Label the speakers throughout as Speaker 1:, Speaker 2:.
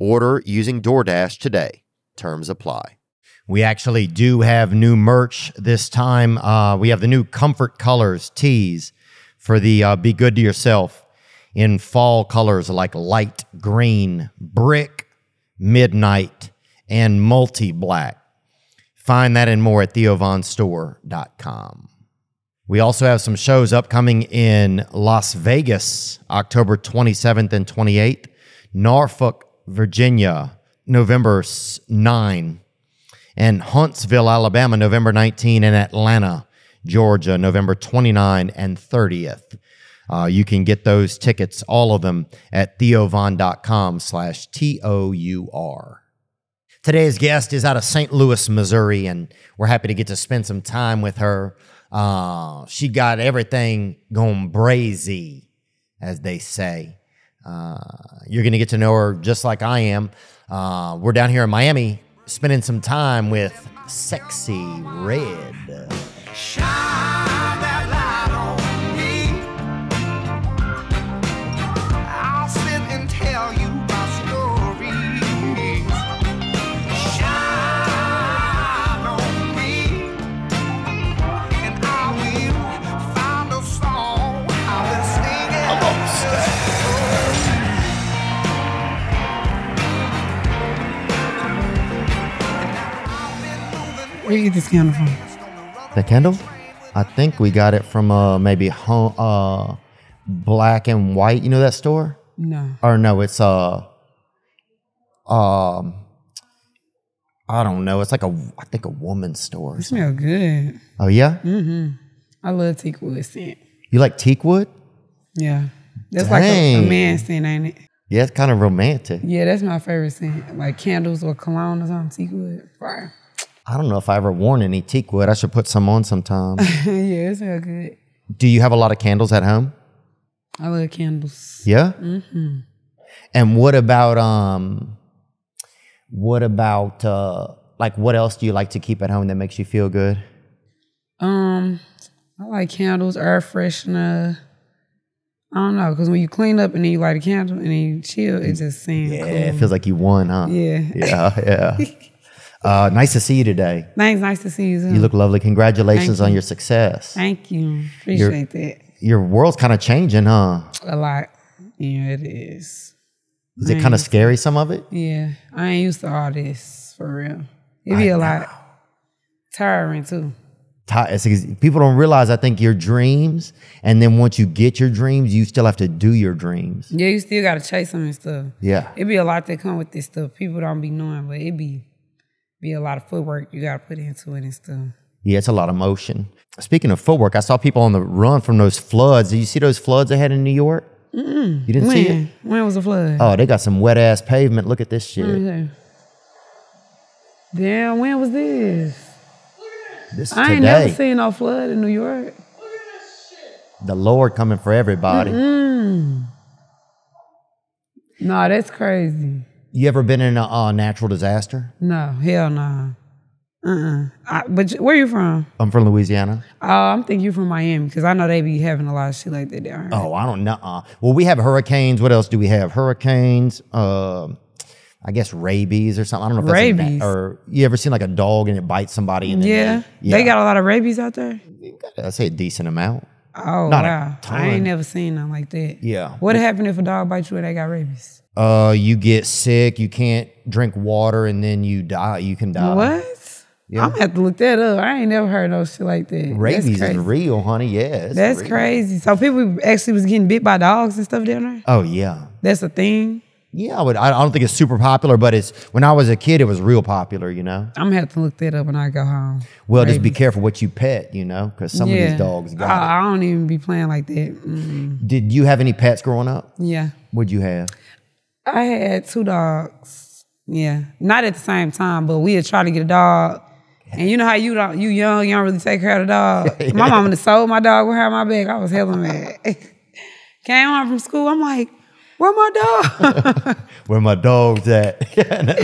Speaker 1: Order using DoorDash today. Terms apply. We actually do have new merch this time. Uh, we have the new Comfort Colors tees for the uh, Be Good to Yourself in fall colors like light green, brick, midnight, and multi black. Find that and more at theovanstore.com. We also have some shows upcoming in Las Vegas, October 27th and 28th, Norfolk, Virginia, November s- 9, and Huntsville, Alabama, November 19, and Atlanta, Georgia, November 29 and 30th. Uh, you can get those tickets, all of them, at theovon.com slash T-O-U-R. Today's guest is out of St. Louis, Missouri, and we're happy to get to spend some time with her. Uh, she got everything going brazy, as they say. Uh, you're going to get to know her just like I am. Uh, we're down here in Miami spending some time with Sexy Red.
Speaker 2: Shine that light on me. I'll sit and tell you my stories. Shine on me, and I will find a song I will sing it.
Speaker 3: Where you get this candle from?
Speaker 1: The candle? I think we got it from uh, maybe home, uh, Black and White. You know that store?
Speaker 3: No.
Speaker 1: or no, it's uh um I don't know. It's like a I think a woman's store. or
Speaker 3: It smell good.
Speaker 1: something. Oh yeah?
Speaker 3: I love teak wood scent.
Speaker 1: You like teakwood?
Speaker 3: Yeah. That's like a, a
Speaker 1: Dang.
Speaker 3: man scent, ain't it?
Speaker 1: Yeah, it's kind of romantic.
Speaker 3: Yeah, that's my favorite scent. Like candles or cologne or something, teak wood. Fire.
Speaker 1: I don't know if I ever worn any teakwood. I should put some on sometime.
Speaker 3: yeah, it smell good.
Speaker 1: Do you have a lot of candles at home?
Speaker 3: I love candles.
Speaker 1: Yeah. Mm-hmm. And what about um what about uh like what else do you like to keep at home that makes you feel good?
Speaker 3: Um, I like candles, air freshener. I don't know, because when you clean up and then you light a candle and then you chill, it just seems
Speaker 1: Yeah,
Speaker 3: cool.
Speaker 1: it feels like you won, huh?
Speaker 3: Yeah.
Speaker 1: Mm. Yeah, yeah. uh nice to see you today.
Speaker 3: Thanks, nice to see you. Zoe.
Speaker 1: You look lovely. Congratulations
Speaker 3: Thank you.
Speaker 1: on your success.
Speaker 3: Thank you. Appreciate that
Speaker 1: Your world's kind of changing, huh?
Speaker 3: a lot. Yeah, it is.
Speaker 1: Is it kind of scary, some of it?
Speaker 3: Yeah, I ain't used to all this for real. It be a lot tiring too.
Speaker 1: Ti- it's- it's- People don't realize, I think, your dreams, and then once you get your dreams, you still have to do your dreams.
Speaker 3: Yeah, you still gotta chase them and stuff.
Speaker 1: Yeah.
Speaker 3: It be a lot that come with this stuff. People don't be knowing, but it be be a lot of footwork you gotta put into it and stuff.
Speaker 1: Yeah, it's a lot of motion. Speaking of footwork, I saw people on the run from those floods. Did you see those floods ahead in New York? You didn't see it?
Speaker 3: When when was the flood?
Speaker 1: Oh, they got some wet ass pavement. Look at this shit.
Speaker 3: Okay. Damn, when was this?
Speaker 1: This is
Speaker 3: I ain't
Speaker 1: today.
Speaker 3: never seen no flood in New York.
Speaker 1: the Lord coming for everybody.
Speaker 3: No, that's crazy.
Speaker 1: You ever been in a uh, natural disaster?
Speaker 3: No, hell no. Uh-uh. I, but you- where you from?
Speaker 1: I'm from Louisiana.
Speaker 3: Oh, I'm thinking you from Miami because I know they be having a lot of shit like that down here.
Speaker 1: Oh, I don't know. Uh, well, we have hurricanes. What else do we have? Hurricanes. Uh, I guess rabies or something. I don't know if that's a na-
Speaker 3: Rabies.
Speaker 1: or you ever seen like a dog and it bites somebody? And then
Speaker 3: yeah.
Speaker 1: they,
Speaker 3: they got a lot of rabies out there.
Speaker 1: I say a decent amount.
Speaker 3: Oh
Speaker 1: Not a
Speaker 3: wow, I
Speaker 1: ton.
Speaker 3: ain't never seen nothing like that.
Speaker 1: Yeah.
Speaker 3: what happened if a dog bites you and they got rabies?
Speaker 1: uh, you get sick, you can't drink water, and then you die. You can die. Uh,
Speaker 3: what?
Speaker 1: Yeah.
Speaker 3: I'm gonna have to look that up. I ain't never heard no shit like that. That's
Speaker 1: Rabies is
Speaker 3: crazy.
Speaker 1: real, honey. Yeah, it's
Speaker 3: That's
Speaker 1: real.
Speaker 3: crazy. So people actually was getting bit by dogs and stuff down there.
Speaker 1: Oh yeah,
Speaker 3: That's a thing.
Speaker 1: yeah. I would. I I don't think it's super popular, but it's when I was a kid, it was real popular. You know.
Speaker 3: I'm gonna have to look that up when I go home.
Speaker 1: Well, just be careful what you pet. You know, because some of these dogs got.
Speaker 3: I, I don't even be playing like that. Mm,
Speaker 1: it. Did you have any pets growing up?
Speaker 3: yeah,
Speaker 1: What'd you have?
Speaker 3: I had two dogs. Yeah, not at the same time, but we had tried to get a dog. And you know how you don't, you young, you don't really take care of the dog. My mama done sold my dog behind my back. I was hella mad. Came home from school, I'm like, where my dog?
Speaker 1: Where my dogs at?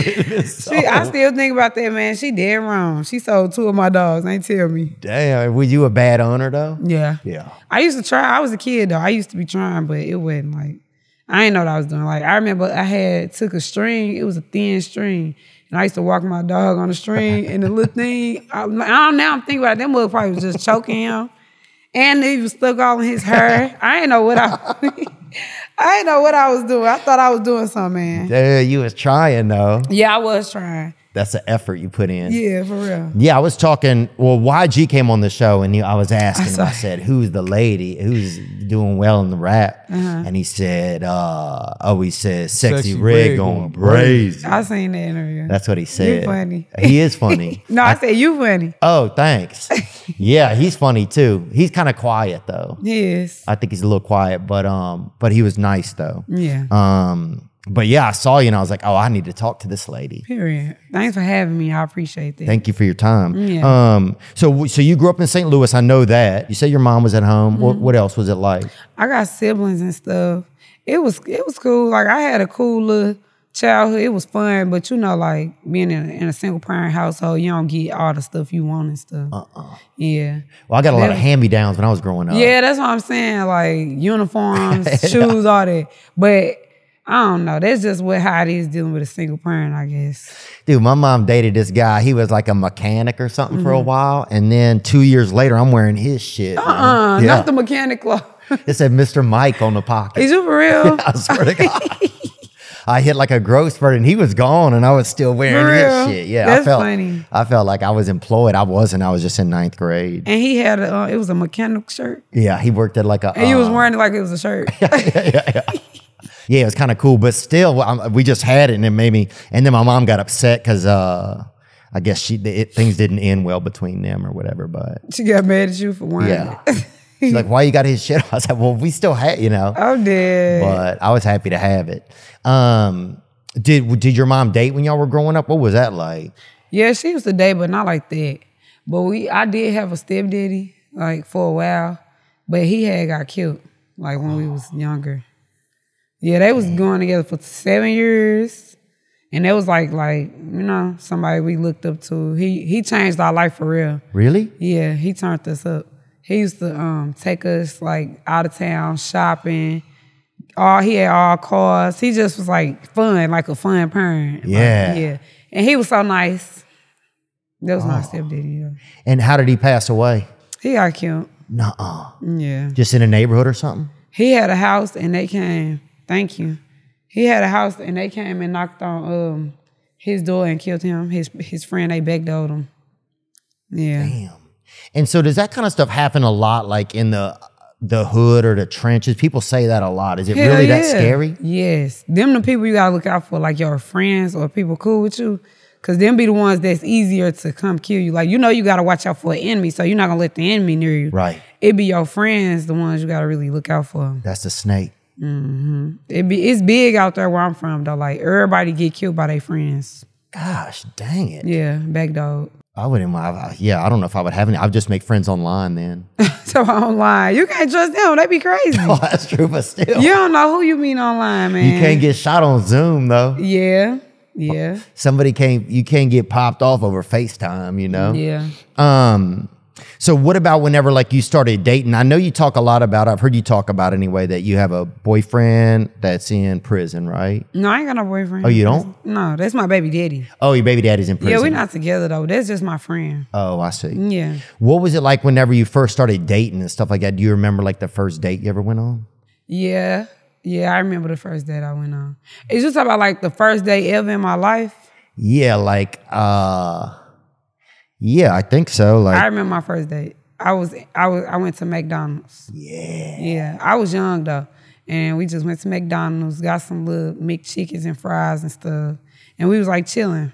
Speaker 3: she, I still think about that, man. She dead wrong. She sold two of my dogs. Ain't tell me.
Speaker 1: Damn, were you a bad owner though?
Speaker 3: Yeah.
Speaker 1: Yeah.
Speaker 3: I used to try. I was a kid though. I used to be trying, but it wasn't like I didn't know what I was doing. Like I remember I had took a string. It was a thin string, and I used to walk my dog on the string. And the little thing, I, I don't now I'm thinking about it. That mug probably was just choking him, and he was stuck all in his hair. I didn't know what I. I didn't know what I was doing. I thought I was doing something, man.
Speaker 1: Damn, you was trying though.
Speaker 3: Yeah, I was trying.
Speaker 1: That's the effort you put in.
Speaker 3: Yeah, for real.
Speaker 1: Yeah, I was talking. Well, YG came on the show, and he, I was asking. him, I
Speaker 3: sorry.
Speaker 1: said, "Who's the lady who's doing well in the rap?"
Speaker 3: Uh-huh.
Speaker 1: And he said, uh, "Oh, he said sexy,
Speaker 4: Sexy
Speaker 1: rig
Speaker 4: Rig
Speaker 1: on
Speaker 4: on
Speaker 1: braids."
Speaker 3: I seen that interview.
Speaker 1: That's what he said.
Speaker 3: funny.
Speaker 1: He is funny.
Speaker 3: no, I, said you funny.
Speaker 1: oh, thanks. yeah, he's funny too. He's kind of quiet though.
Speaker 3: Yes.
Speaker 1: I think he's a little quiet, but um, but he was nice though.
Speaker 3: Yeah.
Speaker 1: Um, but yeah, I saw you, and I was like, "Oh, I need to talk to this lady."
Speaker 3: Period. Thanks for having me. I appreciate that.
Speaker 1: Thank you for your time.
Speaker 3: Yeah.
Speaker 1: Um. So, so you grew up in St. Louis. I know that. You say your mom was at home. What,
Speaker 3: Mm-hmm.
Speaker 1: what else was it like?
Speaker 3: I got siblings and stuff. It was it was cool. Like I had a cool little childhood. It was fun, but you know, like being in a, in a single parent household, you don't get all the stuff you want and stuff. Uh-uh. Yeah,
Speaker 1: Well, I got a lot of
Speaker 3: Really?
Speaker 1: hand me downs when I was growing up.
Speaker 3: yeah. That's what I'm saying. Like uniforms, shoes, all that. But I don't know. That's just what how it is dealing with a single parent. I guess.
Speaker 1: Dude, my mom dated this guy. He was like a mechanic or something for a
Speaker 3: Mm-hmm.
Speaker 1: while, and then two years later, I'm wearing his shit. Uh
Speaker 3: Uh, not the mechanic law.
Speaker 1: It said Mr. Mike on the pocket.
Speaker 3: is you for real?
Speaker 1: I swear to God. I hit like a gross spurt and he was gone and I was still wearing
Speaker 3: For
Speaker 1: his
Speaker 3: real?
Speaker 1: shit. Yeah, I
Speaker 3: That's
Speaker 1: felt
Speaker 3: funny.
Speaker 1: I felt like I was employed. I wasn't. I was just in ninth grade.
Speaker 3: and he had a, uh, it was a mechanic shirt,
Speaker 1: Yeah, he worked at like a.
Speaker 3: and he was
Speaker 1: um,
Speaker 3: wearing it like it was a shirt.
Speaker 1: Yeah, it was kind of cool, but still, um we just had it, and it made me. And then my mom got upset because uh, I guess she it, things didn't end well between them or whatever. But
Speaker 3: she got mad at you for wearing
Speaker 1: yeah,
Speaker 3: it.
Speaker 1: she's like, "Why you got his shit?" I was like, "Well, we still had, you know."
Speaker 3: I'm dead.
Speaker 1: But I was happy to have it. Um, did did your mom date when y'all were growing up? What was that like?
Speaker 3: Yeah, she was a day, but not like that. But we, I did have a stepdaddy like for a while, but he had got killed like when we was younger. Yeah, they was going together for seven years, and that was like like you know somebody we looked up to. He he changed our life for real.
Speaker 1: Really?
Speaker 3: Yeah, he turned us up. He used to um take us like out of town shopping. All he had all cars. He just was like fun, like a fun parent. Like,
Speaker 1: Yeah.
Speaker 3: yeah. And he was so nice. That was
Speaker 1: Oh.
Speaker 3: my stepdaddy. Yeah.
Speaker 1: And how did he pass away?
Speaker 3: He got killed.
Speaker 1: Nuh-uh.
Speaker 3: Yeah.
Speaker 1: Just in a neighborhood or something?
Speaker 3: He had a house and they came. Thank you. He had a house and they came and knocked on um his door and killed him. His his friend they backdoored him. Yeah.
Speaker 1: Damn. And so does that kind of stuff happen a lot, like in the the hood or the trenches? People say that a lot. Is it
Speaker 3: Hell
Speaker 1: really that
Speaker 3: yeah.
Speaker 1: scary?
Speaker 3: Yes. Them the people you gotta look out for, like your friends or people cool with you. Cause them be the ones that's easier to come kill you. Like you know you gotta watch out for an enemy, so you're not gonna let the enemy near you.
Speaker 1: Right.
Speaker 3: It be your friends, the ones you gotta really look out for.
Speaker 1: That's the snake.
Speaker 3: It be it's big out there where I'm from though. Like everybody get killed by their friends.
Speaker 1: Gosh, dang it.
Speaker 3: Yeah, back dog.
Speaker 1: I wouldn't. I, I- yeah, I don't know if I would have any. I would just make friends online then.
Speaker 3: So online. You can't trust them. They be crazy.
Speaker 1: oh, that's true, but still.
Speaker 3: you don't know who you meet online, man.
Speaker 1: You can't get shot on Zoom though.
Speaker 3: Yeah. Yeah.
Speaker 1: Somebody can't. You can't get popped off over FaceTime. You know.
Speaker 3: Yeah.
Speaker 1: Um. So what about whenever like you started dating? I know you talk a lot about. I've heard you talk about anyway that you have a boyfriend that's in prison, right?
Speaker 3: No, I ain't got no boyfriend.
Speaker 1: Oh, you don't?
Speaker 3: No, that's my baby daddy.
Speaker 1: Oh, your baby daddy's in prison.
Speaker 3: Yeah, we're not together though. That's just my friend.
Speaker 1: Oh, I see.
Speaker 3: Yeah.
Speaker 1: What was it like whenever you first started dating and stuff like that? Do you remember like the first date you ever went on?
Speaker 3: Yeah. Yeah, I remember the first date I went on. Is you talking about like the first day ever in my life?
Speaker 1: Yeah, like uh yeah, I think so.
Speaker 3: I
Speaker 1: Like
Speaker 3: remember my first date. I was I was I went to McDonald's. Yeah. Yeah. I was young though. And we just went to McDonald's, got some little McChickens and fries and stuff. And we was like chilling.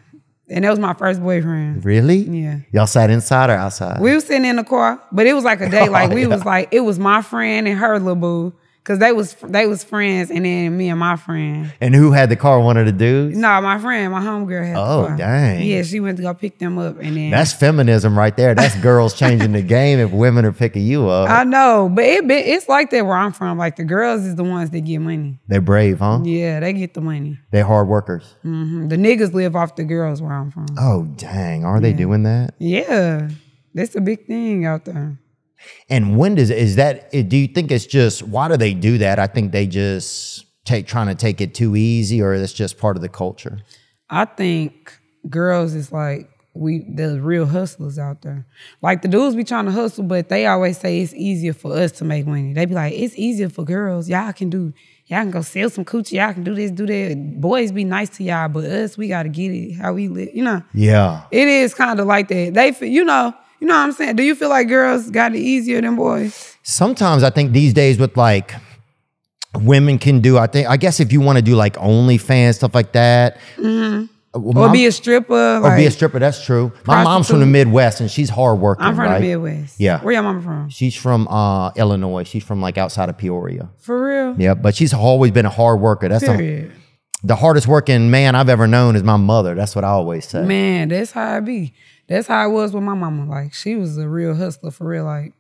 Speaker 3: And that was my first boyfriend.
Speaker 1: really?
Speaker 3: Yeah.
Speaker 1: Y'all sat inside or outside?
Speaker 3: We was sitting in the car, but it was like a day. Like we was like it was my friend and her little boo, cause they was they was friends, and then me and my friend.
Speaker 1: and who had the car? One of the dudes?
Speaker 3: No, my friend, my homegirl had. the
Speaker 1: Oh,
Speaker 3: car.
Speaker 1: dang.
Speaker 3: Yeah, she went to go pick them up, and then
Speaker 1: That's feminism right there. That's girls changing the game if women are picking you up.
Speaker 3: I know, but it been, it's like that where I'm from. Like the girls is the ones that get money.
Speaker 1: They're brave, huh?
Speaker 3: Yeah, they get the money.
Speaker 1: They're hard workers.
Speaker 3: Mhm. The niggas live off the girls where I'm from.
Speaker 1: Oh, dang. Are they doing that?
Speaker 3: Yeah, that's a big thing out there.
Speaker 1: And when does is that? eh, Do you think it's just why do they do that? I think they just take trying to take it too easy, or that's just part of the culture.
Speaker 3: I think girls is like we the real hustlers out there. Like the dudes be trying to hustle, but they always say it's easier for us to make money. They be like, it's easier for girls. Y'all can do, y'all can go sell some coochie. Y'all can do this, do that. Boys be nice to y'all, but us, we gotta get it how we live. You know,
Speaker 1: Yeah,
Speaker 3: it is kind of like that. They, feel, you know, you know what I'm saying. Do you feel like girls got it easier than boys?
Speaker 1: sometimes I think these days with like women can do. I think I guess if you want to do like OnlyFans stuff like that, Well,
Speaker 3: Or
Speaker 1: my-
Speaker 3: be a stripper?
Speaker 1: or
Speaker 3: Like,
Speaker 1: be a stripper. That's true. My mom's from the
Speaker 3: Prostitute.
Speaker 1: Midwest and she's hardworking.
Speaker 3: I'm from
Speaker 1: right?
Speaker 3: the Midwest.
Speaker 1: Yeah.
Speaker 3: Where your mama from?
Speaker 1: She's from uh, Illinois. She's from like outside of Peoria.
Speaker 3: For real?
Speaker 1: Yeah, but she's always been a hard worker. That's the,
Speaker 3: Period.
Speaker 1: the hardest working man I've ever known is my mother. That's what I always say.
Speaker 3: Man, that's how I be. That's how I was with my mama. Like she was a real hustler for real. Like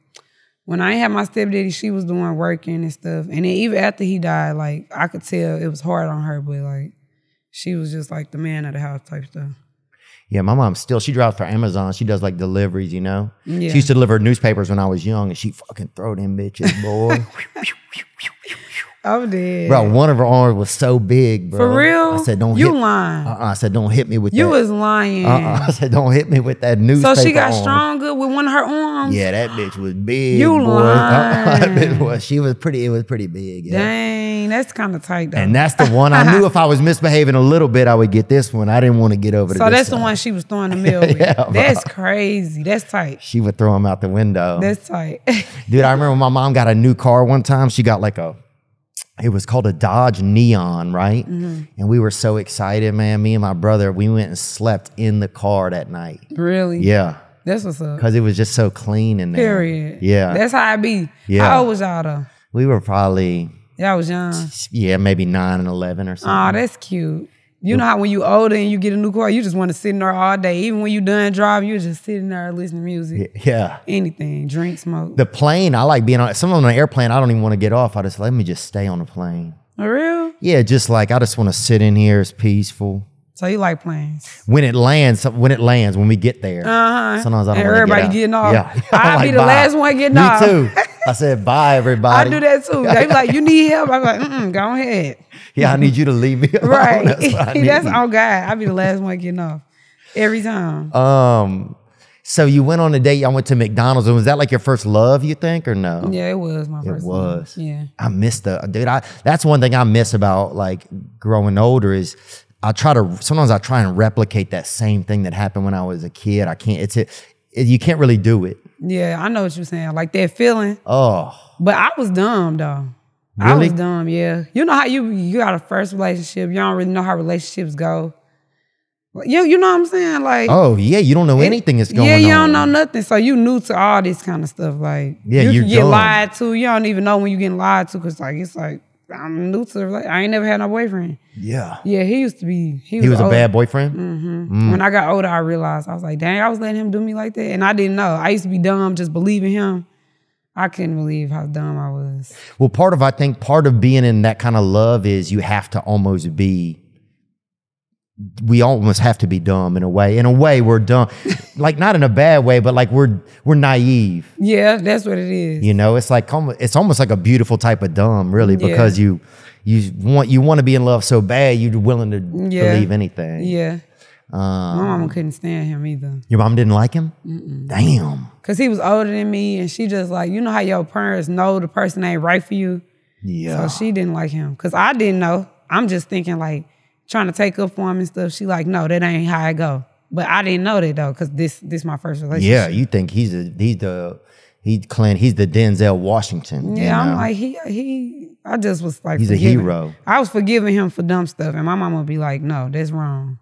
Speaker 3: when I had my stepdaddy, she was doing working and stuff. And then even after he died, like I could tell it was hard on her, but like she was just like the man of the house type stuff.
Speaker 1: Yeah, my mom still she drives for Amazon. She does like deliveries, you know.
Speaker 3: Yeah.
Speaker 1: She used to deliver newspapers when I was young, and she fucking throw them bitches, boy.
Speaker 3: I'm dead.
Speaker 1: bro, one of her arms was so big, bro.
Speaker 3: for real?
Speaker 1: I said, "Don't
Speaker 3: you
Speaker 1: hit."
Speaker 3: lying.
Speaker 1: Uh-uh. I said, "Don't hit me with
Speaker 3: you
Speaker 1: that."
Speaker 3: was lying.
Speaker 1: uh-uh. I said, "Don't hit me with that newspaper."
Speaker 3: So she got
Speaker 1: arm."
Speaker 3: stronger with one of her arms.
Speaker 1: Yeah, that bitch was big.
Speaker 3: You
Speaker 1: boy. Uh-uh, that
Speaker 3: lying.
Speaker 1: bitch was. She was pretty. It was pretty big. Yeah.
Speaker 3: Dang, that's kind of tight though.
Speaker 1: And that's the one I knew if I was misbehaving a little bit, I would get this one. I didn't want to get over to
Speaker 3: so
Speaker 1: this
Speaker 3: that's the
Speaker 1: side.
Speaker 3: one she was throwing the meal with.
Speaker 1: Yeah, bro.
Speaker 3: that's crazy. That's tight.
Speaker 1: She would throw him out the window.
Speaker 3: That's tight.
Speaker 1: Dude, I remember my mom got a new car one time. She got like a, it was called a Dodge Neon, right?
Speaker 3: Mm-hmm.
Speaker 1: And we were so excited, man. Me and my brother, we went and slept in the car that night.
Speaker 3: really?
Speaker 1: Yeah.
Speaker 3: That's what's up.
Speaker 1: Cause it was just so clean in there.
Speaker 3: Period.
Speaker 1: Yeah.
Speaker 3: That's how I be.
Speaker 1: Yeah.
Speaker 3: How old was y'all though?
Speaker 1: we were probably,
Speaker 3: Y'all was young.
Speaker 1: yeah, maybe nine and 11 or
Speaker 3: Oh,
Speaker 1: something.
Speaker 3: that's cute. You know how when you older and you get a new car, you just want to sit in there all day. Even when you done driving, you're just sitting there listening to music,
Speaker 1: yeah.
Speaker 3: anything, drink, smoke.
Speaker 1: The plane, I like being on, some on an airplane, I don't even want to get off. I just, let me just stay on the plane.
Speaker 3: For real?
Speaker 1: Yeah, just like, I just want to sit in here. It's peaceful.
Speaker 3: So you like planes?
Speaker 1: when it lands, when it lands, when we get there.
Speaker 3: Uh-huh.
Speaker 1: Sometimes I don't
Speaker 3: And
Speaker 1: wanna
Speaker 3: everybody
Speaker 1: get out.
Speaker 3: getting off.
Speaker 1: Yeah.
Speaker 3: I'll be the last one getting
Speaker 1: Me
Speaker 3: off.
Speaker 1: too. I said, bye, everybody.
Speaker 3: I do that too. They be like, you need help. I'm like, mm, go ahead.
Speaker 1: Yeah, I need you to leave me alone. Oh,
Speaker 3: Right.
Speaker 1: That's what I need.
Speaker 3: That's all God. I be the last one getting off every time.
Speaker 1: um, so you went on a date. Y'all went to McDonald's. And was that like your first love, you think, or no?
Speaker 3: yeah, it was my
Speaker 1: It
Speaker 3: first. one.
Speaker 1: was.
Speaker 3: Yeah.
Speaker 1: I miss the dude. I that's one thing I miss about like growing older is I try to sometimes I try and replicate that same thing that happened when I was a kid. I can't. It's it, you can't really do it.
Speaker 3: Yeah, I know what you're saying. Like that feeling.
Speaker 1: Oh,
Speaker 3: But I was dumb though.
Speaker 1: Really?
Speaker 3: I was dumb, yeah. You know how you you got a first relationship, you don't really know how relationships go. You you know what I'm saying? Like
Speaker 1: oh yeah. You don't know anything that's going
Speaker 3: yeah,
Speaker 1: on.
Speaker 3: you don't know nothing. So you new to all this kind of stuff. Like
Speaker 1: Yeah,
Speaker 3: you
Speaker 1: you're
Speaker 3: can get
Speaker 1: dumb.
Speaker 3: lied to. You don't even know when you're getting lied to because like it's like I'm new to like I ain't never had no boyfriend.
Speaker 1: Yeah.
Speaker 3: Yeah, he used to be he was,
Speaker 1: He was a
Speaker 3: old. Mm.
Speaker 1: bad mm. boyfriend.
Speaker 3: When I got older, I realized I was like, dang, I was letting him do me like that. And I didn't know. I used to be dumb, just believing him. I couldn't believe how dumb I was.
Speaker 1: Well, part of I think part of being in that kind of love is you have to almost be. We almost have to be dumb in a way. In a way, we're dumb, like not in a bad way, but like we're we're naive.
Speaker 3: Yeah, that's what it is.
Speaker 1: You know, it's like almo- it's almost like a beautiful type of dumb, really,
Speaker 3: Yeah.
Speaker 1: because you you want you want to be in love so bad you're willing to
Speaker 3: Yeah.
Speaker 1: believe anything.
Speaker 3: Yeah. My
Speaker 1: Um,
Speaker 3: mama couldn't stand him either.
Speaker 1: Your mom didn't like him. Damn.
Speaker 3: Cause he was older than me and she just like, you know how your parents know the person ain't right for you?
Speaker 1: Yeah.
Speaker 3: So she didn't like him because I didn't know. I'm just thinking like trying to take up for him and stuff. She like, no, that ain't how it go. But I didn't know that though because this this my first relationship.
Speaker 1: yeah, you think he's a, he's the he Clint he's the Denzel Washington. you
Speaker 3: Yeah, I'm
Speaker 1: know?
Speaker 3: like he he. I just was like,
Speaker 1: He's a
Speaker 3: forgiving-
Speaker 1: hero.
Speaker 3: I was forgiving him for dumb stuff, and my mama would be like, "No, that's wrong."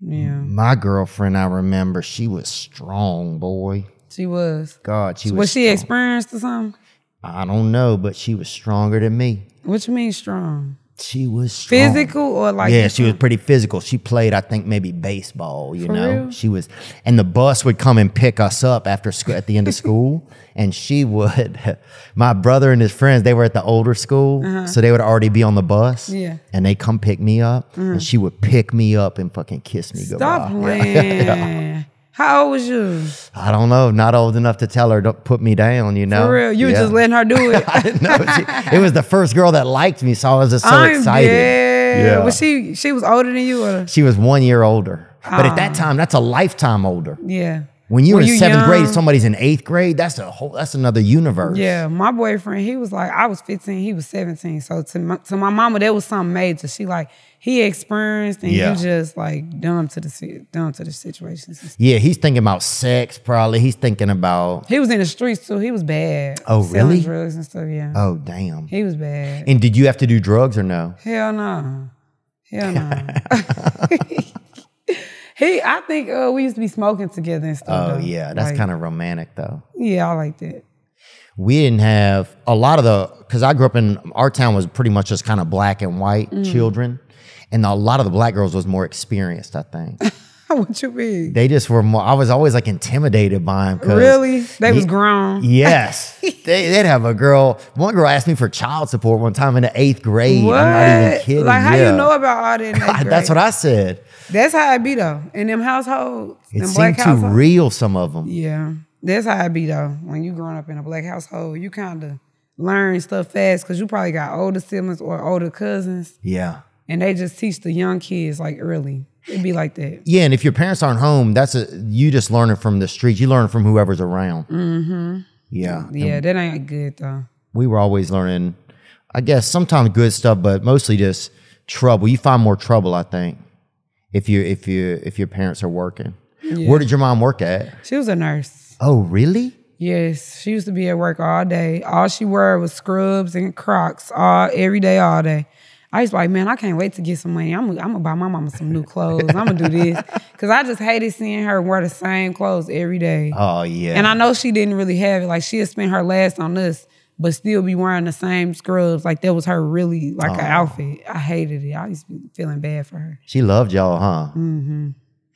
Speaker 3: Yeah,
Speaker 1: my girlfriend. I remember she was strong, boy.
Speaker 3: she was.
Speaker 1: God, she was.
Speaker 3: Was she
Speaker 1: strong.
Speaker 3: experienced or something?
Speaker 1: I don't know, but she was stronger than me.
Speaker 3: What you mean strong?
Speaker 1: She was strong.
Speaker 3: Physical or like?
Speaker 1: yeah, she was pretty physical. She played, I think, maybe baseball. You
Speaker 3: For
Speaker 1: know,
Speaker 3: real?
Speaker 1: she was, and the bus would come and pick us up after school at the end of school, and she would. My brother and his friends, they were at the older school, so they would already be on the bus.
Speaker 3: Uh-huh. Yeah. Mm.
Speaker 1: and they come pick me up, and she would pick me up and fucking kiss me
Speaker 3: Stop
Speaker 1: goodbye.
Speaker 3: playing. How old was you?
Speaker 1: I don't know, not old enough to tell her don't put me down. You know,
Speaker 3: For real, you were
Speaker 1: Yeah.
Speaker 3: just letting her do it.
Speaker 1: I didn't know. She, it was the first girl that liked me, so I was just so
Speaker 3: I'm
Speaker 1: excited.
Speaker 3: dead. Was she? She was older than you, or
Speaker 1: She was one year older. But at
Speaker 3: Ah.
Speaker 1: that time, that's a lifetime older.
Speaker 3: yeah.
Speaker 1: When you're
Speaker 3: Were
Speaker 1: in
Speaker 3: you
Speaker 1: seventh grade,
Speaker 3: young?
Speaker 1: somebody's in eighth grade. That's a whole. That's another universe.
Speaker 3: Yeah, my boyfriend, he was like, I was 15, he was 17. So to my, to my mama, that was something major. She like, he experienced and
Speaker 1: Yeah.
Speaker 3: you just like dumb to the si- dumb to the situations.
Speaker 1: Yeah, he's thinking about sex. Probably he's thinking about.
Speaker 3: He was in the streets too. He was bad.
Speaker 1: Oh,
Speaker 3: Selling
Speaker 1: really?
Speaker 3: Drugs and stuff. Yeah,
Speaker 1: Oh damn!
Speaker 3: he was bad.
Speaker 1: And did you have to do drugs or no?
Speaker 3: Hell no. Hell no. he, I think uh, we used to be smoking together and stuff.
Speaker 1: Oh
Speaker 3: though.
Speaker 1: yeah, that's
Speaker 3: Like,
Speaker 1: kind of romantic though.
Speaker 3: yeah, I like that.
Speaker 1: we didn't have a lot of the because I grew up in our town was pretty much just kind of black and white
Speaker 3: Mm.
Speaker 1: children, and a lot of the black girls was more experienced. I think
Speaker 3: what you mean?
Speaker 1: they just were more. I was always like intimidated by them. 'cause-
Speaker 3: Really? They was
Speaker 1: Ye-
Speaker 3: grown.
Speaker 1: Yes, they, they'd have a girl. One girl asked me for child support one time in the eighth grade. I'm not even
Speaker 3: What?
Speaker 1: kidding.
Speaker 3: Like how
Speaker 1: yeah.
Speaker 3: you know about all that? in eighth
Speaker 1: That's
Speaker 3: grade?
Speaker 1: what I said.
Speaker 3: That's how it be though. In them households,
Speaker 1: It
Speaker 3: them black
Speaker 1: seemed too
Speaker 3: households.
Speaker 1: real. Some of them.
Speaker 3: yeah, that's how it be though. When you growing up in a black household, you kind of learn stuff fast because you probably got older siblings or older cousins,
Speaker 1: Yeah.
Speaker 3: and they just teach the young kids like early. It'd be like that.
Speaker 1: Yeah, and if your parents aren't home, that's a you just learn it from the streets. You learn it from whoever's around. Mm-hmm. Yeah,
Speaker 3: Yeah, that ain't good though.
Speaker 1: we were always learning, I guess, sometimes good stuff, but mostly just trouble. You find more trouble, I think, if you if you if your parents are working. Where did your mom work at?
Speaker 3: She was a nurse.
Speaker 1: Oh, really?
Speaker 3: Yes, she used to be at work all day. All she wore was scrubs and Crocs all every day, all day. I was like, man, I can't wait to get some money. I'm, I'm gonna buy my mama some new clothes. I'm gonna do this because I just hated seeing her wear the same clothes every day.
Speaker 1: Oh yeah.
Speaker 3: And I know she didn't really have it. Like she had spent her last on us, but still be wearing the same scrubs. Like that was her really like her
Speaker 1: Oh.
Speaker 3: outfit. I hated it. I used to be feeling bad for her.
Speaker 1: she loved y'all, huh?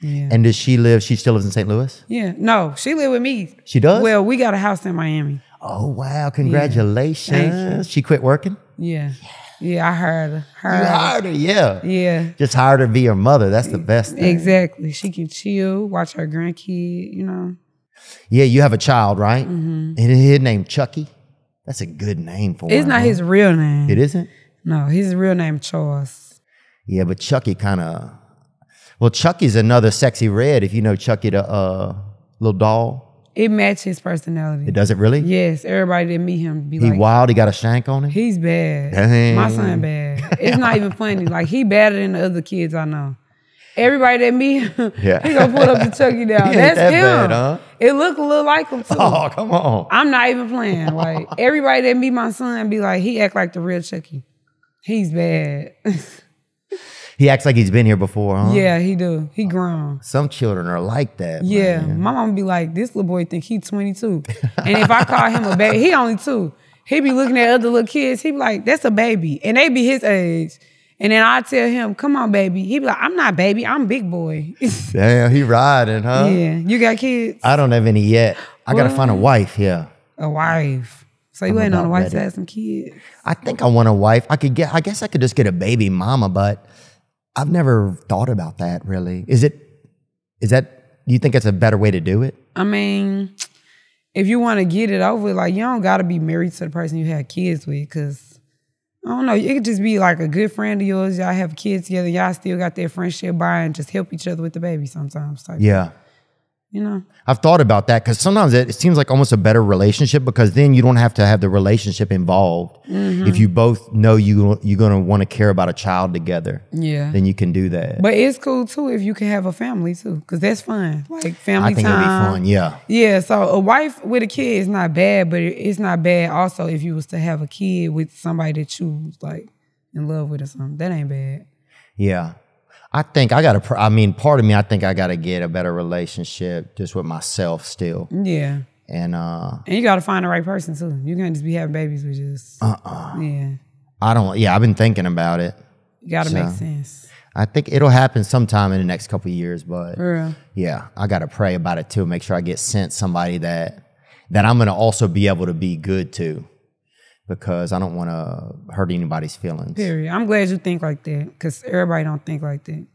Speaker 3: Yeah.
Speaker 1: And does she live? She still lives in St. Louis.
Speaker 3: yeah. No, she lived with me.
Speaker 1: She does.
Speaker 3: Well, we got a house in Miami.
Speaker 1: oh wow! Congratulations. She quit working.
Speaker 3: Yeah. Yeah, I heard her. Heard
Speaker 1: You
Speaker 3: her.
Speaker 1: hired her, yeah.
Speaker 3: Yeah,
Speaker 1: Just hired her to be her mother. That's the best thing.
Speaker 3: exactly. She can chill, watch her grandkid, you know.
Speaker 1: Yeah, you have a child, right? Mm-hmm. And his name Chucky. That's a good name for
Speaker 3: It's
Speaker 1: him.
Speaker 3: not
Speaker 1: huh?
Speaker 3: his real name.
Speaker 1: It isn't.
Speaker 3: No, his real name Charles.
Speaker 1: Yeah, but Chucky kind of. Well, Chucky's another sexy red. If you know Chucky, the uh, little doll,
Speaker 3: It matches his personality.
Speaker 1: it does it really.
Speaker 3: Yes, everybody that meet him be
Speaker 1: He
Speaker 3: like,
Speaker 1: wild. He got a shank on him.
Speaker 3: he's bad.
Speaker 1: Dang.
Speaker 3: My son bad. It's not even funny. Like he better than the other kids I know. Everybody that meet him,
Speaker 1: Yeah.
Speaker 3: he gonna pull up the Chucky down.
Speaker 1: ain't
Speaker 3: That's
Speaker 1: that
Speaker 3: him.
Speaker 1: bad, huh?
Speaker 3: It look a little like him too.
Speaker 1: oh, come on.
Speaker 3: I'm not even playing. Like everybody that meet my son be like, he act like the real Chucky. He's bad.
Speaker 1: He acts like he's been here before, huh?
Speaker 3: Yeah, he do. He grown.
Speaker 1: Some children are like that.
Speaker 3: Yeah,
Speaker 1: man.
Speaker 3: my mom be like, "This little boy think he 22," and if I call him a baby, he only two. He be looking at other little kids. He be like, "That's a baby," and they be his age. And then I tell him, "Come on, baby." He be like, "I'm not baby. I'm big boy."
Speaker 1: Damn, he riding, huh?
Speaker 3: yeah, you got kids,
Speaker 1: I don't have any yet. I gotta find a wife. Yeah.
Speaker 3: a wife. So you ain't on the
Speaker 1: about
Speaker 3: wife
Speaker 1: ready.
Speaker 3: to have some kids.
Speaker 1: I think I want a wife. I could get. I guess I could just get a baby mama, but I've never thought about that. Really, is it? Is that? Do you think that's a better way to do it?
Speaker 3: I mean, if you want to get it over, like you don't gotta be married to the person you had kids with, cause I don't know, it could just be like a good friend of yours. Y'all have kids together, y'all still got their friendship by and just help each other with the baby sometimes. Like,
Speaker 1: Yeah.
Speaker 3: You know,
Speaker 1: I've thought about that because sometimes it, it seems like almost a better relationship because then you don't have to have the relationship involved.
Speaker 3: Mm-hmm.
Speaker 1: If you both know you you're gonna want to care about a child together,
Speaker 3: yeah.
Speaker 1: then you can do that.
Speaker 3: But it's cool too if you can have a family too, because that's fun. Like family
Speaker 1: I think it'd be
Speaker 3: time.
Speaker 1: fun. Yeah,
Speaker 3: Yeah, so a wife with a kid is not bad, but it- it's not bad also if you was to have a kid with somebody that you was, like in love with or something. That ain't bad.
Speaker 1: yeah. I think I gotta. pr- I mean, part of me, I think I gotta get a better relationship just with myself still,
Speaker 3: Yeah.
Speaker 1: and uh,
Speaker 3: And you gotta find the right person too. You can't just be having babies with just uh
Speaker 1: Uh-uh.
Speaker 3: uh Yeah.
Speaker 1: I don't. Yeah, I've been thinking about it.
Speaker 3: You gotta make sense.
Speaker 1: I think it'll happen sometime in the next couple of years, but
Speaker 3: For real.
Speaker 1: yeah, I gotta pray about it too. Make sure I get sent somebody that that I'm gonna also be able to be good to, because I don't want to hurt anybody's feelings.
Speaker 3: Period. I'm glad you think like that. Cause everybody don't think like that.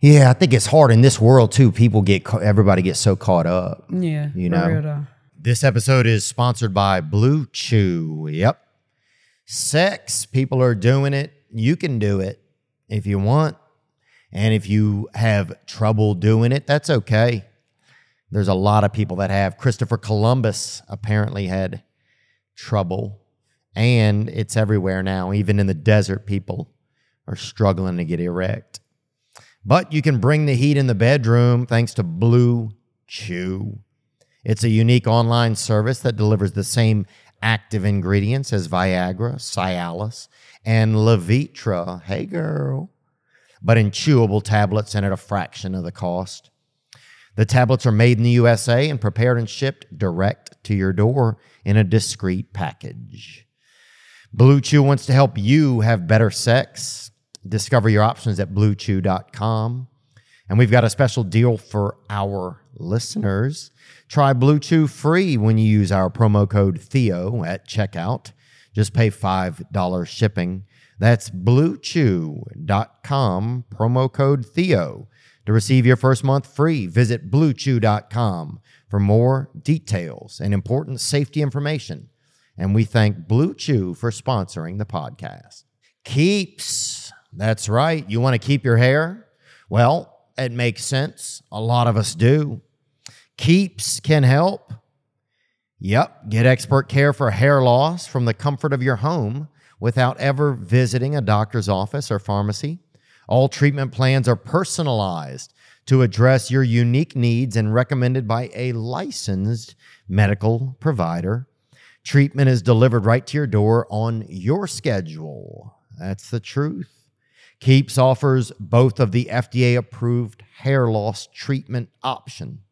Speaker 1: Yeah, I think it's hard in this world too. People get ca- everybody gets so caught up.
Speaker 3: Yeah.
Speaker 1: You
Speaker 3: for
Speaker 1: know.
Speaker 3: real though.
Speaker 1: This episode is sponsored by Blue Chew. Yep, sex people are doing it. You can do it if you want, and if you have trouble doing it, that's okay. There's a lot of people that have. Christopher Columbus apparently had trouble, and it's everywhere now. Even in the desert, people are struggling to get erect. But you can bring the heat in the bedroom thanks to Blue Chew. It's a unique online service that delivers the same active ingredients as Viagra, Cialis, and Levitra. Hey, girl. But in chewable tablets and at a fraction of the cost. The tablets are made in the USA and prepared and shipped direct to your door in a discreet package. Blue Chew wants to help you have better sex. Discover your options at bluechew.com. And we've got a special deal for our listeners. Try Blue Chew free when you use our promo code Theo at checkout. Just pay $5 shipping. That's bluechew.com, promo code Theo. To receive your first month free, visit bluechew.com for more details and important safety information. And we thank Blue Chew for sponsoring the podcast. Keeps. That's right. You want to keep your hair? Well, it makes sense. A lot of us do. Keeps can help. Yep, get expert care for hair loss from the comfort of your home without ever visiting a doctor's office or pharmacy. All treatment plans are personalized to address your unique needs and recommended by a licensed medical provider. Treatment is delivered right to your door on your schedule. That's the truth. Keeps offers both of the FDA approved hair loss treatment option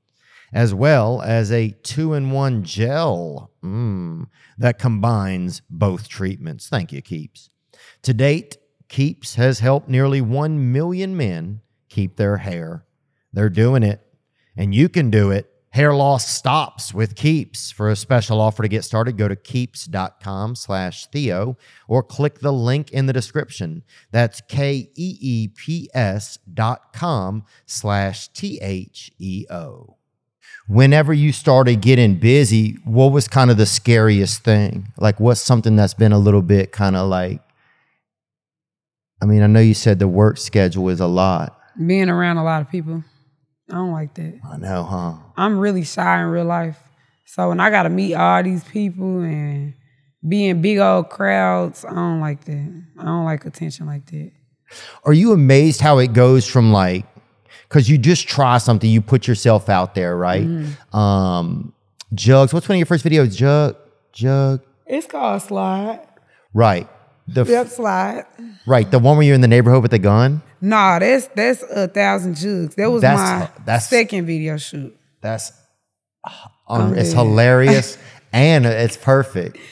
Speaker 1: as well as a two in one gel mm, that combines both treatments. Thank you, Keeps. To date, Keeps has helped nearly 1 million men keep their hair. They're doing it, and you can do it. Hair loss stops with Keeps. For a special offer to get started, go to keeps.com slash Theo or click the link in the description. That's E K-E-E-P-S dot com slash T-H-E-O whenever you started getting busy, what was kind of the scariest thing? Like, what's something that's been a little bit kind of like, I mean, I know you said the work schedule is a lot.
Speaker 3: Being around a lot of people. I don't like that.
Speaker 1: I know, huh?
Speaker 3: I'm really shy in real life. So when I gotta meet all these people and be in big old crowds, I don't like that. I don't like attention like that.
Speaker 1: Are you amazed how it goes from like, because you just try something, you put yourself out there, right?
Speaker 3: Mm-hmm.
Speaker 1: Um, Jugs, what's one of your first videos? Jug, Jug,
Speaker 3: It's called slide.
Speaker 1: right? The f-
Speaker 3: Yep, slide.
Speaker 1: right, the one where you're in the neighborhood with the gun.
Speaker 3: Nah, that's that's a thousand jugs. That was
Speaker 1: That's-
Speaker 3: my
Speaker 1: that's-
Speaker 3: second video shoot.
Speaker 1: That's
Speaker 3: Oh,
Speaker 1: um, it's hilarious and it's perfect.
Speaker 3: what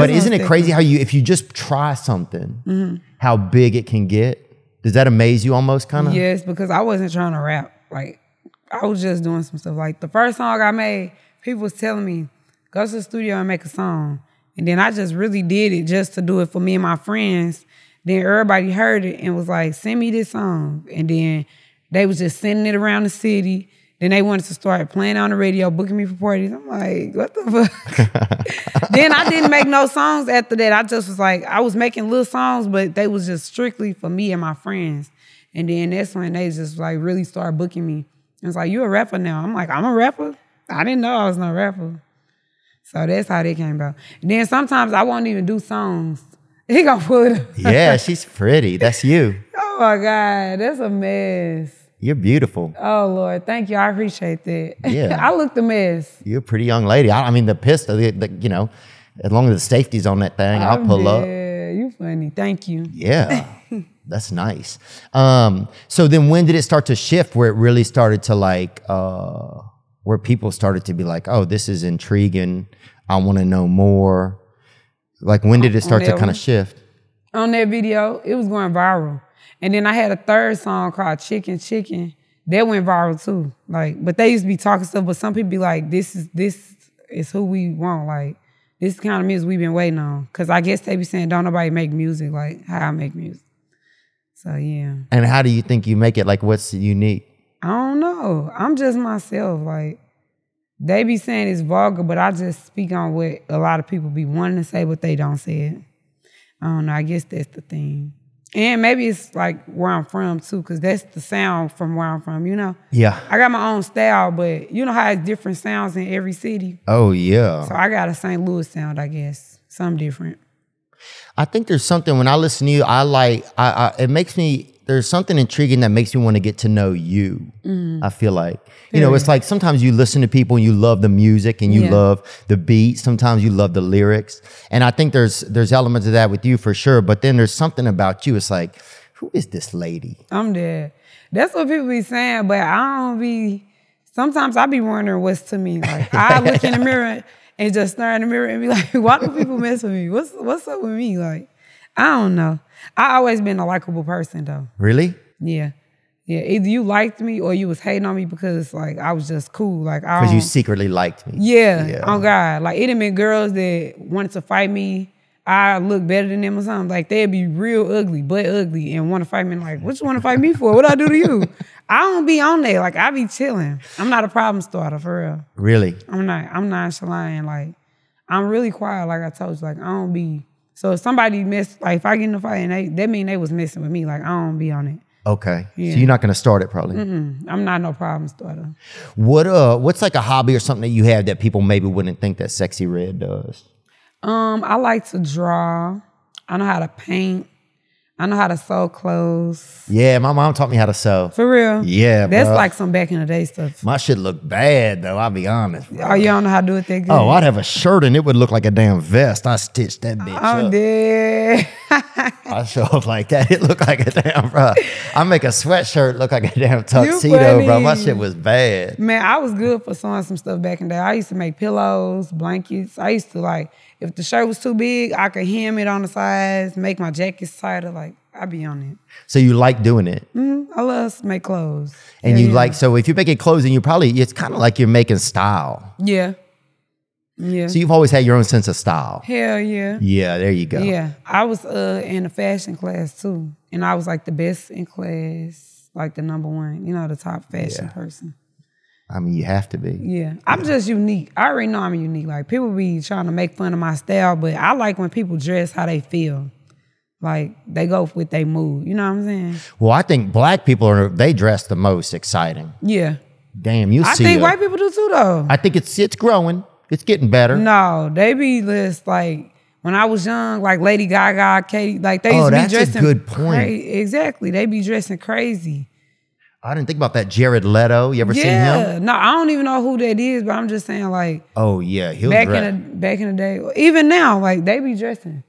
Speaker 1: but
Speaker 3: I'm
Speaker 1: isn't it
Speaker 3: thinking. Mm-hmm.
Speaker 1: crazy how you if you just try something, how big it can get? Does that amaze you almost kind of?
Speaker 3: Yes, because I wasn't trying to rap. Like I was just doing some stuff. Like the first song I made, people was telling me, go to the studio and make a song. And then I just really did it just to do it for me and my friends. Then everybody heard it and was like, send me this song. And then they was just sending it around the city. Then they wanted to start playing on the radio, booking me for parties. I'm like, what the fuck? then I didn't make no songs after that. I just was like, I was making little songs, but they was just strictly for me and my friends. And then that's when they just like really started booking me. And it's like, you a rapper now. I'm like, I'm a rapper? I didn't know I was no rapper. So that's how they came about. And then sometimes I won't even do songs. He gonna pull it up.
Speaker 1: Yeah, she's pretty. That's you.
Speaker 3: Oh my God, that's a mess.
Speaker 1: You're beautiful.
Speaker 3: Oh Lord, thank you. I appreciate that.
Speaker 1: Yeah.
Speaker 3: I looked a mess.
Speaker 1: You're a pretty young lady. I, I mean, the pistol, the, the, you know, as long as the safety's on that thing,
Speaker 3: Oh,
Speaker 1: I'll pull up.
Speaker 3: Yeah, you funny. Thank you.
Speaker 1: Yeah. That's nice. Um, so then when did it start to shift where it really started to like uh where people started to be like, "Oh, this is intriguing. I want to know more." Like when did it start to
Speaker 3: that
Speaker 1: kind
Speaker 3: one?
Speaker 1: of shift?
Speaker 3: on that video, it was going viral. And then I had a third song called Chicken Chicken. That went viral too. Like, but they used to be talking stuff, but some people be like, this is this is who we want. Like, this is the kind of music we've been waiting on. Cause I guess they be saying don't nobody make music like how I make music. So yeah.
Speaker 1: And how do you think you make it like what's unique?
Speaker 3: I don't know. I'm just myself. Like they be saying it's vulgar, but I just speak on what a lot of people be wanting to say, but they don't say it. I don't know. I guess that's the thing. And maybe it's like where I'm from too, because that's the sound from where I'm from. You know,
Speaker 1: Yeah.
Speaker 3: I got my own style, but you know how it's different sounds in every city.
Speaker 1: Oh yeah.
Speaker 3: So I got a St. Louis sound, I guess, something different.
Speaker 1: I think there's something when I listen to you, I like I, I it makes me there's something intriguing that makes me want to get to know you.
Speaker 3: Mm.
Speaker 1: I feel like. You know, it's like sometimes you listen to people and you love the music and you
Speaker 3: Yeah.
Speaker 1: love the beat, sometimes you love the lyrics. And I think there's there's elements of that with you for sure, but then there's something about you it's like who is this lady?
Speaker 3: I'm dead. That's what people be saying, but I don't be. Sometimes I be wondering what's to me. Like I look in the mirror and just stare in the mirror and be like, why do people mess with me? What's what's up with me? Like I don't know. I always been a likable person though.
Speaker 1: Really?
Speaker 3: Yeah, yeah. Either you liked me or you was hating on me because like I was just cool. Like I
Speaker 1: Because
Speaker 3: don't,
Speaker 1: you secretly liked me.
Speaker 3: Oh. yeah,
Speaker 1: Yeah.
Speaker 3: Oh God. Like it done been girls that wanted to fight me. I look better than them or something. Like they'd be real uggy, but ugly, and want to fight me. Like, what you want to fight me for? What I do to you? I don't be on there. Like I be chilling. I'm not a problem starter for real.
Speaker 1: Really?
Speaker 3: I'm not. I'm nonchalant. Like I'm really quiet. Like I told you. Like I don't be. So if somebody mess, like if I get in a fight and they, that mean they was messing with me. Like I don't be on it.
Speaker 1: Okay.
Speaker 3: Yeah.
Speaker 1: So you're not gonna start it probably.
Speaker 3: I'm not no problem starter.
Speaker 1: What uh what's like a hobby or something that you have that people maybe wouldn't think that sexy red does?
Speaker 3: Um, I like to draw. I know how to paint. I know how to sew clothes.
Speaker 1: Yeah, my mom taught me how to sew.
Speaker 3: For real.
Speaker 1: Yeah,
Speaker 3: That's
Speaker 1: bruh.
Speaker 3: like some back in the day stuff.
Speaker 1: My shit looked bad though. I'll be honest. bro.
Speaker 3: Oh, you don't know how to do it that good.
Speaker 1: Oh, I'd have a shirt and it would look like a damn vest. I stitched that bitch
Speaker 3: I'm
Speaker 1: up.
Speaker 3: dead.
Speaker 1: I show up like that. It looked like a damn bro. I make a sweatshirt look like a damn tuxedo,
Speaker 3: funny.
Speaker 1: bro. My shit was bad.
Speaker 3: Man, I was good for sewing some stuff back in the day. I used to make pillows, blankets. I used to like, if the shirt was too big, I could hem it on the sides, make my jackets tighter. Like, I be on it.
Speaker 1: So you like doing it,
Speaker 3: I love to make clothes.
Speaker 1: and
Speaker 3: Yeah,
Speaker 1: you
Speaker 3: yeah.
Speaker 1: like so if you're making clothes, and you probably it's kind of like you're making style.
Speaker 3: Yeah. Yeah.
Speaker 1: So you've always had your own sense of style.
Speaker 3: Hell yeah.
Speaker 1: Yeah, there you go.
Speaker 3: Yeah, I was uh in a fashion class too, and I was like the best in class, like the number one, you know, the top fashion person.
Speaker 1: I mean, you have to be.
Speaker 3: Yeah, I'm just unique. I already know I'm unique. Like people be trying to make fun of my style, but I like when people dress how they feel. Like they go with their mood. You know what I'm saying?
Speaker 1: Well, I think black people are they dress the most exciting.
Speaker 3: Yeah,
Speaker 1: Damn, you
Speaker 3: I
Speaker 1: see. uh,
Speaker 3: think
Speaker 1: a-
Speaker 3: white people do too though.
Speaker 1: I think it's it's growing. It's getting better.
Speaker 3: No, they be just like when I was young, like Lady Gaga, Katie, like they
Speaker 1: Oh,
Speaker 3: used to be
Speaker 1: that's a
Speaker 3: dressing.
Speaker 1: good point.
Speaker 3: cra- exactly, they be dressing crazy.
Speaker 1: I didn't think about that. Jared Leto. You ever seen him?
Speaker 3: Yeah, no, I don't even know who that is, but I'm just saying like
Speaker 1: Oh yeah, he'll
Speaker 3: back
Speaker 1: dress.
Speaker 3: in the back in the day, even now, like they be dressing.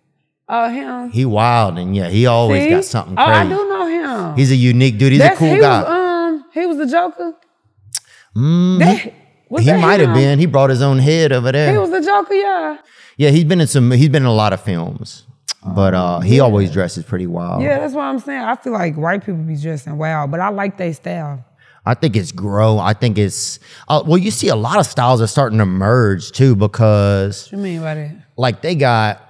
Speaker 3: Oh him,
Speaker 1: he wild and yeah, he always
Speaker 3: See?
Speaker 1: got something
Speaker 3: Oh,
Speaker 1: crazy.
Speaker 3: I do know him.
Speaker 1: He's a unique dude. He's
Speaker 3: That's,
Speaker 1: a cool
Speaker 3: he
Speaker 1: guy. Mm,
Speaker 3: Was, um, he was the Joker. That- was
Speaker 1: he
Speaker 3: that
Speaker 1: might have
Speaker 3: him?
Speaker 1: been. He brought his own head over
Speaker 3: He
Speaker 1: there.
Speaker 3: was the Joker, yeah.
Speaker 1: yeah, he's been in some. He's been in a lot of films, but uh, he always dresses pretty wild.
Speaker 3: Yeah, that's what I'm saying. I feel like white people be dressing wild, but I like their style.
Speaker 1: I think it's grow. I think it's uh, well. You see, a lot of styles are starting to merge too because
Speaker 3: What you mean by that?
Speaker 1: like they got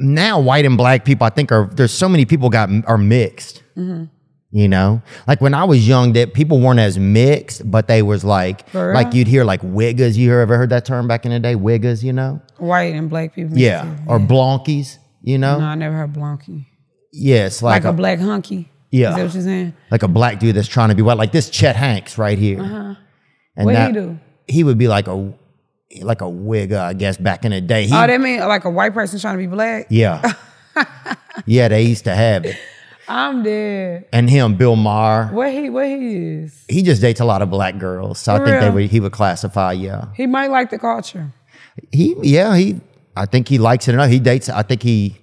Speaker 1: now white and black people i think are there's so many people got are mixed
Speaker 3: Mm-hmm.
Speaker 1: you know like when i was young that people weren't as mixed but they was like
Speaker 3: For real?
Speaker 1: like you'd hear like wiggas you ever heard that term back in the day wiggas you know
Speaker 3: White and black people. mixed
Speaker 1: yeah
Speaker 3: in.
Speaker 1: or blonkies you know
Speaker 3: No, I never heard Blonky.
Speaker 1: yes like,
Speaker 3: Mm-hmm. Like a
Speaker 1: a-
Speaker 3: black hunky. Is that
Speaker 1: Yeah.
Speaker 3: what you're saying?
Speaker 1: Like a black dude that's trying to be white, like this Chet Hanks right here. And
Speaker 3: What Uh-huh.
Speaker 1: that-
Speaker 3: he do?
Speaker 1: He would be like a like a wig, I guess, back in the day. He,
Speaker 3: Oh, that mean like a white person trying to be black?
Speaker 1: yeah. yeah, they used to have it.
Speaker 3: I'm dead.
Speaker 1: And him, Bill Maher,
Speaker 3: What he what he is?
Speaker 1: he just dates a lot of black girls. So
Speaker 3: For
Speaker 1: I think they
Speaker 3: real?
Speaker 1: would he would classify, yeah.
Speaker 3: He might like the culture.
Speaker 1: He yeah, he I think he likes it enough. He dates I think he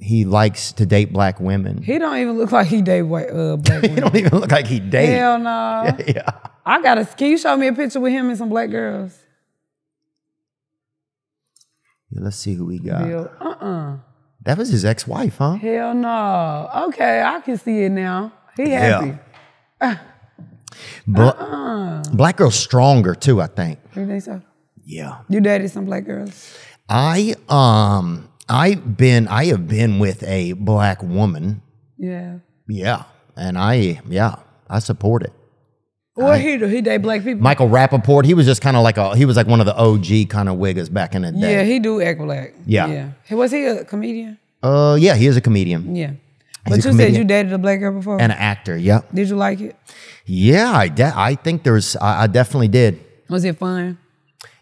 Speaker 1: he likes to date black women. He,
Speaker 3: He don't even look like he date white uh black women.
Speaker 1: don't even look like he dates.
Speaker 3: Hell no.
Speaker 1: Yeah.
Speaker 3: I got to Can you show me a picture with him and some black girls?
Speaker 1: Yeah, Let's see who we got.
Speaker 3: Bill. Uh-uh.
Speaker 1: That was his ex-wife, huh?
Speaker 3: Hell no. Okay, I can see it now. He
Speaker 1: Yeah.
Speaker 3: happy.
Speaker 1: Bla- Black girl's stronger too, I think.
Speaker 3: You think so?
Speaker 1: Yeah.
Speaker 3: You dated some black girls?
Speaker 1: I um I've been I have been with a black woman.
Speaker 3: Yeah.
Speaker 1: Yeah. And I yeah, I support it.
Speaker 3: What he do? He date black people.
Speaker 1: Michael Rappaport, he was just kind of like a he was like one of the OG kind of wiggers back in the
Speaker 3: yeah,
Speaker 1: day.
Speaker 3: he do act black.
Speaker 1: Yeah.
Speaker 3: Yeah. He- Was he a comedian?
Speaker 1: Uh yeah, he is a comedian
Speaker 3: Yeah.
Speaker 1: a
Speaker 3: But you said
Speaker 1: comedian.
Speaker 3: you dated a black girl before.
Speaker 1: and an actor. Yep.
Speaker 3: Did you like it?
Speaker 1: Yeah, I de- I think there's I, I definitely did.
Speaker 3: Was it fun?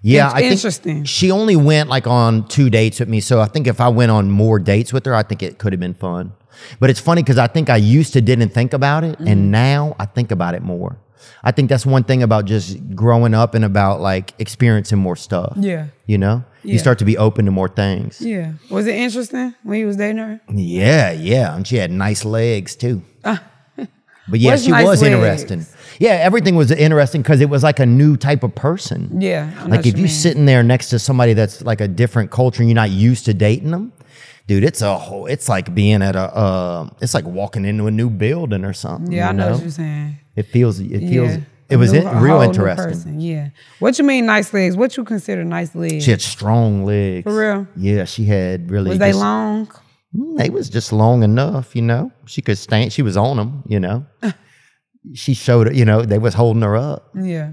Speaker 1: Yeah,
Speaker 3: It's
Speaker 1: I think
Speaker 3: interesting.
Speaker 1: She only went like on two dates with me, so I think if I went on more dates with her, I think it could have been fun. But it's funny because I think I used to didn't think about it,
Speaker 3: Mm.
Speaker 1: and now I think about it more. I think that's one thing about just growing up and about like experiencing more stuff.
Speaker 3: Yeah.
Speaker 1: you know, you
Speaker 3: Yeah.
Speaker 1: start to be open to more things. Yeah.
Speaker 3: Yeah. Was it interesting when you was dating her?
Speaker 1: yeah, and she had nice legs too. But yeah,
Speaker 3: What's
Speaker 1: she
Speaker 3: Ah. nice
Speaker 1: was
Speaker 3: legs?
Speaker 1: interesting. Yeah, everything was interesting because it was like a new type of person.
Speaker 3: Yeah. I know
Speaker 1: Like
Speaker 3: what
Speaker 1: if you
Speaker 3: mean.
Speaker 1: sitting there next to somebody that's like a different culture and you're not used to dating them, dude, it's a whole. It's like being at a. Uh, it's like walking into a new building or something.
Speaker 3: Yeah, I
Speaker 1: you
Speaker 3: know, what you're saying.
Speaker 1: It feels. It feels.
Speaker 3: yeah.
Speaker 1: It was
Speaker 3: A
Speaker 1: in,
Speaker 3: new- a
Speaker 1: real
Speaker 3: whole new
Speaker 1: interesting.
Speaker 3: person, Yeah. What you mean nice legs? What you consider nice legs?
Speaker 1: She had strong legs.
Speaker 3: For real?
Speaker 1: Yeah, she had really.
Speaker 3: Was they
Speaker 1: just-
Speaker 3: long?
Speaker 1: Mm, They was just long enough, you know. She could stand. She was on them, you know. she showed, you know, they was holding her up,
Speaker 3: Yeah.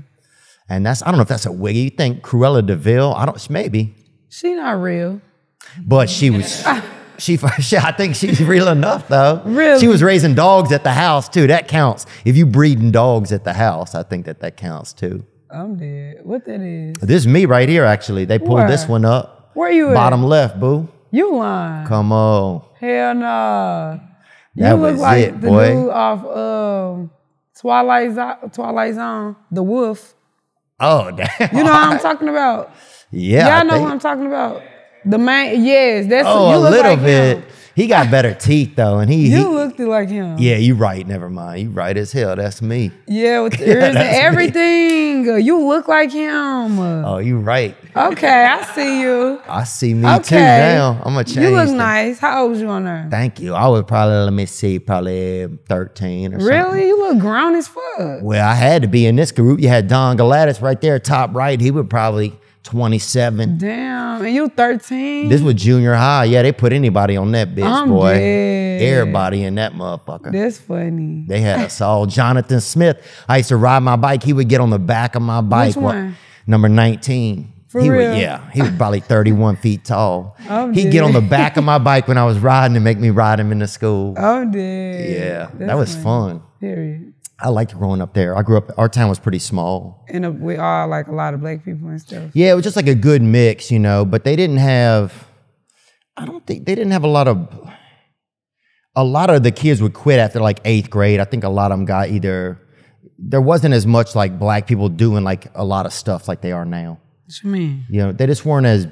Speaker 1: and that's. I don't know if that's a wiggy. You think Cruella Deville? I don't. Maybe.
Speaker 3: She not real.
Speaker 1: But she was. She, she, I think she's real enough though.
Speaker 3: Really?
Speaker 1: She was raising dogs at the house too. That counts. If you breeding dogs at the house, I think that that counts too.
Speaker 3: I'm dead. What that is?
Speaker 1: This is me right here actually. They pulled this
Speaker 3: Where?
Speaker 1: one up.
Speaker 3: Where you at?
Speaker 1: Bottom left, boo.
Speaker 3: You lying.
Speaker 1: Come on.
Speaker 3: Hell no.
Speaker 1: That
Speaker 3: you look
Speaker 1: was
Speaker 3: like
Speaker 1: it,
Speaker 3: the
Speaker 1: boy.
Speaker 3: dude off um, Twilight, Zo- Twilight Zone, the wolf.
Speaker 1: Oh damn.
Speaker 3: You know what I'm talking about.
Speaker 1: yeah.
Speaker 3: Y'all
Speaker 1: I
Speaker 3: know
Speaker 1: think-
Speaker 3: who I'm talking about. The man, yes, that's
Speaker 1: Oh,
Speaker 3: you
Speaker 1: a
Speaker 3: look
Speaker 1: little
Speaker 3: like
Speaker 1: bit.
Speaker 3: Him.
Speaker 1: He got better teeth though, and he. he-
Speaker 3: You looked like him.
Speaker 1: yeah, you right. Never mind. You right as hell. That's me.
Speaker 3: Yeah, with the ears and
Speaker 1: that's me.
Speaker 3: everything. You look like him.
Speaker 1: Oh, you right.
Speaker 3: Okay, I see you.
Speaker 1: I see me
Speaker 3: okay.
Speaker 1: too now. I'm gonna change.
Speaker 3: You look
Speaker 1: things.
Speaker 3: nice. How old was you on there?
Speaker 1: Thank you. I would probably let me see, probably thirteen or something.
Speaker 3: Really? You look grown as fuck.
Speaker 1: Well, I had to be in this group. You had Don Galatis right there, top right. He would probably twenty-seven.
Speaker 3: Damn. And you 13?
Speaker 1: This was junior high. Yeah, they put anybody on that bitch,
Speaker 3: I'm
Speaker 1: boy.
Speaker 3: dead.
Speaker 1: Everybody in that motherfucker.
Speaker 3: That's funny.
Speaker 1: They had us all. Jonathan Smith. I used to ride my bike. He would get on the back of my bike.
Speaker 3: one?
Speaker 1: Number 19.
Speaker 3: For
Speaker 1: he
Speaker 3: real?
Speaker 1: Would, yeah, he was probably 31 feet tall.
Speaker 3: Oh,
Speaker 1: He'd get
Speaker 3: dear.
Speaker 1: on the back of my bike when I was riding and make me ride him into school.
Speaker 3: I'm dead.
Speaker 1: yeah, that
Speaker 3: Oh, That's
Speaker 1: was
Speaker 3: funny.
Speaker 1: fun.
Speaker 3: Period.
Speaker 1: I liked growing up there. I grew up, our town was pretty small.
Speaker 3: And uh, we are like a lot of black people and stuff.
Speaker 1: Yeah, it was just like a good mix, you know, but they didn't have, I don't think, they didn't have a lot of, a lot of the kids would quit after like eighth grade. I think a lot of them got either, there wasn't as much like black people doing like a lot of stuff like they are now.
Speaker 3: What you mean?
Speaker 1: You know, they just weren't as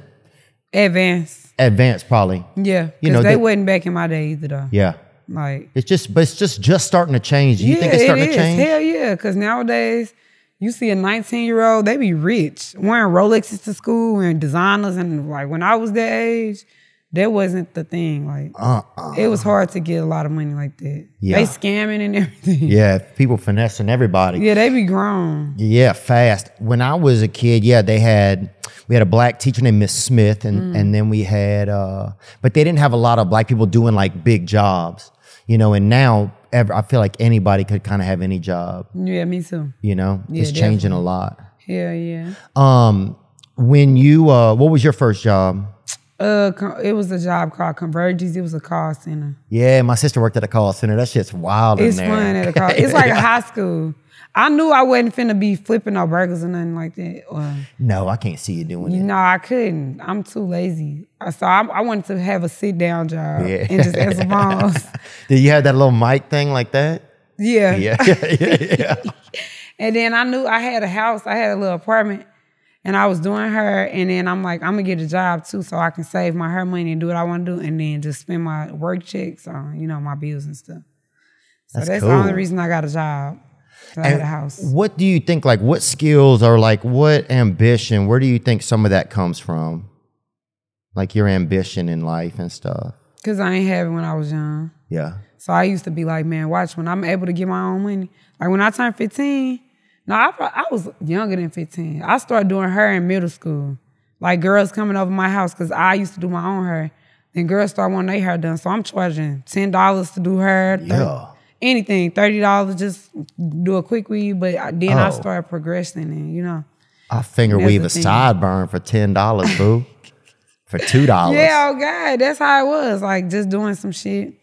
Speaker 3: Advanced.
Speaker 1: advanced probably.
Speaker 3: Yeah. Because
Speaker 1: You know,
Speaker 3: they
Speaker 1: they-
Speaker 3: wasn't back in my day either, though.
Speaker 1: Yeah.
Speaker 3: Like,
Speaker 1: It's just, but it's just, just starting to change. Do you
Speaker 3: yeah,
Speaker 1: think it's starting
Speaker 3: it
Speaker 1: to
Speaker 3: is.
Speaker 1: change?
Speaker 3: Hell yeah. Because nowadays, you see a 19 year old, they be rich, wearing Rolexes to school and designers. And like, when I was that age, that wasn't the thing. Like,
Speaker 1: Uh-uh.
Speaker 3: it was hard to get a lot of money like that.
Speaker 1: Yeah.
Speaker 3: They scamming and everything.
Speaker 1: Yeah, people finessing everybody.
Speaker 3: Yeah, they be grown.
Speaker 1: Yeah, fast. When I was a kid, yeah, they had we had a black teacher named Miss Smith, and
Speaker 3: Mm.
Speaker 1: and then we had, uh, but they didn't have a lot of black people doing like big jobs, you know. And now, ever, I feel like anybody could kind of have any job,
Speaker 3: Yeah, me too.
Speaker 1: you know. it's changing a lot.
Speaker 3: Hell yeah.
Speaker 1: Um, when you, uh, what was your first job?
Speaker 3: Uh, co- it was a job called Converges. It was a call center.
Speaker 1: Yeah, my sister worked at a call center. That shit's wild
Speaker 3: It's
Speaker 1: in there.
Speaker 3: fun at a call. It's like high school. I knew I wasn't finna be flipping no burgers or nothing like that. Or,
Speaker 1: no, I can't see you doing it.
Speaker 3: No, I couldn't. I'm too lazy. I- So I, I wanted to have a sit down job
Speaker 1: Yeah.
Speaker 3: and just answer phones.
Speaker 1: Did you have that little mic thing like that?
Speaker 3: yeah.
Speaker 1: Yeah, yeah, yeah, yeah.
Speaker 3: And then I knew I had a house, I had a little apartment, and I was doing her. And then I'm like, I'm gonna get a job too, so I can save my her money and do what I want to do, and then just spend my work checks on you know my bills and stuff. So
Speaker 1: That's
Speaker 3: that's, the only
Speaker 1: cool.
Speaker 3: reason I got a job. 'cause I had a house.
Speaker 1: What do you think? Like, what skills or like what ambition? Where do you think some of that comes from? Like your ambition in life and stuff.
Speaker 3: Cause I ain't have it when I was young.
Speaker 1: Yeah.
Speaker 3: So I used to be like, man, watch when I'm able to get my own money. Like when I turned 15, no, I, prob- I was younger than 15. I started doing hair in middle school. Like girls coming over my house because I used to do my own hair. Then girls start wanting their hair done. So I'm charging $10 to do hair. thir-
Speaker 1: Yeah.
Speaker 3: Anything, $30, just do a quick weave. But I- then I
Speaker 1: Oh.
Speaker 3: started progressing and, you know.
Speaker 1: I finger
Speaker 3: That's
Speaker 1: weave
Speaker 3: the
Speaker 1: a
Speaker 3: thing.
Speaker 1: sideburn for ten dollars, boo. for two dollars.
Speaker 3: Yeah, oh God, that's how it was. Like just doing some shit,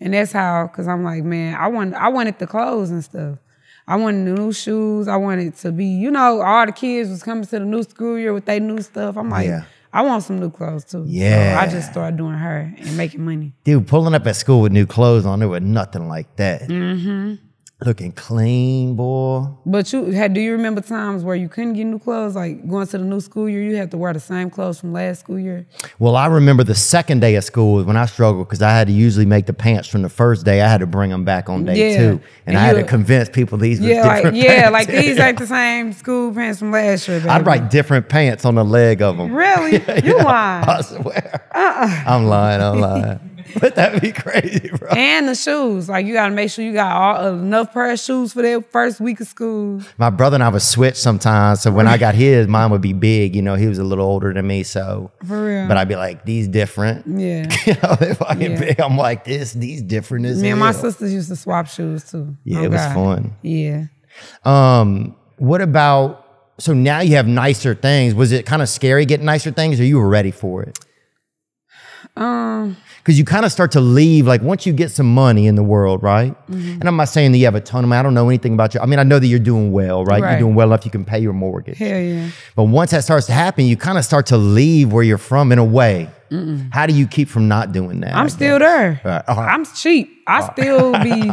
Speaker 3: and that's how. Cause I'm like, man, I want, I wanted the clothes and stuff. I wanted the new shoes. I wanted to be, you know, all the kids was coming to the new school year with their new stuff. I'm like,
Speaker 1: Yeah.
Speaker 3: I want some new clothes too. So
Speaker 1: Yeah.
Speaker 3: I just started doing her and making money.
Speaker 1: Dude, pulling up at school with new clothes on, there was nothing like that. Mm-hmm. Looking clean, boy.
Speaker 3: But you had, do you remember times where you couldn't get new clothes? Like going to the new school year, you had to wear the same clothes from last school year.
Speaker 1: Well, I remember the second day of school was when I struggled because I had to usually make the pants from the first day. I had to bring them back on day
Speaker 3: Yeah.
Speaker 1: two, and,
Speaker 3: And
Speaker 1: I had
Speaker 3: you-
Speaker 1: to convince people these were
Speaker 3: Yeah, like
Speaker 1: different
Speaker 3: yeah,
Speaker 1: pants.
Speaker 3: like these ain't the same school pants from last year. Baby.
Speaker 1: I'd write different pants on the leg of them.
Speaker 3: Really? Uh-uh. you lying?
Speaker 1: I swear. I'm lying. I'm lying. but that'd be crazy, bro.
Speaker 3: And the shoes. Like you gotta make sure you got all, enough pair of shoes for that first week of school.
Speaker 1: my brother and I would switch sometimes. So when I got his, mine would be big. You know, he was a little older than me. So
Speaker 3: For real.
Speaker 1: But I'd be like, these different.
Speaker 3: Yeah.
Speaker 1: You know, they fucking
Speaker 3: Yeah.
Speaker 1: big. I'm like, this, these different as
Speaker 3: Me and my
Speaker 1: hell.
Speaker 3: sisters used to swap shoes too.
Speaker 1: Yeah,
Speaker 3: Oh,
Speaker 1: it was
Speaker 3: God.
Speaker 1: fun.
Speaker 3: Yeah.
Speaker 1: Um, what about so now you have nicer things? Was it kind of scary getting nicer things, or you were ready for it?
Speaker 3: Um,
Speaker 1: Because you kind of start to leave, like once you get some money in the world, right?
Speaker 3: Mm-hmm.
Speaker 1: And I'm not saying that you have a ton of money. I don't know anything about you. I mean, I know that you're doing well, right? You're
Speaker 3: Right.
Speaker 1: doing well enough you can pay your mortgage.
Speaker 3: hell yeah.
Speaker 1: But once that starts to happen, you kind of start to leave where you're from in a way. How do you keep from not doing that?
Speaker 3: I'm still there.
Speaker 1: Right. All right.
Speaker 3: I'm cheap. I still be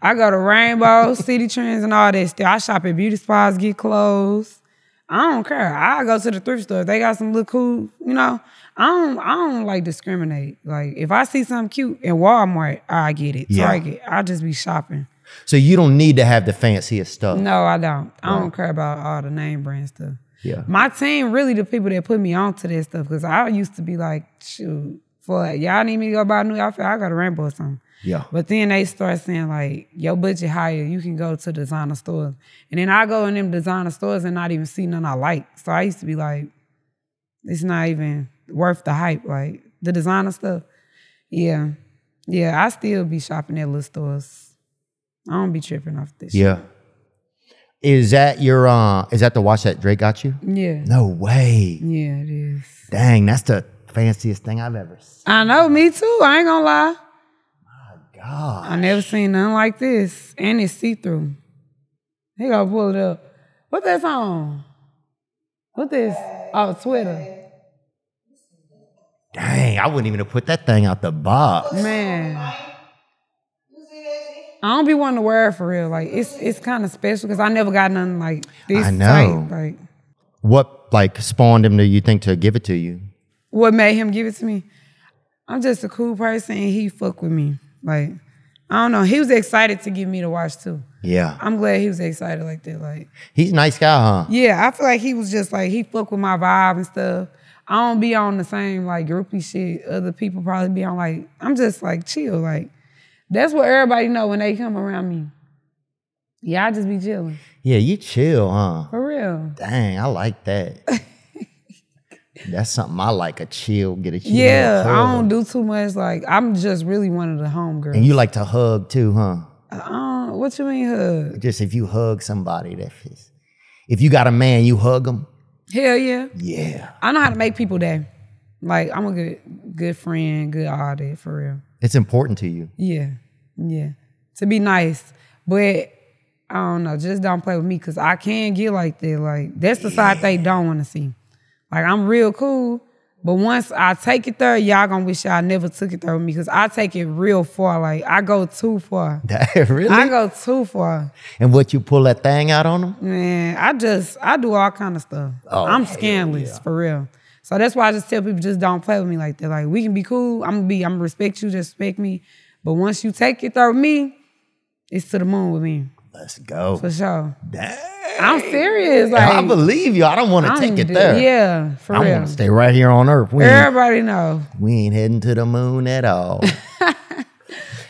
Speaker 3: I go to Rainbow, City Trends and all that stuff. I shop at beauty spas, get clothes. I don't care. I go to the thrift store. If They got some look cool, you know. I don't I don't like discriminate. Like if I see something cute in Walmart, I get it.
Speaker 1: Yeah.
Speaker 3: Target. I just be shopping.
Speaker 1: So you don't need to have the fanciest stuff.
Speaker 3: No, I don't. I don't care about all the name brand stuff.
Speaker 1: Yeah.
Speaker 3: My team, really the people that put me on to this stuff, because I used to be like, shoot, for y'all need me to go buy a new outfit, I got a rainbow or something.
Speaker 1: Yeah.
Speaker 3: But then they start saying like, your budget higher, you can go to designer stores. And then I go in them designer stores and not even see none I like. So I used to be like, it's not even worth the hype, like the designer stuff. Yeah. Yeah, I still be shopping at little stores. I don't be tripping off this
Speaker 1: Yeah. Is that your uh is that the watch that Drake got you?
Speaker 3: shit. Yeah.
Speaker 1: No way.
Speaker 3: Yeah, it is.
Speaker 1: Dang, that's the fanciest thing I've ever seen.
Speaker 3: I know, me too. I ain't gonna lie.
Speaker 1: God.
Speaker 3: I never seen nothing like this. And it's see through. He gonna pull it up. What that song? What this? Oh, Twitter.
Speaker 1: Dang, I wouldn't even have put that thing out the box.
Speaker 3: Man. I don't be wanting to wear it for real. Like it's it's kind of special because I never got nothing like this.
Speaker 1: I know.
Speaker 3: Type. Like
Speaker 1: What like spawned him to you think to give it to you?
Speaker 3: what made him give it to me. I'm just a cool person and he fuck with me. Like, I don't know. He was excited to give me the watch too.
Speaker 1: Yeah.
Speaker 3: I'm glad he was excited like that. Like,
Speaker 1: He's a nice guy, huh?
Speaker 3: yeah, I feel like he was just like he fuck with my vibe and stuff. I don't be on the same like groupie shit. Other people probably be on like I'm just like chill. Like that's what everybody know when they come around me. Yeah, I just be chilling
Speaker 1: Yeah, you chill, huh?
Speaker 3: for real.
Speaker 1: Dang, I like that. That's something I like. A chill, get a chill.
Speaker 3: Yeah, I
Speaker 1: hug.
Speaker 3: don't do too much. Like I'm just really one of the home girls.
Speaker 1: And you like to hug too, huh?
Speaker 3: I don't, what you mean hug?
Speaker 1: Just if you hug somebody, that is. If you got a man, you hug him.
Speaker 3: Hell yeah,
Speaker 1: Yeah.
Speaker 3: I know how to make people day. Like I'm a good good friend, good all that for real.
Speaker 1: It's important to you.
Speaker 3: Yeah, yeah. To be nice, but I don't know. Just don't play with me because I can get like that. Like that's the side they don't want to see. Like I'm real cool, but once I take it there, y'all gonna wish y'all never took it there with me because I take it real far. Like I go too far.
Speaker 1: really?
Speaker 3: I go too far,
Speaker 1: and what you pull that thing out on them?
Speaker 3: man. I just I do all kind of stuff.
Speaker 1: Oh,
Speaker 3: I'm scandalous for real. So that's why I just tell people just don't play with me like that. Like we can be cool. I'm gonna be. I'm gonna respect you. Just respect me. But once you take it through me, it's to the moon with me
Speaker 1: Let's go.
Speaker 3: for sure.
Speaker 1: Dang.
Speaker 3: I'm serious. Like
Speaker 1: I believe you. I don't want to
Speaker 3: I'm
Speaker 1: take it
Speaker 3: d-
Speaker 1: there.
Speaker 3: Yeah, for
Speaker 1: I
Speaker 3: real.
Speaker 1: want to stay right here on Earth. We ain't,
Speaker 3: Everybody know
Speaker 1: we ain't heading to the moon at all.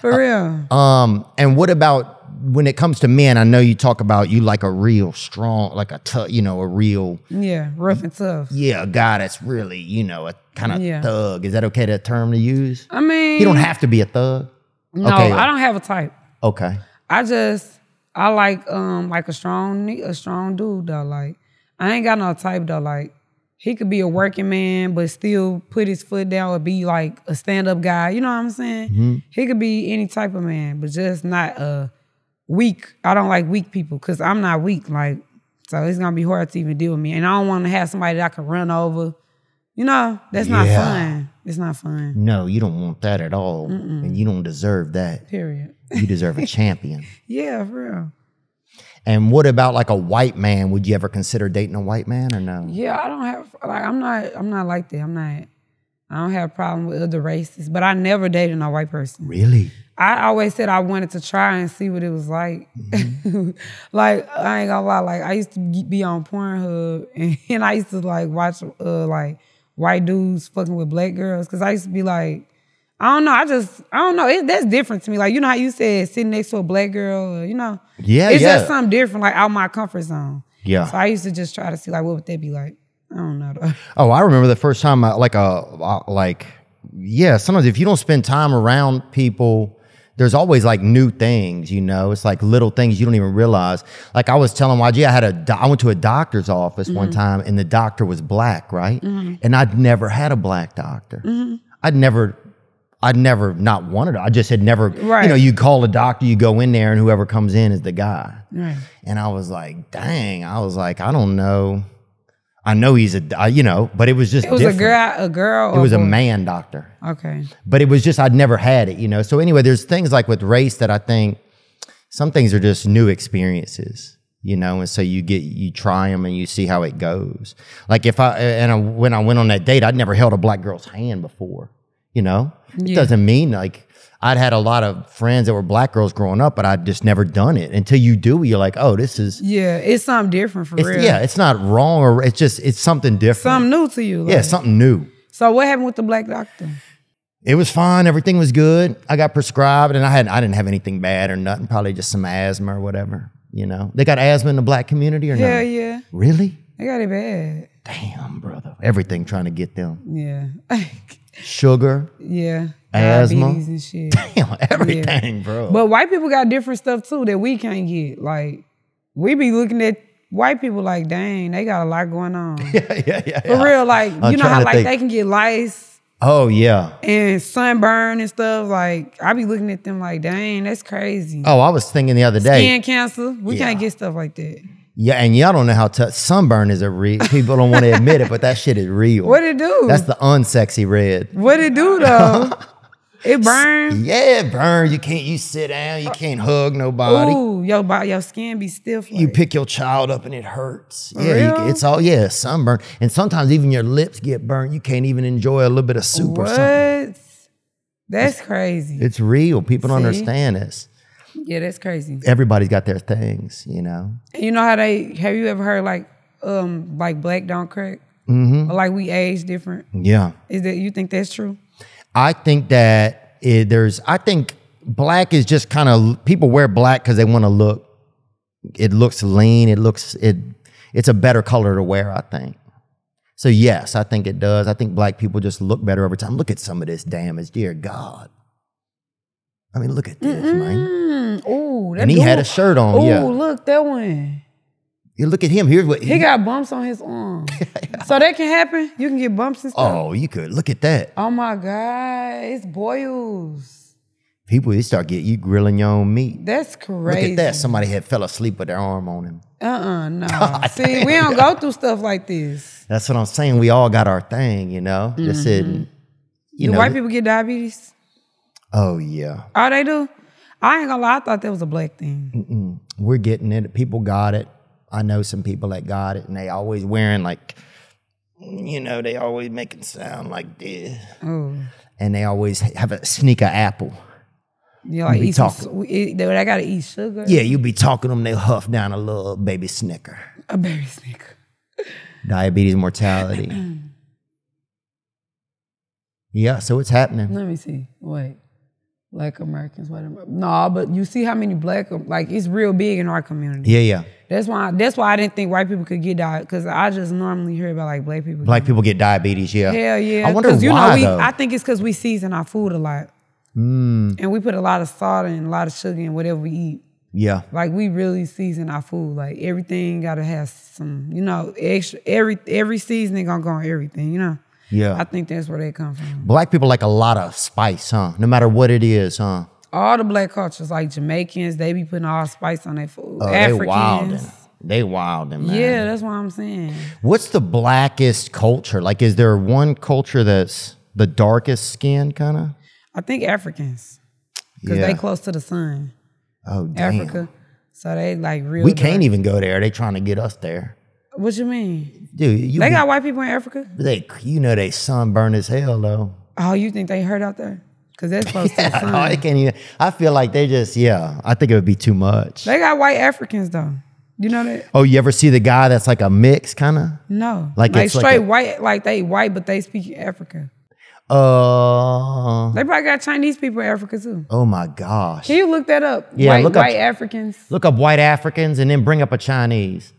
Speaker 3: for
Speaker 1: Uh,
Speaker 3: real.
Speaker 1: Um, and what about when it comes to men? I know you talk about you like a real strong, like a tough, you know, a real
Speaker 3: yeah, rough and tough.
Speaker 1: yeah, a guy that's really you know a kind of
Speaker 3: Yeah.
Speaker 1: thug. Is that okay? That term to use?
Speaker 3: I mean,
Speaker 1: You don't have to be a thug.
Speaker 3: no. I don't have a type.
Speaker 1: Okay.
Speaker 3: I just I like um like a strong ni- a strong dude though. Like I ain't got no type though. Like he could be a working man but still put his foot down or be like a stand up guy. You know what I'm saying? He could be any type of man, but just not uh weak. I don't like weak people because I'm not weak. Like so it's gonna be hard to even deal with me, and I don't want to have somebody that I can run over. You know that's not
Speaker 1: Yeah. Mm.
Speaker 3: fun. It's not fun.
Speaker 1: No, you don't want that at all, and you don't deserve that.
Speaker 3: Period.
Speaker 1: You deserve a champion.
Speaker 3: Yeah, for real.
Speaker 1: And what about like a white man? Would you ever consider dating a white man or no?
Speaker 3: Yeah, I don't have like I'm not I'm not like that. I'm not I don't have a problem with other races, but I never dated a white person.
Speaker 1: Really?
Speaker 3: I always said I wanted to try and see what it was like. like I ain't gonna lie, like I used to ge- be on Pornhub and, and I used to like watch uh like white dudes fucking with black girls because I used to be like, I don't know, I just I don't know. It, that's different to me. Like you know how you said sitting next to a black girl, or, you know,
Speaker 1: Yeah,
Speaker 3: it's
Speaker 1: yeah.
Speaker 3: just something different, like out my comfort zone.
Speaker 1: Yeah.
Speaker 3: So I used to just try to see like what would that be like. I don't know though.
Speaker 1: Oh, I remember the first time, I, like a uh, like, yeah. Sometimes if you don't spend time around people, there's always like new things. You know, it's like little things you don't even realize. Like I was telling YG, I had a do- I went to a doctor's office one
Speaker 3: Mm-hmm.
Speaker 1: time, and the doctor was black, right? And I'd never had a black doctor.
Speaker 3: Mm-hmm.
Speaker 1: I'd never. I'd never not wanted. I just had never. You
Speaker 3: Right.
Speaker 1: know, you call a doctor, you go in there, and whoever comes in is the guy.
Speaker 3: Right.
Speaker 1: And I was like, dang. I was like, I don't know. I know he's a, I- you know, but it was just
Speaker 3: It was
Speaker 1: different.
Speaker 3: a girl, a girl.
Speaker 1: It
Speaker 3: or
Speaker 1: was a
Speaker 3: boy?
Speaker 1: man doctor,
Speaker 3: Okay.
Speaker 1: but it was just I'd never had it, you know. So anyway, there's things like with race that I think some things are just new experiences, you know, and so you get you try them and you see how it goes. Like if I and I, when I went on that date, I'd never held a black girl's hand before, you know. It
Speaker 3: Yeah.
Speaker 1: doesn't mean like I'd had a lot of friends that were black girls growing up, but I'd just never done it until you do. You're like, oh, this is
Speaker 3: Yeah, it's something different for
Speaker 1: it's,
Speaker 3: real.
Speaker 1: yeah, it's not wrong or it's just it's something different.
Speaker 3: Something new to you.
Speaker 1: yeah,
Speaker 3: like.
Speaker 1: something new.
Speaker 3: So what happened with the black doctor?
Speaker 1: It was fine. Everything was good. I got prescribed, and I had I didn't have anything bad or nothing. Probably just some asthma or whatever. You know, they got asthma in the black community or
Speaker 3: Hell
Speaker 1: no?
Speaker 3: yeah.
Speaker 1: Really?
Speaker 3: They got it bad.
Speaker 1: Damn, brother. Everything trying to get them
Speaker 3: Yeah.
Speaker 1: sugar.
Speaker 3: yeah.
Speaker 1: Asthma?
Speaker 3: Diabetes and shit.
Speaker 1: Damn, everything, bro.
Speaker 3: But white people got different stuff too that we can't get. Like we be looking at white people like, dang, they got a lot going on.
Speaker 1: yeah, yeah, yeah.
Speaker 3: For real, like you
Speaker 1: I'm
Speaker 3: know
Speaker 1: trying
Speaker 3: how
Speaker 1: to
Speaker 3: like
Speaker 1: think.
Speaker 3: they can get lice
Speaker 1: Oh yeah.
Speaker 3: and sunburn and stuff. Like I be looking at them like, dang, that's crazy.
Speaker 1: Oh, I was thinking the other day.
Speaker 3: Skin cancer, we can't
Speaker 1: Yeah.
Speaker 3: get stuff like that.
Speaker 1: Yeah, and y'all don't know how tough sunburn is a real. People don't want to admit it, but that shit is real.
Speaker 3: What it do?
Speaker 1: That's the unsexy red.
Speaker 3: what it do though? it burns.
Speaker 1: Yeah, it burns. You can't. You sit down. You can't hug nobody.
Speaker 3: Ooh, your body, your skin be stiff.
Speaker 1: You
Speaker 3: like-
Speaker 1: pick your child up and it hurts. Yeah, you,
Speaker 3: real?
Speaker 1: it's all yeah sunburn, and sometimes even your lips get burnt. You can't even enjoy a little bit of soup or something.
Speaker 3: what? That's crazy.
Speaker 1: It's real. People don't
Speaker 3: See?
Speaker 1: understand this.
Speaker 3: yeah, that's crazy.
Speaker 1: Everybody's got their things, you know.
Speaker 3: And you know how they? Have you ever heard like, um, like black don't crack?
Speaker 1: Mm-hmm.
Speaker 3: Or like we age different.
Speaker 1: Yeah,
Speaker 3: Is that you think that's true?
Speaker 1: I think that it, there's. I think black is just kind of people wear black because they want to look. It looks lean. It looks it. It's a better color to wear. I think. So yes, I think it does. I think black people just look better over time. Look at some of this damage, dear God. I mean, look at this, man.
Speaker 3: Mm, ooh, that
Speaker 1: And he had
Speaker 3: dude-
Speaker 1: a shirt on.
Speaker 3: Ooh,
Speaker 1: yeah,
Speaker 3: look that one.
Speaker 1: You look at him. Here's what
Speaker 3: He got bumps on his arm. So that can happen. You can get bumps and stuff.
Speaker 1: Oh, you could look at that.
Speaker 3: Oh my God, it's boils.
Speaker 1: People, they start getting you grilling your own meat.
Speaker 3: That's
Speaker 1: Look
Speaker 3: crazy.
Speaker 1: at that. Somebody had fell asleep with their arm on him.
Speaker 3: Uh-uh, no. See, we don't go through stuff like this.
Speaker 1: That's what I'm saying. We all got our thing, you know. That's it. You
Speaker 3: Do
Speaker 1: know.
Speaker 3: Mm-hmm. white people get diabetes?
Speaker 1: oh yeah,
Speaker 3: Oh, they do? I ain't gonna lie, I thought that was a black thing.
Speaker 1: we're getting it. People got it. I know some people that got it, and they always wearing like, you know, they always making sound like this,
Speaker 3: Oh.
Speaker 1: and they always have a sneak of apple.
Speaker 3: You like
Speaker 1: We
Speaker 3: eat some,
Speaker 1: talking.
Speaker 3: su- we eat- they, I gotta eat sugar.
Speaker 1: Yeah, you be talking to them. They huff down a little baby snicker.
Speaker 3: A berry sneaker.
Speaker 1: Diabetes mortality. yeah, so it's happening.
Speaker 3: Let me see. Wait. Black Americans, white Americans. No, but you see how many black like it's real big in our community.
Speaker 1: Yeah, yeah.
Speaker 3: That's why that's why I didn't think white people could get diabetes because I just normally hear about like black people.
Speaker 1: Black people get diabetes. Yeah.
Speaker 3: Hell yeah.
Speaker 1: I wonder
Speaker 3: 'Cause, you know,
Speaker 1: why
Speaker 3: we,
Speaker 1: though.
Speaker 3: I think it's because we season our food a lot.
Speaker 1: Mm.
Speaker 3: And we put a lot of salt and a lot of sugar in whatever we eat.
Speaker 1: yeah.
Speaker 3: Like we really season our food. Like everything gotta have some, you know, extra every every seasoning gonna go on everything, you know.
Speaker 1: Yeah.
Speaker 3: I think that's where they come from.
Speaker 1: Black people like a lot of spice, huh? No matter what it is, huh?
Speaker 3: All the black cultures, like Jamaicans, they be putting all spice on their food.
Speaker 1: Oh, they wildin'.
Speaker 3: Africans.
Speaker 1: They wildin', man.
Speaker 3: Yeah, that's what I'm saying.
Speaker 1: What's the blackest culture? Like, is there one culture that's the darkest skin, kind of?
Speaker 3: I think Africans. Because
Speaker 1: Yeah.
Speaker 3: they close to the sun.
Speaker 1: Oh, damn.
Speaker 3: Africa. So they like real.
Speaker 1: We can't
Speaker 3: dark.
Speaker 1: even go there. They trying to get us there,
Speaker 3: What you mean?
Speaker 1: dude. You
Speaker 3: They
Speaker 1: be-
Speaker 3: got white people in Africa?
Speaker 1: they, you know, they sunburn as hell though.
Speaker 3: Oh, you think they hurt out there? Because that's close to the
Speaker 1: Yeah,
Speaker 3: sun.
Speaker 1: no, they can't even. I feel like they just, yeah. I think it would be too much.
Speaker 3: They got white Africans though. You know that?
Speaker 1: oh, you ever see the guy that's like a mix, kind of?
Speaker 3: No.
Speaker 1: Like, it's like
Speaker 3: straight
Speaker 1: a-
Speaker 3: white, like they white, but they speak Africa.
Speaker 1: Uh,
Speaker 3: They probably got Chinese people in Africa too.
Speaker 1: oh my gosh.
Speaker 3: Can you look that up?
Speaker 1: Yeah,
Speaker 3: white,
Speaker 1: look up-
Speaker 3: white Africans.
Speaker 1: Look up white Africans and then bring up a Chinese.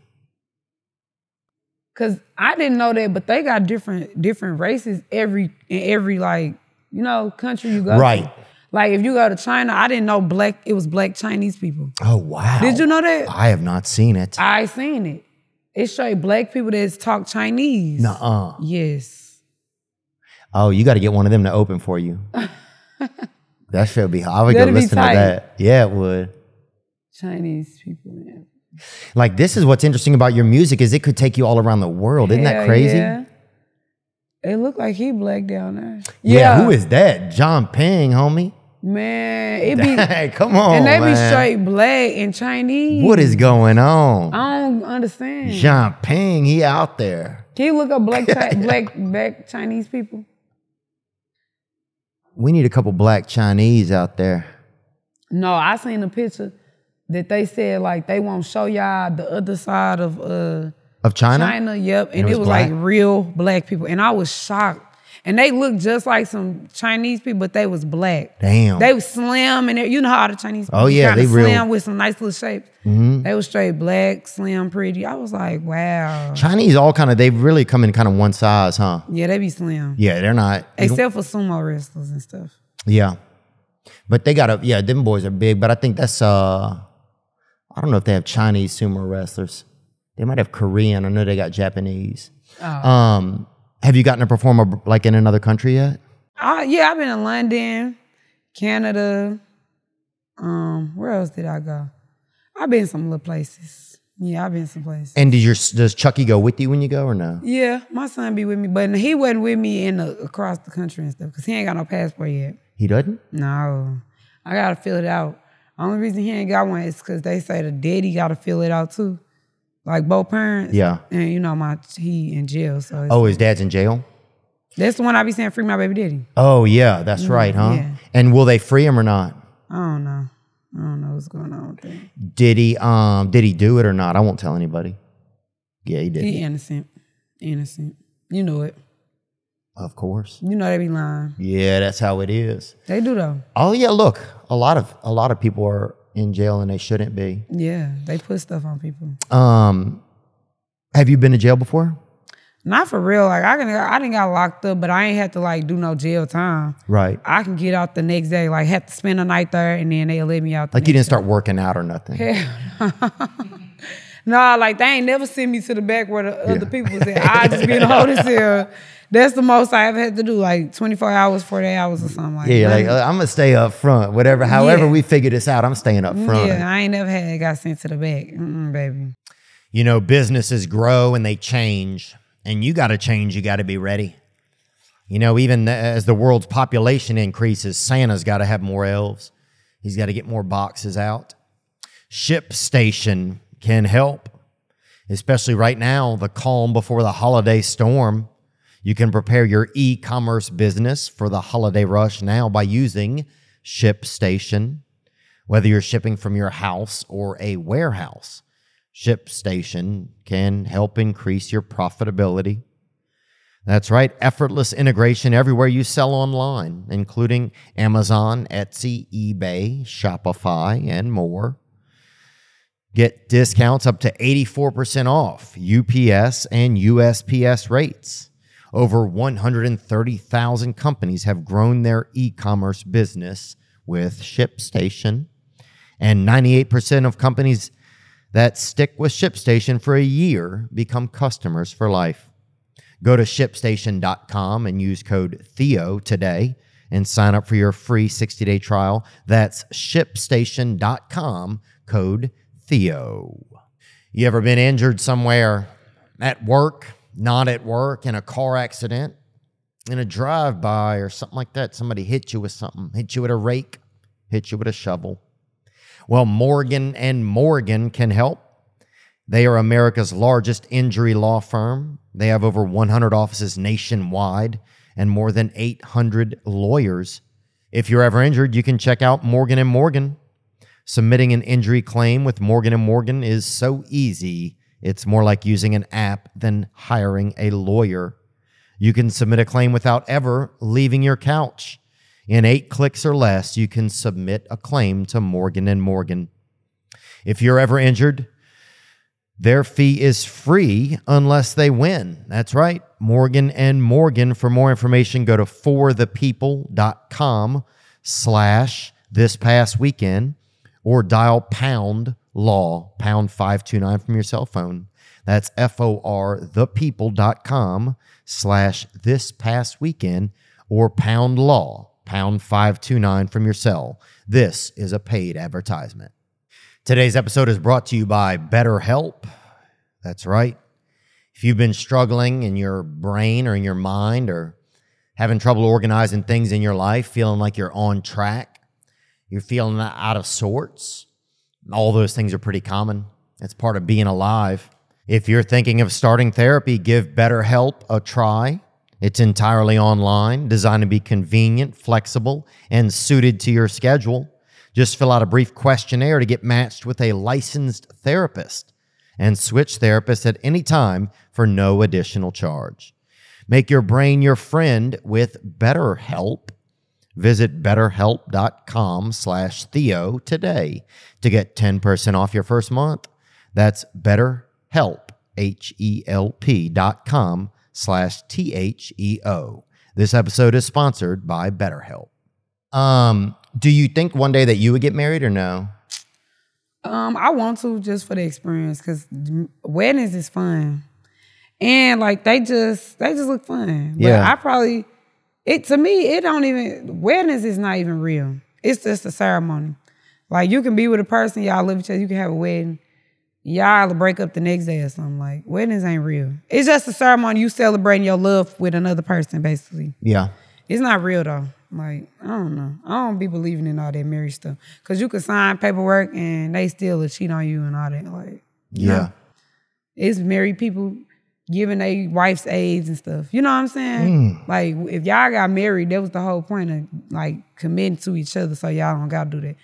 Speaker 3: Cause I didn't know that, but they got different different races every in every like you know country you go. to.
Speaker 1: Right.
Speaker 3: Like if you go to China, I didn't know black. It was black Chinese people.
Speaker 1: Oh wow!
Speaker 3: Did you know that?
Speaker 1: I have not seen it.
Speaker 3: I seen it. It's straight black people that's talk Chinese.
Speaker 1: Nuh-uh.
Speaker 3: Yes.
Speaker 1: Oh, you got to get one of them to open for you. that should be. I would go
Speaker 3: That'd be
Speaker 1: listen to
Speaker 3: tight.
Speaker 1: that. Yeah, it would.
Speaker 3: Chinese people. Man.
Speaker 1: Like this is what's interesting about your music is it could take you all around the world. Isn't that crazy?
Speaker 3: Yeah. It looked like he black down there.
Speaker 1: Yeah, Who is that? John Ping, homie.
Speaker 3: man? It be
Speaker 1: Hey, come on,
Speaker 3: and they be
Speaker 1: man.
Speaker 3: straight black and Chinese.
Speaker 1: What is going on?
Speaker 3: I don't understand.
Speaker 1: John Ping, he out there.
Speaker 3: Can you look up black chi- black black Chinese people?
Speaker 1: We need a couple black Chinese out there.
Speaker 3: No, I seen a picture that they said like they won't show y'all the other side of uh
Speaker 1: Of China?
Speaker 3: China. Yep, and,
Speaker 1: it
Speaker 3: it
Speaker 1: was
Speaker 3: was like
Speaker 1: black?
Speaker 3: real black people, and I was shocked. And they looked just like some Chinese people, but they was black.
Speaker 1: Damn.
Speaker 3: They was slim and they- you know how the Chinese people
Speaker 1: Oh, yeah, they
Speaker 3: kinda
Speaker 1: real- Mm-hmm.
Speaker 3: slim with some nice little shapes. They was straight black, slim, pretty. I was like, wow.
Speaker 1: Chinese all kind of, they really come in kind of one size, huh?
Speaker 3: Yeah, they be slim.
Speaker 1: Yeah, they're not. you don't-
Speaker 3: Except for sumo wrestlers and stuff.
Speaker 1: Yeah. But they got a yeah, them boys are big, but I think that's uh I don't know if they have Chinese sumo wrestlers. They might have Korean. I know they got Japanese.
Speaker 3: Oh.
Speaker 1: Um have you gotten to perform ab- like in another country yet?
Speaker 3: I, yeah, I've been in London, Canada. Um, where else did I go? I've been some little places. Yeah, I've been some places.
Speaker 1: And did your does Chucky go with you when you go or no?
Speaker 3: Yeah, my son be with me, but he wasn't with me in the, across the country and stuff because he ain't got no passport yet.
Speaker 1: He doesn't?
Speaker 3: No, I gotta fill it out. Only reason he ain't got one is because they say the daddy gotta fill it out too, like both parents.
Speaker 1: Yeah.
Speaker 3: and you know my he in jail, so it's,
Speaker 1: Oh, his dad's in jail?
Speaker 3: that's the one I be saying free my baby daddy.
Speaker 1: Oh yeah, that's right, huh?
Speaker 3: Mm, yeah.
Speaker 1: And will they free him or not?
Speaker 3: I don't know. I don't know what's going on with that.
Speaker 1: Did he um did he do it or not? I won't tell anybody. Yeah, he did.
Speaker 3: He innocent. Innocent. You know it.
Speaker 1: Of course.
Speaker 3: You know they be lying.
Speaker 1: Yeah, that's how it is.
Speaker 3: They do though.
Speaker 1: Oh yeah, look, a lot of a lot of people are in jail and they shouldn't be.
Speaker 3: Yeah, they put stuff on people.
Speaker 1: Um, have you been to jail before?
Speaker 3: Not for real. Like I can, I didn't got locked up, but I ain't had to like do no jail time.
Speaker 1: Right.
Speaker 3: I can get out the next day. Like have to spend the night there, and then they let me out. The
Speaker 1: Like you didn't
Speaker 3: next
Speaker 1: start working out or nothing.
Speaker 3: day. Nah, like they ain't never sent me to the back where the other people was at. I just been holding here. That's the most I ever had to do, like 24 hours, 48 hours or something like
Speaker 1: Yeah, like
Speaker 3: that.
Speaker 1: uh, I'm gonna stay up front. Whatever, however
Speaker 3: Yeah.
Speaker 1: we figure this out, I'm staying up front.
Speaker 3: yeah, I ain't never had it got sent to the back. Mm-mm, baby.
Speaker 1: You know, businesses grow and they change, and you got to change. You got to be ready. You know, even th- as the world's population increases, Santa's got to have more elves. He's got to get more boxes out. Ship station can help, especially right now, the calm before the holiday storm. You can prepare your e commerce business for the holiday rush now by using ShipStation. Whether you're shipping from your house or a warehouse, ShipStation can help increase your profitability. That's right, effortless integration everywhere you sell online, including Amazon, Etsy, eBay, Shopify, and more. Get discounts up to 84% off UPS and USPS rates. Over 130,000 companies have grown their e commerce business with ShipStation, and 98% of companies that stick with ShipStation for a year become customers for life. Go to shipstation.com and use code Theo today and sign up for your free 60 day trial. That's shipstation.com, code Theo. You ever been injured somewhere at work, not at work, in a car accident, in a drive by or something like that? Somebody hit you with something, hit you with a rake, hit you with a shovel. Well, Morgan and Morgan can help. They are America's largest injury law firm. They have over 100 offices nationwide and more than 800 lawyers. If you're ever injured, you can check out Morgan and Morgan. Submitting an injury claim with Morgan and Morgan is so easy. It's more like using an app than hiring a lawyer. You can submit a claim without ever leaving your couch. In 8 clicks or less, you can submit a claim to Morgan and Morgan. If you're ever injured, their fee is free unless they win. That's right. Morgan and Morgan. For more information, go to forthepeople.com slash this past weekend or dial pound law, pound 529 from your cell phone. That's F-O-R thepeople.com slash this past weekend or pound law, pound 529 from your cell. This is a paid advertisement. Today's episode is brought to you by BetterHelp. That's right. If you've been struggling in your brain or in your mind or having trouble organizing things in your life, feeling like you're on track, you're feeling out of sorts, all those things are pretty common. It's part of being alive. If you're thinking of starting therapy, give BetterHelp a try. It's entirely online, designed to be convenient, flexible, and suited to your schedule. Just fill out a brief questionnaire to get matched with a licensed therapist and switch therapists at any time for no additional charge. Make your brain your friend with BetterHelp. Visit betterhelp.com slash Theo today to get 10% off your first month. That's betterhelp, H-E-L-P dot com slash T-H-E-O. This episode is sponsored by BetterHelp. Um, do you think one day that you would get married or no?
Speaker 3: Um, I want to just for the experience because weddings is fun, and like they just they just look fun. But
Speaker 1: Yeah.
Speaker 3: I probably it to me it don't even weddings is not even real. It's just a ceremony. Like you can be with a person, y'all live with each other, you can have a wedding, y'all break up the next day or something. Like weddings ain't real. It's just a ceremony you celebrating your love with another person, basically.
Speaker 1: Yeah.
Speaker 3: It's not real though. Like I don't know. I don't be believing in all that marriage stuff because you can sign paperwork and they still will cheat on you and all that. Like
Speaker 1: Yeah.
Speaker 3: it's married people giving their wife's aids and stuff. You know what I'm saying?
Speaker 1: Hmm.
Speaker 3: Like if y'all got married, that was the whole point of like committing to each other, so y'all don't gotta do that.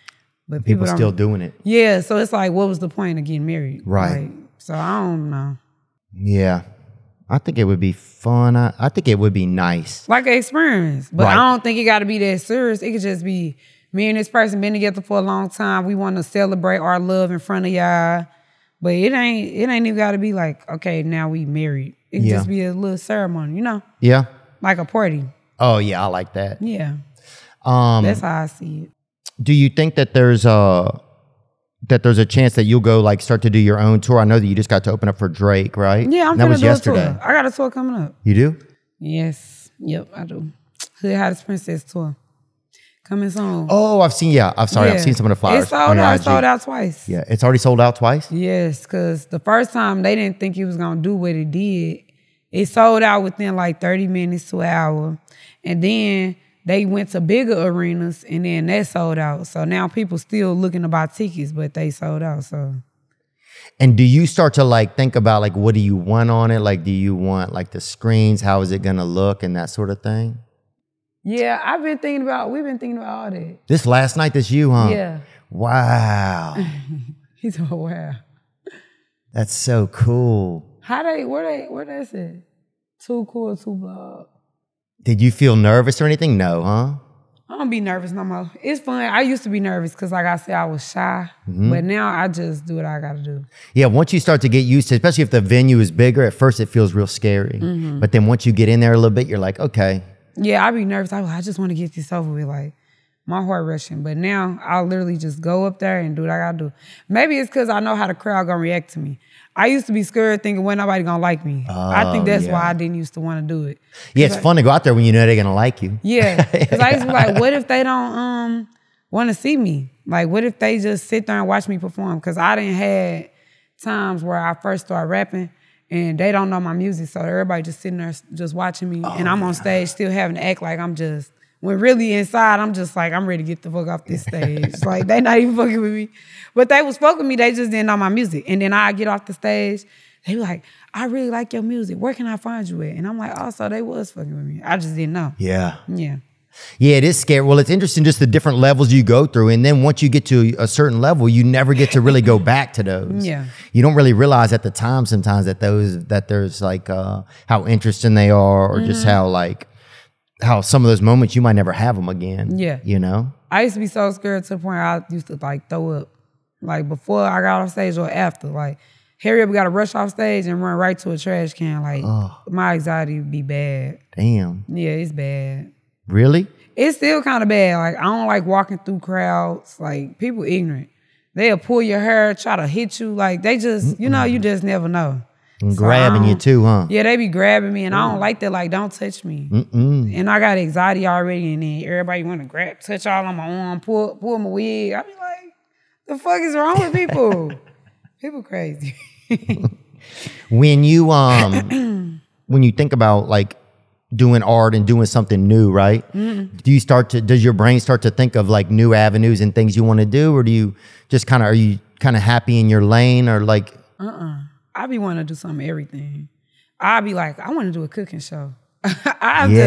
Speaker 3: But people,
Speaker 1: People
Speaker 3: don't-
Speaker 1: still doing it.
Speaker 3: yeah. So it's like, what was the point of getting married?
Speaker 1: Right.
Speaker 3: Like, so I don't know.
Speaker 1: Yeah. I think it would be fun. I, I think it would be nice.
Speaker 3: like an experience. But
Speaker 1: Right.
Speaker 3: I don't think it got to be that serious. It could just be me and this person been together for a long time. We want to celebrate our love in front of y'all, but it ain't it ain't even got to be like okay now we married. It could
Speaker 1: Yeah.
Speaker 3: just be a little ceremony, you know,
Speaker 1: Yeah.
Speaker 3: like a party.
Speaker 1: Oh yeah, I like that.
Speaker 3: Yeah,
Speaker 1: Um
Speaker 3: that's how I see it.
Speaker 1: do you think that there's uh that there's a chance that you'll go like start to do your own tour? I know that you just got to open up for Drake, right?
Speaker 3: Yeah, I'm
Speaker 1: And that
Speaker 3: gonna
Speaker 1: was
Speaker 3: do
Speaker 1: yesterday.
Speaker 3: a tour. I got a tour coming up.
Speaker 1: You do?
Speaker 3: Yes. Yep, I do. Hood Hottest Princess tour. Coming soon.
Speaker 1: Oh, I've seen. Yeah, I'm sorry, I've
Speaker 3: Yeah.
Speaker 1: seen some of the flowers.
Speaker 3: It sold
Speaker 1: on your
Speaker 3: out.
Speaker 1: IG.
Speaker 3: It sold out twice.
Speaker 1: Yeah, it's already sold out twice.
Speaker 3: Yes, because the first time they didn't think he was gonna do what he did. It sold out within like 30 minutes to an hour. And then they went to bigger arenas and then that sold out. So now people still looking to buy tickets, but they sold out. So
Speaker 1: And do you start to like think about like what do you want on it? Like, do you want like the screens? How is it gonna look and that sort of thing?
Speaker 3: yeah, I've been thinking about we've been thinking about all that.
Speaker 1: This last night, this you, huh?
Speaker 3: Yeah.
Speaker 1: Wow,
Speaker 3: He's like, wow.
Speaker 1: that's so cool.
Speaker 3: How they where they where that's it? Too cool, too blog.
Speaker 1: Did you feel nervous or anything? No, huh?
Speaker 3: I don't be nervous no more. It's fun. I used to be nervous because, like I said, I was shy. But now I just do what I gotta do.
Speaker 1: Yeah, once you start to get used to, especially if the venue is bigger, at first it feels real scary.
Speaker 3: Mm-hmm.
Speaker 1: But then once you get in there a little bit, you're like, okay,
Speaker 3: Yeah, I be nervous. I, I just want to get this over with. Like my heart rushing. But now I literally just go up there and do what I gotta do. Maybe it's because I know how the crowd gonna react to me. I used to be scared thinking when nobody gonna like me. I think that's why I didn't used to want to do it.
Speaker 1: yeah, it's fun to go out there when you know they're gonna like you.
Speaker 3: Yeah, because I used to be like, what if they don't um want to see me? Like, what if they just sit there and watch me perform? Because I didn't had times where I first started rapping and they don't know my music, so everybody just sitting there s- just watching me, and I'm on stage still having to act like I'm just. When really inside, I'm just like I'm ready to get the fuck off this stage. like they not even fucking with me, but they was fucking with me. They just didn't know my music, and then I get off the stage. They be like, "I really like your music. Where can I find you at?" And I'm like, "Oh, so they was fucking with me. I just didn't know."
Speaker 1: Yeah.
Speaker 3: Yeah.
Speaker 1: Yeah, it is scary. Well, it's interesting just the different levels you go through. And then once you get to a certain level, you never get to really go back to those.
Speaker 3: Yeah.
Speaker 1: You don't really realize at the time sometimes that those that there's like uh how interesting they are or
Speaker 3: Mm-hmm.
Speaker 1: just how like how some of those moments you might never have them again.
Speaker 3: Yeah.
Speaker 1: You know?
Speaker 3: I used to be so scared to the point I used to like throw up. Like before I got off stage or after. Like, hurry up, we gotta rush off stage and run right to a trash can. Like my anxiety would be bad.
Speaker 1: Damn.
Speaker 3: Yeah, it's bad.
Speaker 1: Really?
Speaker 3: It's still kind of bad. Like I don't like walking through crowds. Like people ignorant. They'll pull your hair, try to hit you. Like they just, you know, you just never know.
Speaker 1: And grabbing you too, huh?
Speaker 3: Yeah, they be grabbing me, and I don't like that. Like, don't touch me. And I got anxiety already, and then everybody want to grab, touch all on my arm, pull, pull my wig. I be like, the fuck is wrong with people? people crazy.
Speaker 1: when you um when you think about like doing art and doing something new right do you start to does your brain start to think of like new avenues and things you want to do or do you just kind of are you kind of happy in your lane or like
Speaker 3: I be wanting to do something, everything. I be like, I want to do a cooking show. I just do
Speaker 1: Yeah.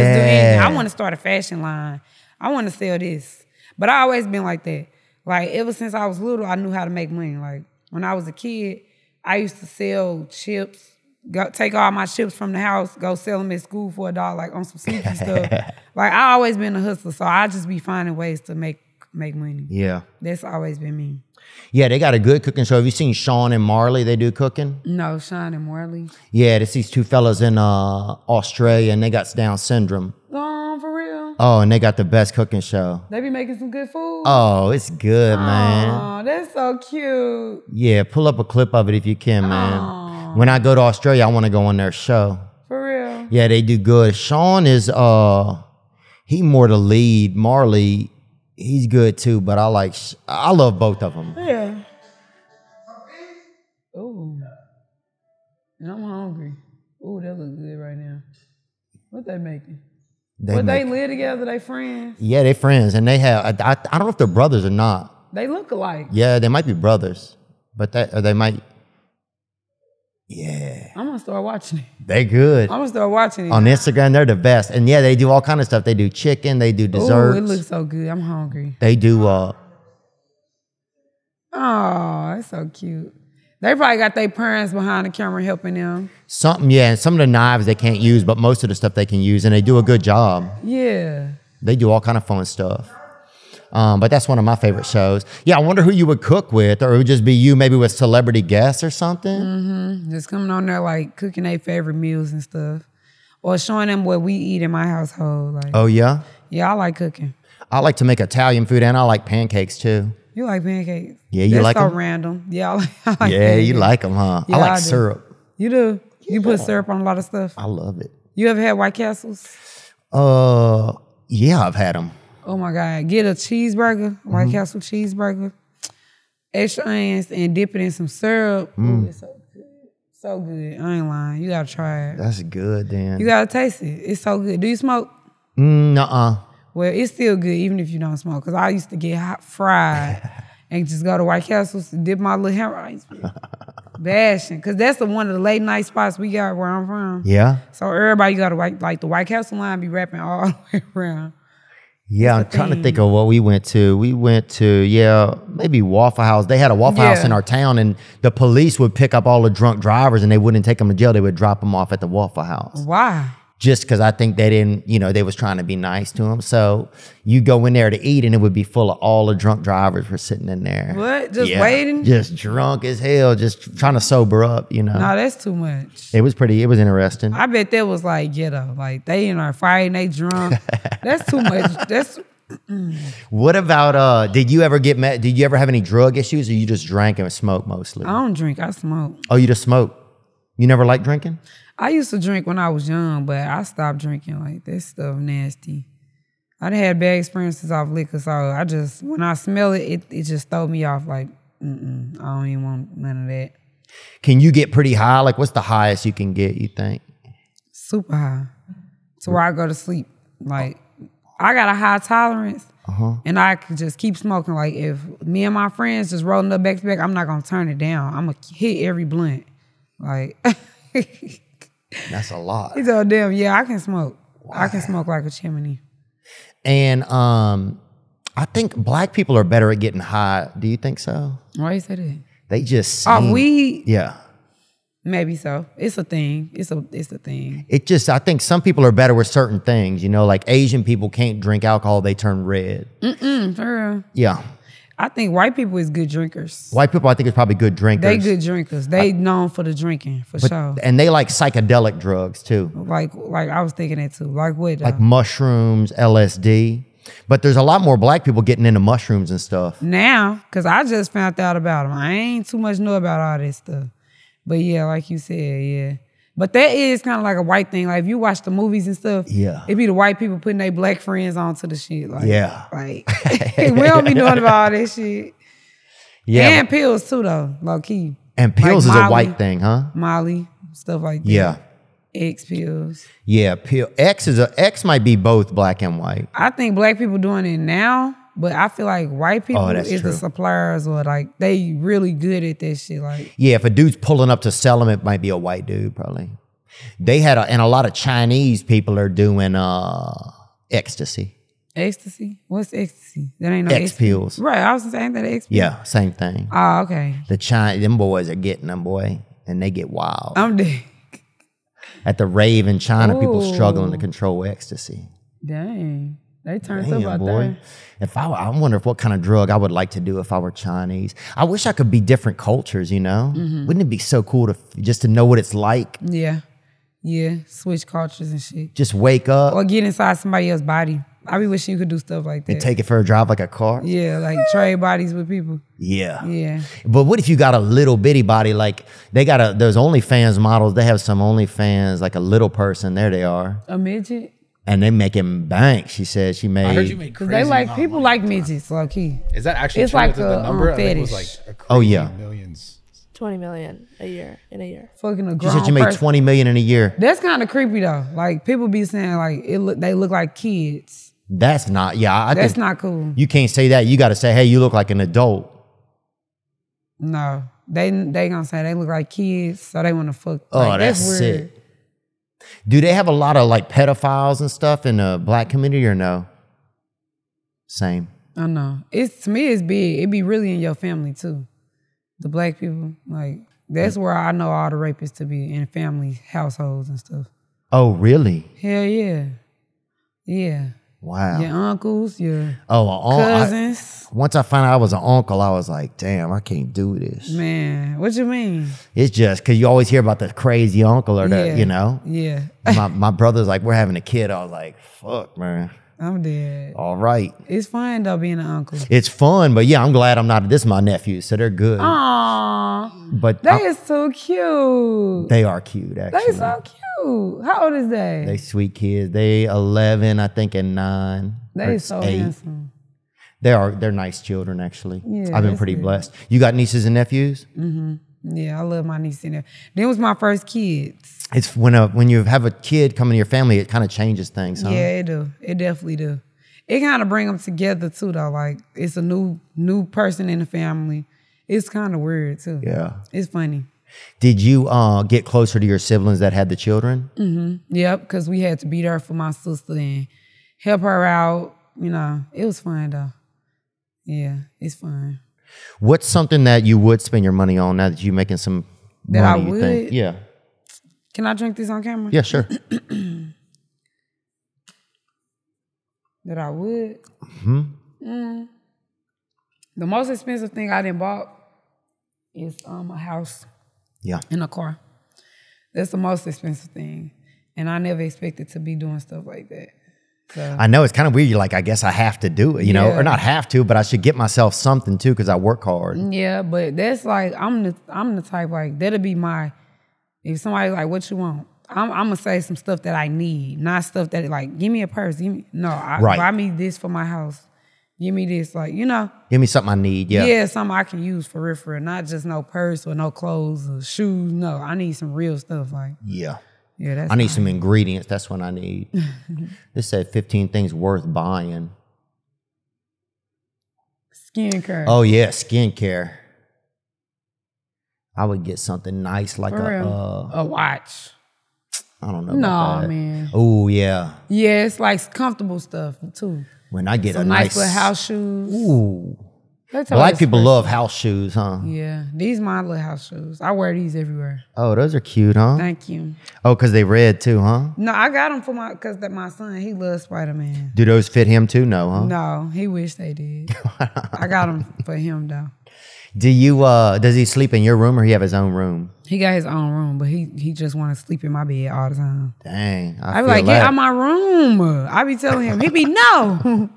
Speaker 3: anything. I want to start a fashion line. I want to sell this. But I always been like that. Like ever since I was little, I knew how to make money. Like when I was a kid, I used to sell chips. Go, take all my chips from the house, go sell them at school for a dollar, like on some sneaky stuff. Like I always been a hustler, so I just be finding ways to make make money.
Speaker 1: yeah
Speaker 3: That's always been me.
Speaker 1: yeah they got a good cooking show have you seen sean and marley they do cooking
Speaker 3: No, Sean and Morley.
Speaker 1: yeah there's these two fellas in uh australia and they got down syndrome
Speaker 3: Gone for real.
Speaker 1: oh and they got the best cooking show
Speaker 3: They be making some good food.
Speaker 1: oh it's good man
Speaker 3: Aw, that's so cute.
Speaker 1: yeah pull up a clip of it if you can man when i go to australia i want to go on their show
Speaker 3: For real.
Speaker 1: Yeah, they do good. Sean is uh he more the lead. Marley, he's good too, but I like Sh- I love both of them.
Speaker 3: Yeah. Ooh. And I'm hungry. Ooh, that look good right now. What they making?
Speaker 1: They
Speaker 3: but
Speaker 1: make-
Speaker 3: they live together, they friends.
Speaker 1: yeah, they friends and they have I, I, I don't know if they're brothers or not.
Speaker 3: They look alike.
Speaker 1: Yeah, they might be brothers, but that or they might Yeah,
Speaker 3: I'm gonna start watching it.
Speaker 1: they good.
Speaker 3: I'm gonna start watching it.
Speaker 1: On Instagram, they're the best. And yeah, they do all kind of stuff. They do chicken, they do
Speaker 3: Ooh,
Speaker 1: desserts.
Speaker 3: it looks so good. I'm hungry.
Speaker 1: they do uh
Speaker 3: Oh, that's so cute. They probably got their parents behind the camera helping them.
Speaker 1: something, yeah, and some of the knives they can't use, but most of the stuff they can use and they do a good job.
Speaker 3: Yeah.
Speaker 1: They do all kind of fun stuff. Um, but that's one of my favorite shows. Yeah, I wonder who you would cook with, or it would just be you, maybe with celebrity guests or something.
Speaker 3: Mm-hmm. Just coming on there like cooking their favorite meals and stuff. Or showing them what we eat in my household. Like
Speaker 1: Oh yeah,
Speaker 3: Yeah, I like cooking.
Speaker 1: I like to make Italian food, and I like pancakes too.
Speaker 3: You like pancakes?
Speaker 1: Yeah, you
Speaker 3: That's
Speaker 1: like
Speaker 3: so
Speaker 1: 'em?
Speaker 3: random. Yeah, I like, I like
Speaker 1: Yeah, you
Speaker 3: pancakes.
Speaker 1: like them, huh?
Speaker 3: Yeah,
Speaker 1: I like
Speaker 3: I do.
Speaker 1: syrup.
Speaker 3: You do. You put syrup on a lot of stuff.
Speaker 1: I love it.
Speaker 3: You ever had White Castles?
Speaker 1: Uh, yeah, I've had them.
Speaker 3: Oh my God. Get a cheeseburger, White
Speaker 1: Mm-hmm.
Speaker 3: Castle cheeseburger, extra onions, and dip it in some syrup.
Speaker 1: Mm.
Speaker 3: Ooh, it's so good. So good. I ain't lying. You gotta try it.
Speaker 1: That's good, then.
Speaker 3: You gotta taste it. It's so good. Do you smoke?
Speaker 1: mm, nuh-uh.
Speaker 3: Well, it's still good even if you don't smoke. Cause I used to get hot fried and just go to White Castles and dip my little hair ice. Bashing. Cause that's the one of the late night spots we got where I'm from.
Speaker 1: Yeah,
Speaker 3: So everybody got to white like the White Castle line be wrapping all the way around.
Speaker 1: yeah. I'm trying to think of what we went to. We went to yeah, maybe Waffle House. They had a Waffle House
Speaker 3: Yeah.
Speaker 1: in our town, and the police would pick up all the drunk drivers, and they wouldn't take them to jail. They would drop them off at the Waffle House.
Speaker 3: Why?
Speaker 1: just because I think they didn't, you know, they was trying to be nice to him. So you go in there to eat, and it would be full of all the drunk drivers were sitting in there.
Speaker 3: What? Just waiting?
Speaker 1: just drunk as hell, just trying to sober up. You know,
Speaker 3: No, that's too much.
Speaker 1: it was pretty. It was interesting.
Speaker 3: I bet that was like ghetto. Like they in our fighting, they drunk. That's too much. That's
Speaker 1: what about? uh Did you ever get met? Did you ever have any drug issues, or you just drank and smoked mostly?
Speaker 3: I don't drink. I smoke.
Speaker 1: Oh, you just smoked. You never liked drinking.
Speaker 3: I used to drink when I was young, but I stopped drinking. Like that stuff nasty. I done had bad experiences off liquor, so I just when I smell it, it, it just throw me off. Like mm-mm, I don't even want none of that.
Speaker 1: Can you get pretty high? Like, what's the highest you can get? You think?
Speaker 3: super high to where I go to sleep. Like I got a high tolerance, and I could just keep smoking. Like if me and my friends just rolling up back to back, I'm not gonna turn it down. I'm gonna hit every blunt. Like he's
Speaker 1: That's a lot.
Speaker 3: all damn. Yeah, I can smoke. I can smoke like a chimney.
Speaker 1: And um, I think black people are better at getting high. Do you think so?
Speaker 3: Why you say that?
Speaker 1: They just
Speaker 3: Oh,
Speaker 1: seem-
Speaker 3: weed.
Speaker 1: yeah.
Speaker 3: Maybe so. It's a thing. It's a it's a thing.
Speaker 1: It just I think some people are better with certain things. You know, like Asian people can't drink alcohol; they turn red.
Speaker 3: Mm, for real.
Speaker 1: Yeah,
Speaker 3: I think white people is good drinkers.
Speaker 1: white people I think is probably good drinkers.
Speaker 3: They good drinkers. They known for the drinking for sure.
Speaker 1: and they like psychedelic drugs too,
Speaker 3: Like like I was thinking that too. Like what?
Speaker 1: like
Speaker 3: uh, Like
Speaker 1: mushrooms, LSD. But there's a lot more black people getting into mushrooms and stuff.
Speaker 3: now, cause I just found out about them. I ain't too much know about all this stuff. But yeah, like you said, yeah. But that is kind of like a white thing. Like if you watch the movies and stuff,
Speaker 1: Yeah.
Speaker 3: it be the white people putting their black friends onto the shit. Like,
Speaker 1: Yeah.
Speaker 3: like we don't be knowing about all that shit.
Speaker 1: Yeah,
Speaker 3: and pills too, though, low key.
Speaker 1: and
Speaker 3: Like
Speaker 1: pills is a
Speaker 3: Molly-
Speaker 1: white thing, huh?
Speaker 3: Molly, stuff like that.
Speaker 1: Yeah,
Speaker 3: X pills.
Speaker 1: yeah. Pill X is a X might be both black and white.
Speaker 3: I think black people doing it now, but I feel like white people
Speaker 1: Oh, that's
Speaker 3: is
Speaker 1: true.
Speaker 3: the suppliers or like they really good at that shit. Like
Speaker 1: Yeah, if a dude's pulling up to sell them, it might be a white dude probably. They had a, and a lot of Chinese people are doing uh ecstasy.
Speaker 3: ecstasy. What's ecstasy? That ain't no
Speaker 1: X
Speaker 3: ecstasy.
Speaker 1: pills.
Speaker 3: Right. I was saying that X.
Speaker 1: Yeah, same thing.
Speaker 3: Oh, okay.
Speaker 1: The China, them boys are getting them boy, and they get wild
Speaker 3: I'm dead.
Speaker 1: at the rave in China.
Speaker 3: oh.
Speaker 1: People struggling to
Speaker 3: Ooh.
Speaker 1: control ecsy.
Speaker 3: Dang. They turned up
Speaker 1: Damn
Speaker 3: out
Speaker 1: boy,
Speaker 3: there.
Speaker 1: if I, I wonder if what kind of drug I would like to do if I were Chinese. I wish I could be different cultures. You know, wouldn't it be so cool to f- just to know what it's like?
Speaker 3: Yeah. Yeah. Switch cultures and shit.
Speaker 1: Just wake up
Speaker 3: Or get inside somebody else's body. I be wishing you could do stuff like that.
Speaker 1: and take it for a drive like a car.
Speaker 3: yeah, like trade bodies with people.
Speaker 1: Yeah.
Speaker 3: Yeah.
Speaker 1: But what if you got a little bitty body? Like they got a those OnlyFans models. They have some OnlyFans like a little person. There they are,
Speaker 3: A midget?
Speaker 1: and they making bank. She said she made.
Speaker 4: I heard you made
Speaker 3: Because
Speaker 4: crazy.
Speaker 3: they like
Speaker 4: amount of
Speaker 3: people
Speaker 4: money.
Speaker 3: like midgets, low key.
Speaker 4: Is that actually
Speaker 3: it's
Speaker 4: true?
Speaker 3: like
Speaker 4: Is it the
Speaker 3: a,
Speaker 4: number
Speaker 3: um,
Speaker 4: I think it was
Speaker 3: fetish.
Speaker 4: like a crazy
Speaker 1: Oh, yeah.
Speaker 4: millions.
Speaker 5: 20 million a year in a year.
Speaker 3: Fucking a
Speaker 1: she
Speaker 3: grown
Speaker 1: said you made
Speaker 3: person.
Speaker 1: twenty million in a year.
Speaker 3: That's kind of creepy though. Like people be saying like it look they look like kids.
Speaker 1: That's not. Yeah, I
Speaker 3: That's
Speaker 1: think
Speaker 3: not cool.
Speaker 1: you can't say that. You got to say, hey, you look like an adult.
Speaker 3: No, they they gonna say they look like kids, so they want to fuck.
Speaker 1: Oh,
Speaker 3: like,
Speaker 1: that's,
Speaker 3: weird.
Speaker 1: sick. Do they have a lot of like pedophiles and stuff in the black community or no? Same.
Speaker 3: I know. It's to me, it's big. It be really in your family too. The black people, like that's where I know all the rapists to be in family households and stuff.
Speaker 1: Oh, really?
Speaker 3: Hell yeah, yeah.
Speaker 1: Wow.
Speaker 3: Your uncles, your
Speaker 1: Oh, a un- I-
Speaker 3: cousins.
Speaker 1: once I found out I was an uncle, I was like, damn, I can't do this.
Speaker 3: Man, what you mean?
Speaker 1: It's just because you always hear about the crazy uncle or the,
Speaker 3: Yeah.
Speaker 1: you know.
Speaker 3: Yeah.
Speaker 1: my, my brother's like, we're having a kid. I was like, fuck, man.
Speaker 3: I'm dead.
Speaker 1: All right.
Speaker 3: It's fun though being an uncle.
Speaker 1: It's fun, but yeah, I'm glad I'm not. This is my nephew, so they're good.
Speaker 3: Aww,
Speaker 1: but
Speaker 3: Ah, that
Speaker 1: I-
Speaker 3: is so cute.
Speaker 1: they are cute,
Speaker 3: That
Speaker 1: actually.
Speaker 3: is so cute. How old is they?
Speaker 1: They sweet kids. They 11, I think, and nine.
Speaker 3: They
Speaker 1: or
Speaker 3: is so
Speaker 1: eight.
Speaker 3: handsome.
Speaker 1: They are. They're nice children, actually.
Speaker 3: Yeah,
Speaker 1: I've been
Speaker 3: that's
Speaker 1: pretty
Speaker 3: good.
Speaker 1: blessed. You got nieces and nephews.
Speaker 3: Yeah, I love my niece in there. Them was my first kids.
Speaker 1: It's when a when you have a kid come into your family, it kind of changes things. Huh?
Speaker 3: Yeah, it do. It definitely do. It kind of bring them together too, though. Like it's a new new person in the family. It's kind of weird too.
Speaker 1: Yeah.
Speaker 3: it's funny.
Speaker 1: Did you uh, get closer to your siblings that had the children?
Speaker 3: Yep, because we had to be there for my sister and help her out. You know, it was fun though. Yeah, it's fun.
Speaker 1: What's something that you would spend your money on now that you're making some
Speaker 3: That I
Speaker 1: money? you think?
Speaker 3: would?
Speaker 1: Yeah.
Speaker 3: Can I drink this on camera?
Speaker 1: Yeah. Sure.
Speaker 3: That I would. Mm-hmm. The most expensive thing I didn't bought is um a house
Speaker 1: yeah.
Speaker 3: and a car. That's the most expensive thing, and I never expected to be doing stuff like that. So
Speaker 1: I know it's kind of weird. You're like, I guess I have to do it, you know,
Speaker 3: Yeah.
Speaker 1: or not have to, but I should get myself something too because I work hard.
Speaker 3: yeah, but that's like I'm the I'm the type like that'll be my if somebody's like what you want. I'm, I'm gonna say some stuff that I need, not stuff that like give me a purse. Give me, no, I,
Speaker 1: Right.
Speaker 3: buy me this for my house. Give me this, like you know.
Speaker 1: Give me something I need. Yeah.
Speaker 3: Yeah. something I can use for real, for real. Not just no purse or no clothes or shoes. No, I need some real stuff. Like,
Speaker 1: Yeah.
Speaker 3: yeah, that's
Speaker 1: I need some ingredients. That's what I need. this said 15 things worth buying.
Speaker 3: skincare.
Speaker 1: Oh, yeah. Skincare. I would get something nice like
Speaker 3: for
Speaker 1: a,
Speaker 3: real.
Speaker 1: uh,
Speaker 3: a watch.
Speaker 1: I don't know.
Speaker 3: Nah,
Speaker 1: about that.
Speaker 3: man.
Speaker 1: Oh, yeah.
Speaker 3: Yeah, it's like comfortable stuff too.
Speaker 1: When I get a
Speaker 3: Some nice,
Speaker 1: nice,
Speaker 3: little house shoes.
Speaker 1: Ooh.
Speaker 3: That's how
Speaker 1: Black
Speaker 3: it's
Speaker 1: people
Speaker 3: first-
Speaker 1: love house shoes, huh?
Speaker 3: Yeah, these my little house shoes. I wear these everywhere.
Speaker 1: Oh, those are cute, huh?
Speaker 3: Thank you.
Speaker 1: Oh, because they red too, huh?
Speaker 3: No, I got them for my because that my son he loves Spider Man.
Speaker 1: Do those fit him too? No, huh?
Speaker 3: No, he wish they did. I got them for him though.
Speaker 1: Do you uh does he sleep in your room or he have his own room?
Speaker 3: He got his own room, but he he just want to sleep in my bed all the time.
Speaker 1: Dang. I,
Speaker 3: I be
Speaker 1: feel
Speaker 3: like,
Speaker 1: that.
Speaker 3: get out my room. I be telling him, he be no.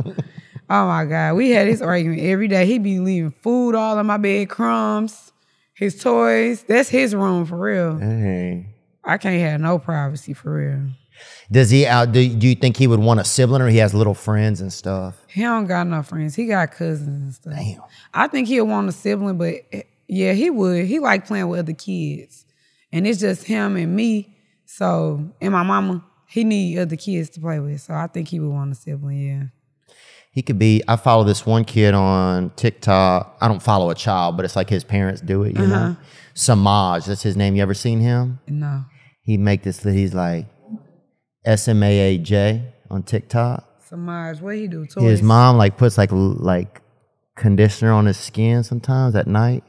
Speaker 3: oh my God. We had this argument every day. He be leaving food all on my bed, crumbs, his toys. That's his room for real.
Speaker 1: Dang.
Speaker 3: I can't have no privacy for real.
Speaker 1: Does he out do, do you think he would want a sibling or he has little friends and stuff?
Speaker 3: He don't got no friends. He got cousins and stuff.
Speaker 1: Damn.
Speaker 3: I think he'll want a sibling, but eh, yeah, he would. He like playing with other kids. And it's just him and me. So and my mama, he need other kids to play with. So I think he would want a sibling, yeah.
Speaker 1: He could be I follow this one kid on TikTok. I don't follow a child, but it's like his parents do it, you know. Samaj, that's his name. You ever seen him?
Speaker 3: No.
Speaker 1: He make this li- he's like S M A A J on TikTok.
Speaker 3: Samaj, what he do? Toys.
Speaker 1: His mom like puts like l- like conditioner on his skin sometimes at night.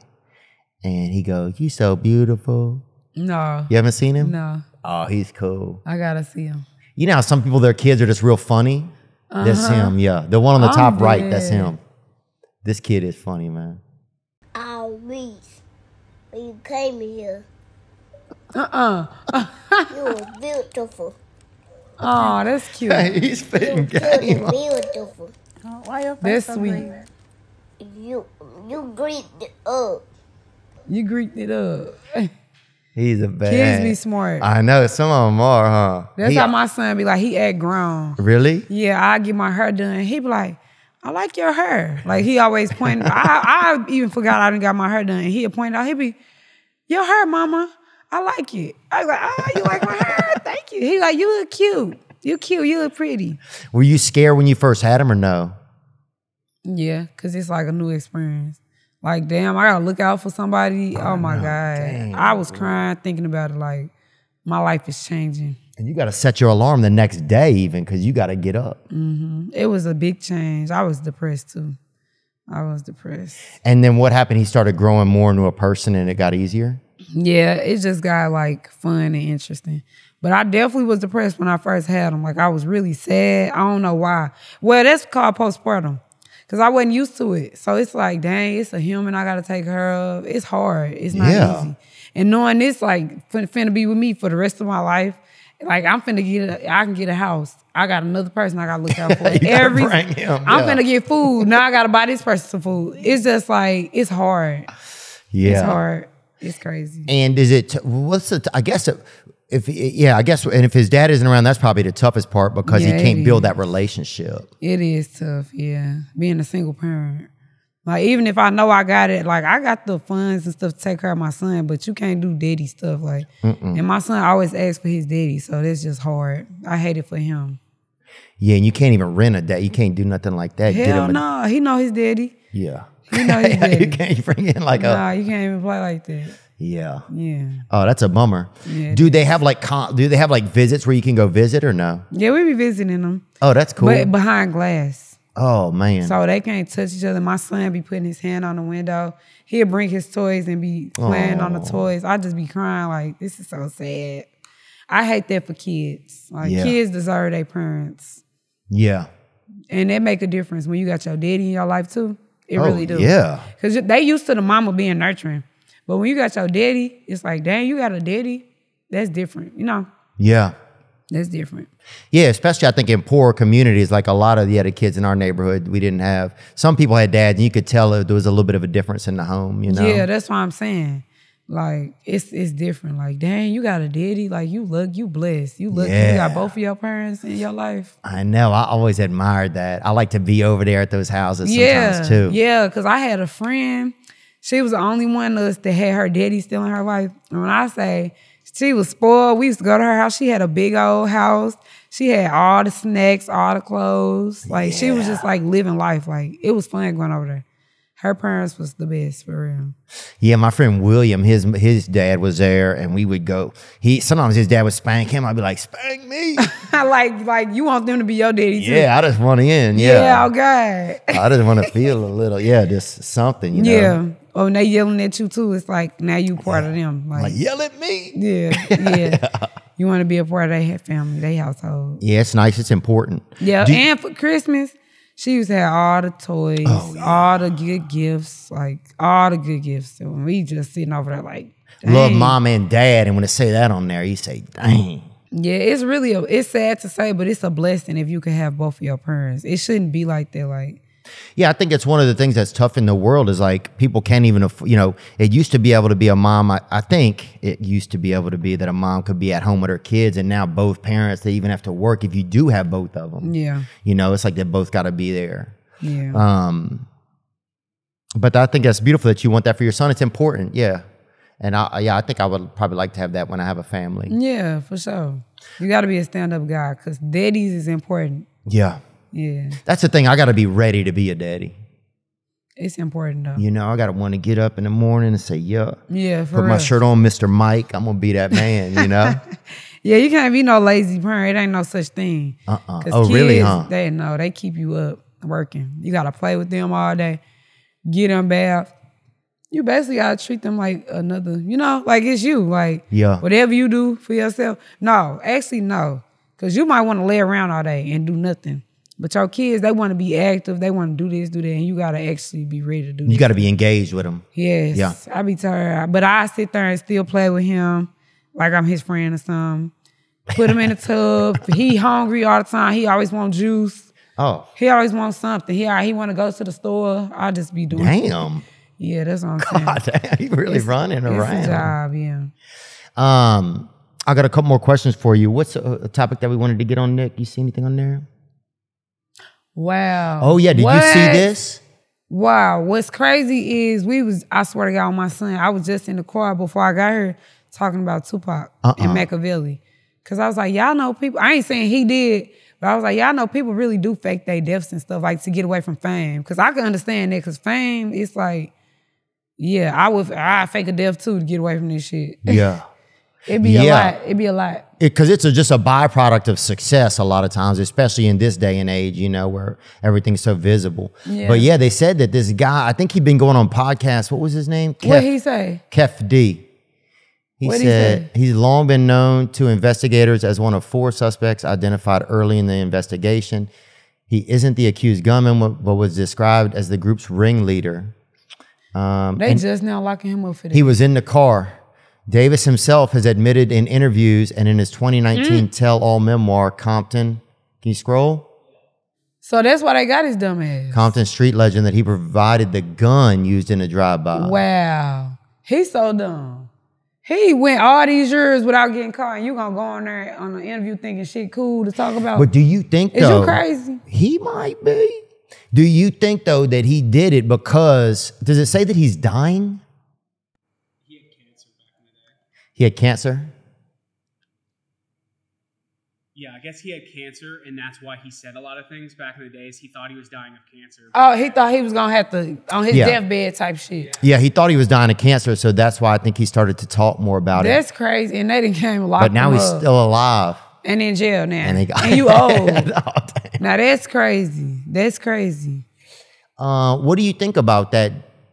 Speaker 1: And he goes, You so beautiful.
Speaker 3: No,
Speaker 1: You haven't seen him?
Speaker 3: no.
Speaker 1: Oh, he's cool.
Speaker 3: I gotta see him.
Speaker 1: You know how some people, their kids are just real funny? That's him, yeah. The one on the
Speaker 3: Uh-huh. I'm
Speaker 1: top right, that's
Speaker 3: dead.
Speaker 1: him. This kid is funny, man.
Speaker 4: Oh, Reese, when you came here,
Speaker 3: Uh-uh.
Speaker 4: you were beautiful.
Speaker 3: Oh, that's cute.
Speaker 1: he's fitting
Speaker 4: You were beautiful.
Speaker 3: That's sweet.
Speaker 4: You you greeted up.
Speaker 3: You greeked it up.
Speaker 1: He's a bad.
Speaker 3: Kids be smart.
Speaker 1: I know, some of them are, huh?
Speaker 3: That's
Speaker 1: He-
Speaker 3: how my son be like, he act grown.
Speaker 1: Really?
Speaker 3: Yeah, I get my hair done. He be like, I like your hair. Like he always pointing. I, I even forgot I done got my hair done. He'd point out, he be, your hair, mama. I like it. I was like, oh, you like my hair? Thank you. He like, you look cute. You cute. You look pretty.
Speaker 1: Were you scared when you first had him or no?
Speaker 3: Yeah, cause it's like a new experience. Like, damn, I gotta look out for somebody. oh my god, I was crying thinking about it. Like, my life is changing.
Speaker 1: And you got to set your alarm the next day, even, because you got to get up.
Speaker 3: It was a big change. I was depressed too. I was depressed.
Speaker 1: And then what happened? He started growing more into a person and it got easier?
Speaker 3: Yeah, it just got like fun and interesting. But I definitely was depressed when I first had them. Like I was really sad. I don't know why. Well, that's called postpartum. Cause I wasn't used to it. So it's like, dang, it's a human I gotta take care of. It's hard. It's not
Speaker 1: Yeah.
Speaker 3: easy. And knowing this like fin- finna be with me for the rest of my life, Like I'm finna get, a, I can get a house. I got another person I gotta look out for.
Speaker 1: You gotta
Speaker 3: Every,
Speaker 1: bring him,
Speaker 3: I'm
Speaker 1: yeah.
Speaker 3: finna get food. Now I gotta buy this person some food. It's just like it's hard.
Speaker 1: Yeah.
Speaker 3: It's hard. It's crazy.
Speaker 1: And is it? What's the? I guess it, if yeah, I guess. And if his dad isn't around, that's probably the toughest part because he
Speaker 3: Yeah, it
Speaker 1: can't build
Speaker 3: is.
Speaker 1: that relationship.
Speaker 3: It is tough, yeah. Being a single parent. Like even if I know I got it, like I got the funds and stuff to take care of my son, but you can't do daddy stuff. Like and my son always asks for his daddy, so that's just hard. I hate it for him.
Speaker 1: Yeah, and you can't even rent a dad. You can't do nothing like that. Get
Speaker 3: Hell
Speaker 1: him
Speaker 3: no,
Speaker 1: a-
Speaker 3: he know his daddy.
Speaker 1: Yeah.
Speaker 3: He know his
Speaker 1: Yeah,
Speaker 3: daddy.
Speaker 1: you can't bring in like
Speaker 3: Nah,
Speaker 1: a
Speaker 3: you can't even play like that.
Speaker 1: yeah.
Speaker 3: Yeah.
Speaker 1: Oh, that's a bummer.
Speaker 3: Yeah, it
Speaker 1: do they have like con- do they have like visits where you can go visit or no?
Speaker 3: Yeah, we be visiting them.
Speaker 1: Oh, that's cool.
Speaker 3: But behind glass.
Speaker 1: oh man.
Speaker 3: So they can't touch each other. My son be putting his hand on the window. He'll bring his toys and be playing on the toys. I just be crying like this is so sad. I hate that for kids. Like
Speaker 1: Yeah.
Speaker 3: kids deserve their parents,
Speaker 1: yeah.
Speaker 3: and that make a difference when you got your daddy in your life too. It
Speaker 1: Oh,
Speaker 3: really do.
Speaker 1: yeah.
Speaker 3: because they used to the mama being nurturing, but when you got your daddy, it's like dang, you got a daddy. That's different. You know,
Speaker 1: Yeah.
Speaker 3: that's different.
Speaker 1: Yeah, especially I think in poorer communities, like a lot of the other kids in our neighborhood, we didn't have. Some people had dads, and you could tell there was a little bit of a difference in the home. You know,
Speaker 3: Yeah, that's what I'm saying. Like it's it's different. Like, dang, you got a daddy. Like you look, you blessed. You look, you
Speaker 1: Yeah.
Speaker 3: got both of your parents in your life.
Speaker 1: I know. I always admired that. I like to be over there at those houses
Speaker 3: yeah,
Speaker 1: sometimes too.
Speaker 3: yeah. Because I had a friend. She was the only one of us that had her daddy still in her life. And when I say she was spoiled, we used to go to her house. She had a big old house. She had all the snacks, all the clothes. Like she was just like living life. Like it was fun going over there. Her parents was the best for real.
Speaker 1: Yeah, my friend William, his his dad was there, and we would go. He sometimes his dad would spank him. I'd be like, spank me.
Speaker 3: like like you want them to be your daddy too.
Speaker 1: yeah, I just want in.
Speaker 3: Yeah,
Speaker 1: Yeah,
Speaker 3: oh God.
Speaker 1: I just want to feel a little. Yeah, just something. You know,
Speaker 3: Yeah. Oh, and they yelling at you too. It's like now you part of them. Like,
Speaker 1: like yell at me.
Speaker 3: yeah, yeah. You want to be a part of their family, their household.
Speaker 1: Yeah, it's nice. It's important.
Speaker 3: Yeah.
Speaker 1: Do you-
Speaker 3: and for Christmas, she used to have all the toys, all the good gifts, like all the good gifts. And we just sitting over there like
Speaker 1: love
Speaker 3: dang.
Speaker 1: mom and dad. And when it say that on there, you say, dang.
Speaker 3: Yeah, it's really a, it's sad to say, but it's a blessing if you can have both of your parents. It shouldn't be like that. Like
Speaker 1: Yeah, I think it's one of the things that's tough in the world is like people can't even, aff- you know, it used to be able to be a mom. I, I think it used to be able to be that a mom could be at home with her kids. And now both parents, they even have to work if you do have both of them.
Speaker 3: Yeah.
Speaker 1: You know, it's like they both got to be there.
Speaker 3: yeah.
Speaker 1: Um, but I think that's beautiful that you want that for your son. It's important. Yeah. And I, yeah, I think I would probably like to have that when I have a family.
Speaker 3: Yeah, for sure. You got to be a stand up guy because daddies is important.
Speaker 1: Yeah.
Speaker 3: Yeah,
Speaker 1: That's the thing. I got to be ready to be a daddy.
Speaker 3: it's important though. Yeah,
Speaker 1: You know, I gotta want to get up in the morning and say, "Yeah,
Speaker 3: for
Speaker 1: put
Speaker 3: real.
Speaker 1: my shirt on, Mister Mike. I'm gonna be that man." You know?
Speaker 3: Yeah, you can't be no lazy parent. It ain't no such thing.
Speaker 1: Uh-uh.
Speaker 3: 'Cause
Speaker 1: Oh, really,
Speaker 3: kids,
Speaker 1: huh?
Speaker 3: They know they keep you up working. You got to play with them all day, get them bath. You basically got to treat them like another. You know, like it's you. Like
Speaker 1: Yeah.
Speaker 3: whatever you do for yourself. No, actually no, because you might want to lay around all day and do nothing. But your kids, they want to be active. They want to do this, do that, and you got to actually be ready to do.
Speaker 1: you gotta be engaged with them.
Speaker 3: Yes.
Speaker 1: Yeah.
Speaker 3: I be tired. But I sit there and still play with him like I'm his friend or something. Put him in the tub. He hungry all the time. He always want juice.
Speaker 1: Oh,
Speaker 3: He always wants something. He he want to go to the store. I just be doing.
Speaker 1: damn!
Speaker 3: Yeah, that's what I'm saying.
Speaker 1: God, damn, you really running
Speaker 3: It's a
Speaker 1: around.
Speaker 3: job, yeah.
Speaker 1: Um, I got a couple more questions for you. What's a, a topic that we wanted to get on, Nick? You see anything on there?
Speaker 3: Wow.
Speaker 1: Oh yeah, did you see
Speaker 3: What?
Speaker 1: this?
Speaker 3: Wow, what's crazy is we was I swear to God, my son, I was just in the car before I got here talking about Tupac
Speaker 1: Uh-uh.
Speaker 3: and Machiavelli. Cause I was like, y'all know people. I ain't saying he did, but I was like, y'all know people really do fake their deaths and stuff like to get away from fame. Cause I can understand that. Cause fame, it's like, yeah, I would, I fake a death too to get away from this shit.
Speaker 1: Yeah.
Speaker 3: It'd be a
Speaker 1: Yeah.
Speaker 3: lot. It'd be a lot.
Speaker 1: because it's a, just a byproduct of success a lot of times, especially in this day and age, you know, where everything's so visible.
Speaker 3: Yeah.
Speaker 1: But yeah, they said that this guy, I think he'd been going on podcasts. What was his name?
Speaker 3: What
Speaker 1: Kef-
Speaker 3: he say?
Speaker 1: Kef D. He
Speaker 3: What'd he
Speaker 1: said he's long been known to investigators as one of four suspects identified early in the investigation. He isn't the accused gunman, wa- but was described as the group's ringleader. Um,
Speaker 3: They just now locking him up for that.
Speaker 1: He was in the car Davis himself has admitted in interviews and in his 2019
Speaker 3: Mm.
Speaker 1: tell all memoir, Compton. Can you scroll?
Speaker 3: So that's why they got his dumb ass.
Speaker 1: Compton street legend that he provided the gun used in the drive-by.
Speaker 3: Wow. He's so dumb. He went all these years without getting caught, and you gonna go on there on an interview thinking shit cool to talk about.
Speaker 1: But do you think
Speaker 3: Is you
Speaker 1: though?
Speaker 3: crazy?
Speaker 1: He might be. Do you think though that he did it because does it say that he's dying? He had cancer.
Speaker 6: Yeah, I guess he had cancer, and that's why he said a lot of things back in the days. He thought he was dying of cancer.
Speaker 3: oh, he thought he was gonna have to on his
Speaker 1: Yeah.
Speaker 3: deathbed type shit.
Speaker 1: Yeah, he thought he was dying of cancer, so that's why I think he started to talk more about it.
Speaker 3: That's crazy. And they didn't came locked
Speaker 1: Oh, But now
Speaker 3: him
Speaker 1: he's
Speaker 3: up
Speaker 1: still alive.
Speaker 3: and in jail now.
Speaker 1: And
Speaker 3: And,
Speaker 1: they got
Speaker 3: you old.
Speaker 1: Oh, damn.
Speaker 3: now that's crazy. That's crazy.
Speaker 1: Uh, what do you think about that?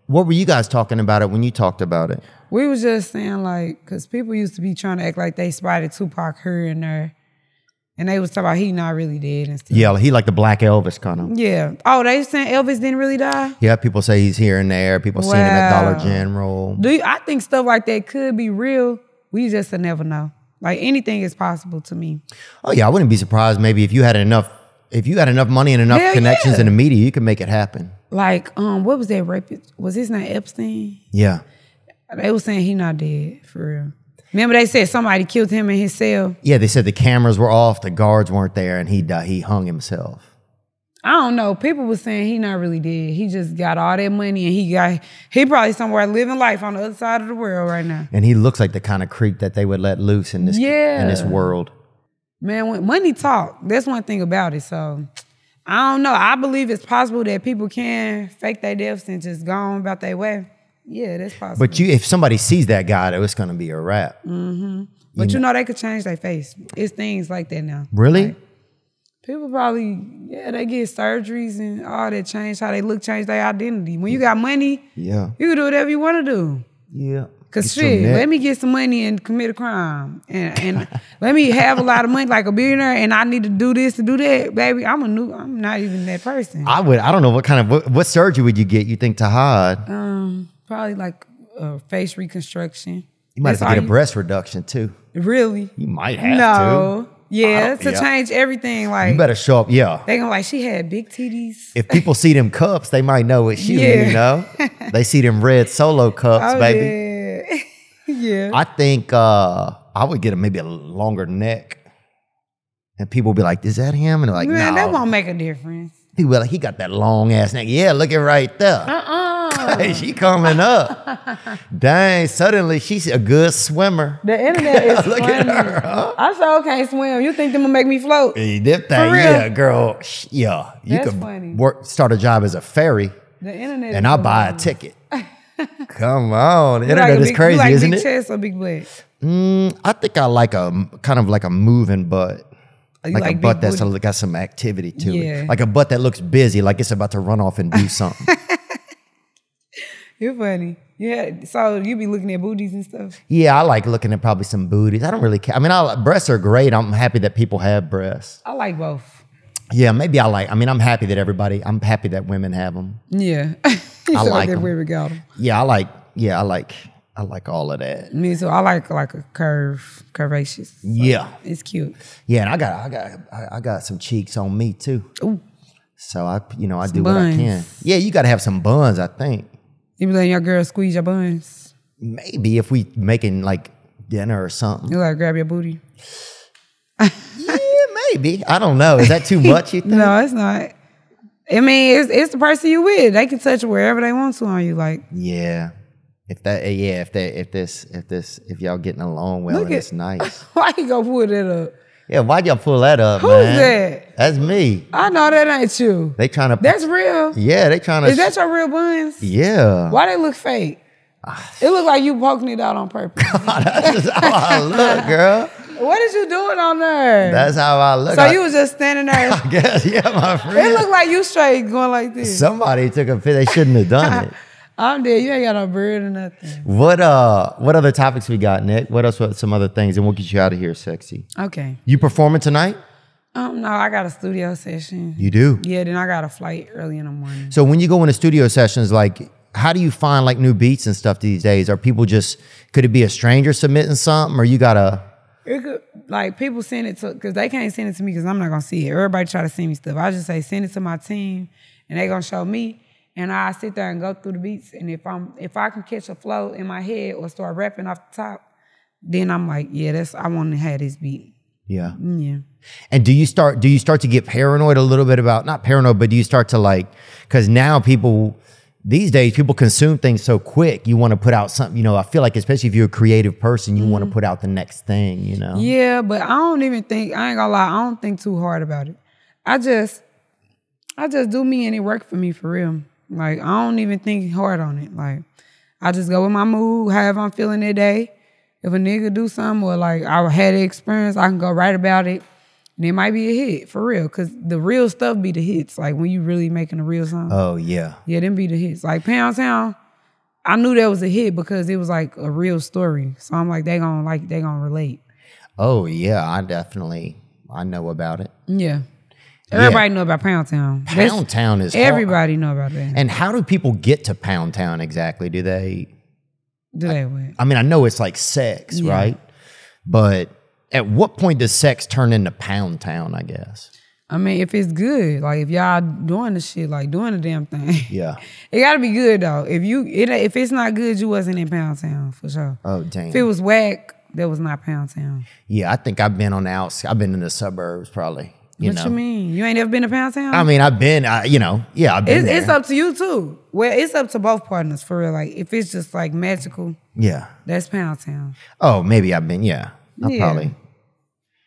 Speaker 1: What were you guys talking about it when you talked about it?
Speaker 3: We was just saying like, cause people used to be trying to act like they spotted Tupac here and there, and they was talking about he not really dead and stuff.
Speaker 1: Yeah, he like the black Elvis kind of.
Speaker 3: Yeah. Oh, they saying Elvis didn't really die.
Speaker 1: Yeah, people say he's here and there. People seen him at Dollar
Speaker 3: Wow.
Speaker 1: General.
Speaker 3: Do you, I think stuff like that could be real? We just never know. Like anything is possible to me.
Speaker 1: Oh yeah, I wouldn't be surprised. Maybe if you had enough, if you had enough money and enough
Speaker 3: Hell
Speaker 1: connections
Speaker 3: yeah.
Speaker 1: in the media, you could make it happen.
Speaker 3: Like, um, what was that rape? Was his name Epstein?
Speaker 1: Yeah,
Speaker 3: They was saying he not dead for real. Remember they said somebody killed him in his cell.
Speaker 1: yeah. They said the cameras were off, the guards weren't there, and he died. He hung himself.
Speaker 3: I don't know. People was saying he not really dead. He just got all that money and he got he probably somewhere living life on the other side of the world right now.
Speaker 1: And he looks like the kind of creep that they would let loose in this in this
Speaker 3: Yeah.
Speaker 1: world.
Speaker 3: Man, when money talk, that's one thing about it. So I don't know. I believe it's possible that people can fake their deaths and just go on about their way. Yeah, that's possible.
Speaker 1: But you, if somebody sees that guy, though, it's going to be a wrap.
Speaker 3: But you know they could change their face. It's things like that now.
Speaker 1: Really?
Speaker 3: People probably, yeah, they get surgeries and all that change how they look, change their identity. When you got money,
Speaker 1: Yeah.
Speaker 3: you can do whatever you want to do.
Speaker 1: Yeah.
Speaker 3: Cause
Speaker 1: Get your
Speaker 3: shit,
Speaker 1: neck.
Speaker 3: let me get some money and commit a crime, and, and let me have a lot of money like a billionaire, and I need to do this to do that, baby. I'm a new, I'm not even that person.
Speaker 1: I would. I don't know what kind of what, what surgery would you get? You think to hide?
Speaker 3: um, probably like uh, face reconstruction.
Speaker 1: You might have
Speaker 3: That's
Speaker 1: to get a
Speaker 3: all
Speaker 1: breast reduction too.
Speaker 3: Really?
Speaker 1: You might have
Speaker 3: No. Yeah,
Speaker 1: don't-
Speaker 3: to
Speaker 1: yeah.
Speaker 3: change everything.
Speaker 1: to.
Speaker 3: Like
Speaker 1: You better show up. Yeah.
Speaker 3: They gonna like she had big titties.
Speaker 1: if people see them cups, they might know it's you. You
Speaker 3: Yeah.
Speaker 1: know, they see them red solo cups, baby.
Speaker 3: yeah. yeah.
Speaker 1: I think uh, I would get a, maybe a longer neck, and people be like, "Is that him?" And they're like,
Speaker 3: Man, that
Speaker 1: "No."
Speaker 3: won't make a difference.
Speaker 1: People be like, "He got that long ass neck." Yeah, look it right there.
Speaker 3: Uh-uh.
Speaker 1: Hey, she coming up. Dang! Suddenly, she's a good swimmer.
Speaker 3: The internet is
Speaker 1: Look
Speaker 3: funny.
Speaker 1: at her. Huh?
Speaker 3: I sure can't swim. You think them gonna make me float?
Speaker 1: Hey, that thing,
Speaker 3: real.
Speaker 1: yeah, girl. sh- Yeah, you
Speaker 3: That's
Speaker 1: could
Speaker 3: funny.
Speaker 1: work start a job as a ferry,
Speaker 3: The internet
Speaker 1: and
Speaker 3: is
Speaker 1: I'll buy a
Speaker 3: funny.
Speaker 1: ticket. Come on,
Speaker 3: You
Speaker 1: internet
Speaker 3: a
Speaker 1: is
Speaker 3: big- you
Speaker 1: crazy,
Speaker 3: like
Speaker 1: isn't
Speaker 3: big
Speaker 1: it?
Speaker 3: Chest or big butt?
Speaker 1: Mm, I think I like a kind of like a moving butt.
Speaker 3: You
Speaker 1: Like, a
Speaker 3: big
Speaker 1: butt that's
Speaker 3: booty?
Speaker 1: got some activity to
Speaker 3: Yeah.
Speaker 1: it. Like a butt that looks busy, like it's about to run off and do something.
Speaker 3: You're funny. Yeah. So you be looking at booties and stuff.
Speaker 1: yeah, I like looking at probably some booties. I don't really care. I mean, I, like- breasts are great. I'm happy that people have breasts.
Speaker 3: I like both.
Speaker 1: Yeah, maybe I like. I mean, I'm happy that everybody. I'm happy that women have them.
Speaker 3: Yeah. I
Speaker 1: like 'em.
Speaker 3: Where we got 'em.
Speaker 1: Yeah, I like. Yeah, I like. I like all of that.
Speaker 3: Me too. I like like a curve, curvaceous.
Speaker 1: Yeah,
Speaker 3: It's cute.
Speaker 1: yeah, and I got. I got. I, I got some cheeks on me too.
Speaker 3: Ooh.
Speaker 1: So I, you know, I do
Speaker 3: buns.
Speaker 1: what I can. Yeah, you got to have some buns. I think.
Speaker 3: You be letting your girl squeeze your buns.
Speaker 1: maybe if we making like dinner or something.
Speaker 3: You like grab your booty.
Speaker 1: yeah, maybe. I don't know. Is that too much? You think?
Speaker 3: No, it's not. I mean, it's it's the person you with. They can touch wherever they want to on you. Like,
Speaker 1: Yeah. If that, eh, yeah. If that, if this, if this, if y'all getting along well
Speaker 3: Look
Speaker 1: and
Speaker 3: at-
Speaker 1: it's nice.
Speaker 3: why you gonna pull that up?
Speaker 1: Yeah. Why'd y'all pull that up,
Speaker 3: Who's
Speaker 1: man?
Speaker 3: that?
Speaker 1: That's me.
Speaker 3: I know that ain't you.
Speaker 1: They trying to.
Speaker 3: That's real.
Speaker 1: yeah. They trying to.
Speaker 3: Is that your real buns?
Speaker 1: yeah.
Speaker 3: Why they look fake? It look like you poking it out on purpose.
Speaker 1: That's just how I look, girl.
Speaker 3: what is you doing on there?
Speaker 1: That's how I look.
Speaker 3: so
Speaker 1: I,
Speaker 3: you was just standing there.
Speaker 1: I guess. Yeah, my
Speaker 3: it
Speaker 1: friend.
Speaker 3: looked like you straight going like this.
Speaker 1: Somebody took a picture. They shouldn't have done it.
Speaker 3: I'm dead. You ain't got no beard or nothing.
Speaker 1: What uh? What other topics we got, Nick? What else? What some other things? And we'll get you out of here, sexy.
Speaker 3: Okay.
Speaker 1: You performing tonight?
Speaker 3: Um, no, I got a studio session.
Speaker 1: You do.
Speaker 3: Yeah, then I got a flight early in the morning.
Speaker 1: So when you go into studio sessions, like how do you find like new beats and stuff these days? Are people just could it be a stranger submitting something, or you gotta?
Speaker 3: It could, like people send it to because they can't send it to me because I'm not gonna see it. Everybody try to send me stuff. I just say send it to my team, and they gonna show me, and I sit there and go through the beats. And if I'm if I can catch a flow in my head or start rapping off the top, then I'm like, yeah, that's I want to have this beat.
Speaker 1: Yeah.
Speaker 3: Yeah.
Speaker 1: And do you start do you start to get paranoid a little bit about not paranoid, but do you start to like because now people these days people consume things so quick. You want to put out something, you know. I feel like especially if you're a creative person, you want to put out the next thing, you know.
Speaker 3: Mm. Yeah, but I don't even think I ain't gonna lie. I don't think too hard about it. I just, I just do me and it work for me for real. Like I don't even think hard on it. Like I just go with my mood, however I'm feeling that day. If a nigga do something or like I had an experience, I can go write about it, and it might be a hit for real. Cause the real stuff be the hits. Like when you really making a real song.
Speaker 1: Oh yeah.
Speaker 3: Yeah, them be the hits. Like Pound Town, I knew that was a hit because it was like a real story. So I'm like, they gonna like, they gonna relate.
Speaker 1: Oh yeah. I definitely I know about it.
Speaker 3: Yeah. Everybody know about Pound Town. That's-
Speaker 1: Pound Town is hard.
Speaker 3: Everybody know about that.
Speaker 1: And how do people get to Pound Town exactly? Do they?
Speaker 3: Do they what?
Speaker 1: I mean, I know it's like sex,
Speaker 3: Yeah.
Speaker 1: right? But at what point does sex turn into Pound Town? I guess.
Speaker 3: I mean, if it's good, like if y'all doing the shit, like doing the damn thing,
Speaker 1: Yeah.
Speaker 3: it gotta be good though. If you, it, if it's not good, you wasn't in Pound Town for sure.
Speaker 1: Oh damn.
Speaker 3: If it was whack, that was not Pound Town.
Speaker 1: Yeah, I think I've been on the outs. I've been in the suburbs, probably. You
Speaker 3: what
Speaker 1: know,
Speaker 3: you mean? You ain't ever been to Pound Town?
Speaker 1: I mean, I've been. I, you know, yeah, I've been
Speaker 3: it's,
Speaker 1: there.
Speaker 3: it's up to you too. Well, it's up to both partners for real. Like if it's just like magical,
Speaker 1: yeah.
Speaker 3: that's Pound Town.
Speaker 1: Oh, maybe I've been. Yeah, I
Speaker 3: Yeah.
Speaker 1: probably.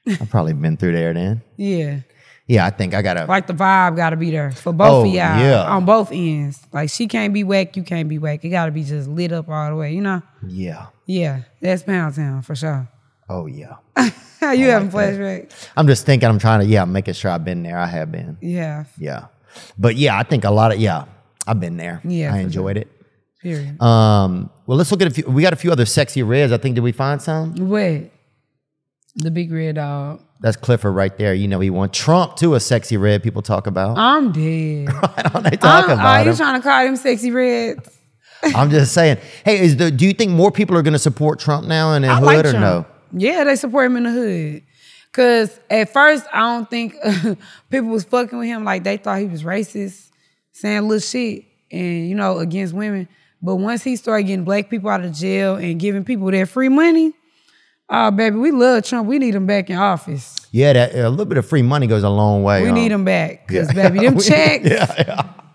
Speaker 1: I probably been through there then.
Speaker 3: Yeah.
Speaker 1: Yeah, I think I gotta.
Speaker 3: Like the vibe gotta be there for both
Speaker 1: Oh,
Speaker 3: of y'all
Speaker 1: yeah.
Speaker 3: on both ends. Like she can't be whack, you can't be whack. It gotta be just lit up all the way, you know?
Speaker 1: yeah.
Speaker 3: Yeah, that's Pound Town for sure.
Speaker 1: Oh yeah.
Speaker 3: you having flashback?
Speaker 1: I'm just thinking. I'm trying to. Yeah, I'm making sure I've been there. I have been.
Speaker 3: Yeah,
Speaker 1: Yeah, but yeah, I think a lot of yeah, I've been there.
Speaker 3: Yeah,
Speaker 1: I
Speaker 3: for
Speaker 1: enjoyed it.
Speaker 3: period.
Speaker 1: Um, well, let's look at a few. We got a few other sexy reds. I think did we find some?
Speaker 3: Wait, the big red dog.
Speaker 1: That's Clifford right there. You know he won Trump to a sexy red. People talk about.
Speaker 3: I'm dead.
Speaker 1: I don't know they talk
Speaker 3: I'm-
Speaker 1: about
Speaker 3: Are you
Speaker 1: him.
Speaker 3: trying to call them sexy reds?
Speaker 1: I'm just saying. Hey, is the do you think more people are going to support Trump now in the hood or no?
Speaker 3: Yeah, they support him in the hood. Cause at first I don't think people was fucking with him like they thought he was racist, saying little shit, and you know against women. But once he started getting black people out of jail and giving people their free money, oh baby, we love Trump. We need him back in office.
Speaker 1: Yeah, that a little bit of free money goes a long way.
Speaker 3: We
Speaker 1: huh?
Speaker 3: need them back. Because, baby, them checks.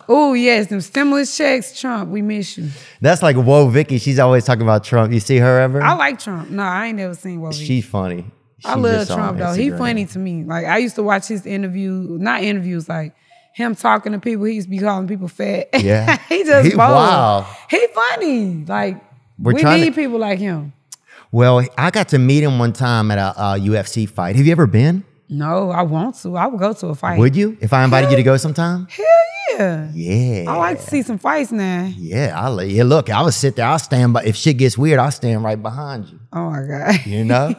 Speaker 3: Oh, yes, them stimulus checks. Trump, we miss you.
Speaker 1: That's like whoa, Vicky. She's always talking about Trump. You see her ever?
Speaker 3: I like Trump. No, I ain't never seen Wovi.
Speaker 1: She's funny.
Speaker 3: I
Speaker 1: She's
Speaker 3: love
Speaker 1: just on
Speaker 3: Trump, though. He
Speaker 1: Instagram.
Speaker 3: funny to me. Like, I used to watch his interview, not interviews, like him talking to people. He used to be calling people fat.
Speaker 1: Yeah.
Speaker 3: he just
Speaker 1: He
Speaker 3: bold.
Speaker 1: wild.
Speaker 3: He funny. Like,
Speaker 1: We're
Speaker 3: we
Speaker 1: trying to-
Speaker 3: need people like him.
Speaker 1: Well, I got to meet him one time at a, uh UFC fight. Have you ever been?
Speaker 3: No, I want to. I would go to a fight.
Speaker 1: Would you? If I invited you to go sometime?
Speaker 3: Hell yeah.
Speaker 1: Yeah.
Speaker 3: I like to see some fights now.
Speaker 1: Yeah, I yeah. Look, I will sit there. I'll stand by. If shit gets weird, I'll stand right behind you.
Speaker 3: Oh my God.
Speaker 1: You know.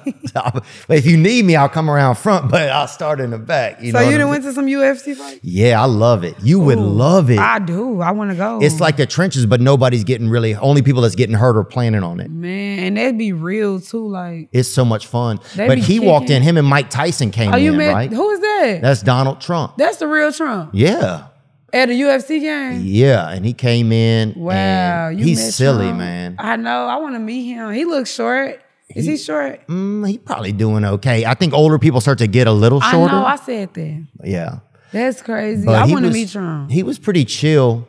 Speaker 1: But if you need me, I'll come around front, but I'll start in the back. You
Speaker 3: so
Speaker 1: know.
Speaker 3: you
Speaker 1: what
Speaker 3: done
Speaker 1: I'm
Speaker 3: went to some UFC fights?
Speaker 1: Yeah, I love it. You would love it.
Speaker 3: I do. I want to go.
Speaker 1: it's like the trenches, but nobody's getting really. Only people that's getting hurt are planning on it.
Speaker 3: man, and that'd be real too. Like,
Speaker 1: It's so much fun.
Speaker 3: They
Speaker 1: but
Speaker 3: be
Speaker 1: he walked
Speaker 3: kicking.
Speaker 1: in. Him and Mike Tyson came
Speaker 3: oh, you
Speaker 1: in,
Speaker 3: meant
Speaker 1: right?
Speaker 3: who is that?
Speaker 1: That's Donald Trump.
Speaker 3: That's the real Trump
Speaker 1: yeah,
Speaker 3: at a UFC game.
Speaker 1: yeah, and he came in.
Speaker 3: Wow,
Speaker 1: and
Speaker 3: you met
Speaker 1: he's silly,
Speaker 3: Trump?
Speaker 1: man.
Speaker 3: I know. I want to meet him. He looks short. Is he, short?
Speaker 1: Mm, he probably doing okay. I think older people start to get a little
Speaker 3: I
Speaker 1: shorter.
Speaker 3: know. I said that.
Speaker 1: yeah,
Speaker 3: That's crazy.
Speaker 1: But
Speaker 3: I
Speaker 1: he
Speaker 3: want to
Speaker 1: was-
Speaker 3: meet Trump.
Speaker 1: He was pretty chill.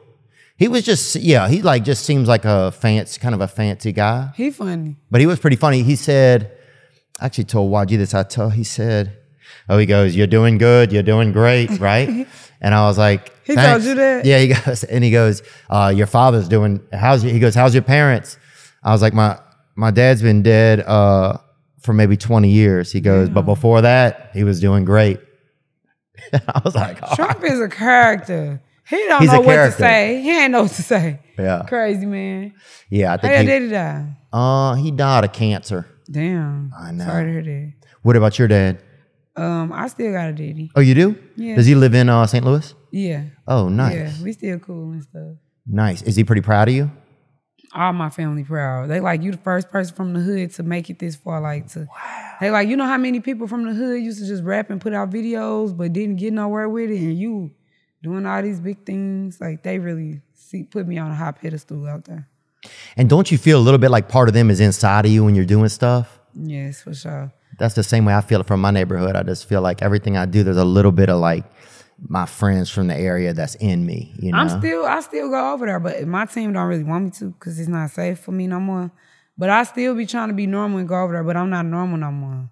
Speaker 1: He was just yeah. He like just seems like a fancy kind of a fancy guy.
Speaker 3: He funny.
Speaker 1: But he was pretty funny. He said, I actually told YG this. I tell he said, Oh, he goes, You're doing good, you're doing great, right? and I was like,
Speaker 3: He told
Speaker 1: "Thanks."
Speaker 3: you that?
Speaker 1: Yeah, he goes, and he goes, uh, your father's doing how's your he goes, How's your parents? I was like, My my dad's been dead uh for maybe 20 years. He goes, But before that, he was doing great. I was like, "Oh,
Speaker 3: Trump is a character. He don't
Speaker 1: He's a
Speaker 3: know what to
Speaker 1: character.
Speaker 3: say. He ain't know what to say.
Speaker 1: Yeah.
Speaker 3: Crazy man.
Speaker 1: Yeah, I
Speaker 3: How your
Speaker 1: think he,
Speaker 3: daddy die?
Speaker 1: uh, he died of cancer.
Speaker 3: Damn.
Speaker 1: I know.
Speaker 3: Sorry to hear
Speaker 1: What about your dad?
Speaker 3: that. Um, I still got a daddy.
Speaker 1: Oh, you do?
Speaker 3: Yeah.
Speaker 1: Does he live in uh, St. Louis?
Speaker 3: Yeah.
Speaker 1: Oh, nice.
Speaker 3: Yeah. We still cool and stuff.
Speaker 1: Nice. Is he pretty proud of you?
Speaker 3: all my family proud. They like you the first person from the hood to make it this far. Like to they like, you know how many people from the hood used to just rap and put out videos but didn't get nowhere with it and you doing all these big things, like they really see, put me on a high pedestal out there.
Speaker 1: And don't you feel a little bit like part of them is inside of you when you're doing stuff?
Speaker 3: Yes, for sure.
Speaker 1: That's the same way I feel it from my neighborhood. I just feel like everything I do, there's a little bit of like my friends from the area that's in me. You know,
Speaker 3: I'm still I still go over there, but my team don't really want me to because it's not safe for me no more. But I still be trying to be normal and go over there, but I'm not normal no more.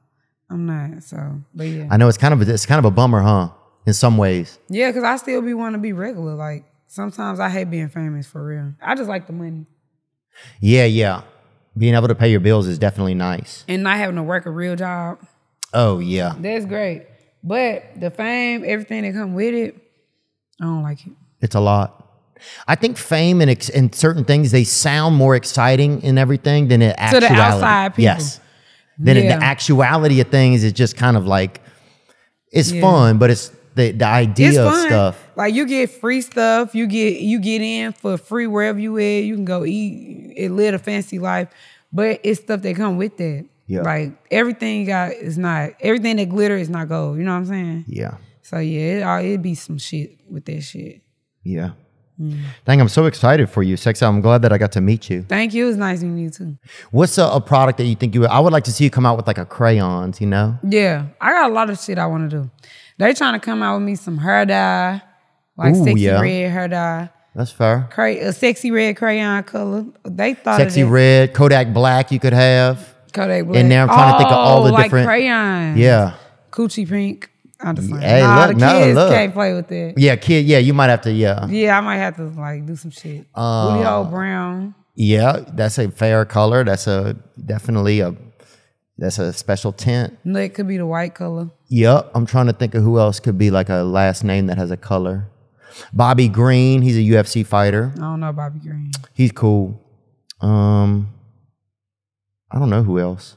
Speaker 3: I'm not. So, but yeah.
Speaker 1: I know it's kind of a, it's kind of a bummer, huh? In some ways,
Speaker 3: Yeah, because I still be want to be regular. Like sometimes I hate being famous for real. I just like the money
Speaker 1: yeah, yeah. Being able to pay your bills is definitely nice.
Speaker 3: and not having to work a real job.
Speaker 1: Oh yeah,
Speaker 3: That's great, but the fame, everything that come with it, I don't like it.
Speaker 1: It's a lot. I think fame and, ex- and certain things they sound more exciting and everything than it
Speaker 3: the
Speaker 1: actuality.
Speaker 3: outside people.
Speaker 1: Yes. Then it-
Speaker 3: Yeah.
Speaker 1: the actuality of things is just kind of like it's
Speaker 3: Yeah.
Speaker 1: fun, but it's the the idea
Speaker 3: It's
Speaker 1: of
Speaker 3: fun.
Speaker 1: stuff.
Speaker 3: Like you get free stuff. You get you get in for free wherever you at. You can go eat. It live a fancy life, but it's stuff that come with that.
Speaker 1: Yeah.
Speaker 3: Like everything you got is not everything that glitter is not gold. You know what I'm saying?
Speaker 1: Yeah.
Speaker 3: So yeah, it all it'd be some shit with that shit.
Speaker 1: Yeah. Dang, I'm so excited for you, Sexy. I'm glad that I got to meet you.
Speaker 3: Thank you. It was nice meeting you too.
Speaker 1: What's a, a product that you think you would, I would like to see you come out with like a crayons, you know?
Speaker 3: Yeah, I got a lot of shit I want to do. They trying to come out with me some hair dye, like
Speaker 1: Ooh,
Speaker 3: sexy
Speaker 1: yeah.
Speaker 3: red hair dye,
Speaker 1: That's fair.
Speaker 3: cray- a sexy red crayon color. They thought
Speaker 1: Sexy
Speaker 3: of that.
Speaker 1: red, Kodak black you could have.
Speaker 3: Kodak black.
Speaker 1: And now I'm trying to think of all
Speaker 3: Oh,
Speaker 1: the
Speaker 3: like
Speaker 1: different-
Speaker 3: crayons.
Speaker 1: Yeah.
Speaker 3: coochie pink. I'm just like,
Speaker 1: Hey,
Speaker 3: nah,
Speaker 1: look,
Speaker 3: the
Speaker 1: no,
Speaker 3: kids
Speaker 1: look.
Speaker 3: can't play with that. Yeah.
Speaker 1: Yeah, kid. Yeah, you might have to, yeah.
Speaker 3: I might have to like do some shit.
Speaker 1: Uh,
Speaker 3: Booty hole brown.
Speaker 1: Yeah, that's a fair color. That's a definitely a that's a special tint.
Speaker 3: Nut could be the white color.
Speaker 1: Yep, I'm trying to think of who else could be like a last name that has a color. Bobby Green, he's a UFC fighter.
Speaker 3: I don't know, Bobby Green.
Speaker 1: He's cool. Um I don't know who else.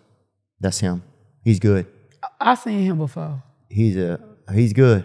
Speaker 1: That's him. He's good.
Speaker 3: I seen him before.
Speaker 1: He's a he's good.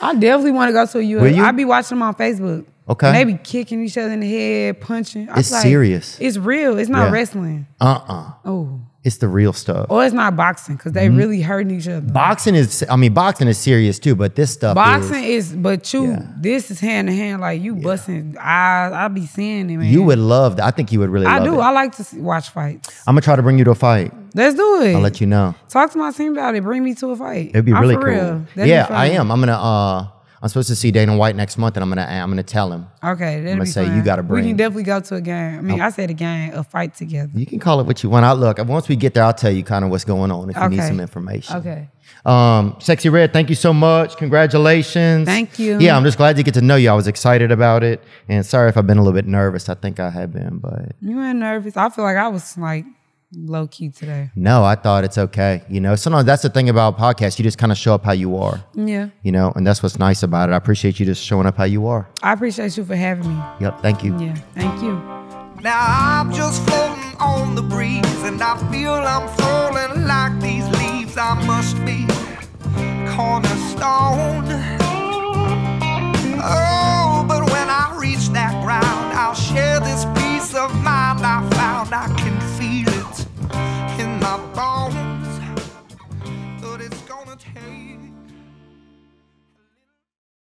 Speaker 3: I definitely want to go to a
Speaker 1: Will
Speaker 3: UFC.
Speaker 1: you?
Speaker 3: I be watching them on Facebook.
Speaker 1: Okay.
Speaker 3: And they be kicking each other in the head, punching. I was
Speaker 1: It's serious.
Speaker 3: It's real. It's not
Speaker 1: Yeah.
Speaker 3: wrestling.
Speaker 1: Uh-uh.
Speaker 3: Oh.
Speaker 1: It's the real stuff.
Speaker 3: Or it's not boxing because they
Speaker 1: Mm-hmm.
Speaker 3: really hurting each other.
Speaker 1: Boxing is I mean boxing is serious too, but this stuff
Speaker 3: boxing
Speaker 1: is,
Speaker 3: is, but you,
Speaker 1: Yeah.
Speaker 3: this is hand to hand. Like you busting eyes. I be seeing it, man.
Speaker 1: you would love that. I think you would really
Speaker 3: I
Speaker 1: love
Speaker 3: do.
Speaker 1: it.
Speaker 3: I like to see, watch fights.
Speaker 1: I'm gonna try to bring you to a fight.
Speaker 3: Let's do it.
Speaker 1: I'll let you know.
Speaker 3: Talk to my team about it. Bring me to a fight.
Speaker 1: It'd be
Speaker 3: I'm
Speaker 1: really
Speaker 3: Oh, for
Speaker 1: cool.
Speaker 3: Real. That'd be
Speaker 1: Yeah,
Speaker 3: fun.
Speaker 1: I am. I'm gonna. uh I'm supposed to see Dana White next month, and I'm gonna. I'm gonna tell him.
Speaker 3: Okay, that'd
Speaker 1: I'ma
Speaker 3: be
Speaker 1: say you
Speaker 3: fun.
Speaker 1: gotta
Speaker 3: We
Speaker 1: bring-
Speaker 3: can definitely go to a game. I mean, I said a game, a fight together.
Speaker 1: You can call it what you want. I look. Once we get there, I'll tell you kind of what's going on if you need
Speaker 3: Okay.
Speaker 1: some information.
Speaker 3: Okay.
Speaker 1: Um, sexy red. Thank you so much. Congratulations.
Speaker 3: Thank you.
Speaker 1: Yeah, I'm just glad to get to know you. I was excited about it, and sorry if I've been a little bit nervous. I think I have been, but
Speaker 3: You ain't nervous. I feel like I was like low key today.
Speaker 1: no, I thought it's okay. You know, sometimes that's the thing about podcasts. You just kind of show up how you are.
Speaker 3: Yeah.
Speaker 1: You know, and that's what's nice about it. I appreciate you just showing up how you are.
Speaker 3: I appreciate you for having me.
Speaker 1: Yep. Thank you.
Speaker 3: Yeah. Thank you.
Speaker 2: Now I'm just floating on the breeze, and I feel I'm falling like these leaves. I must be cornerstone. Oh, but when I reach that ground, I'll share this peace of mind I found. I can feel it in my bones, but it's gonna take.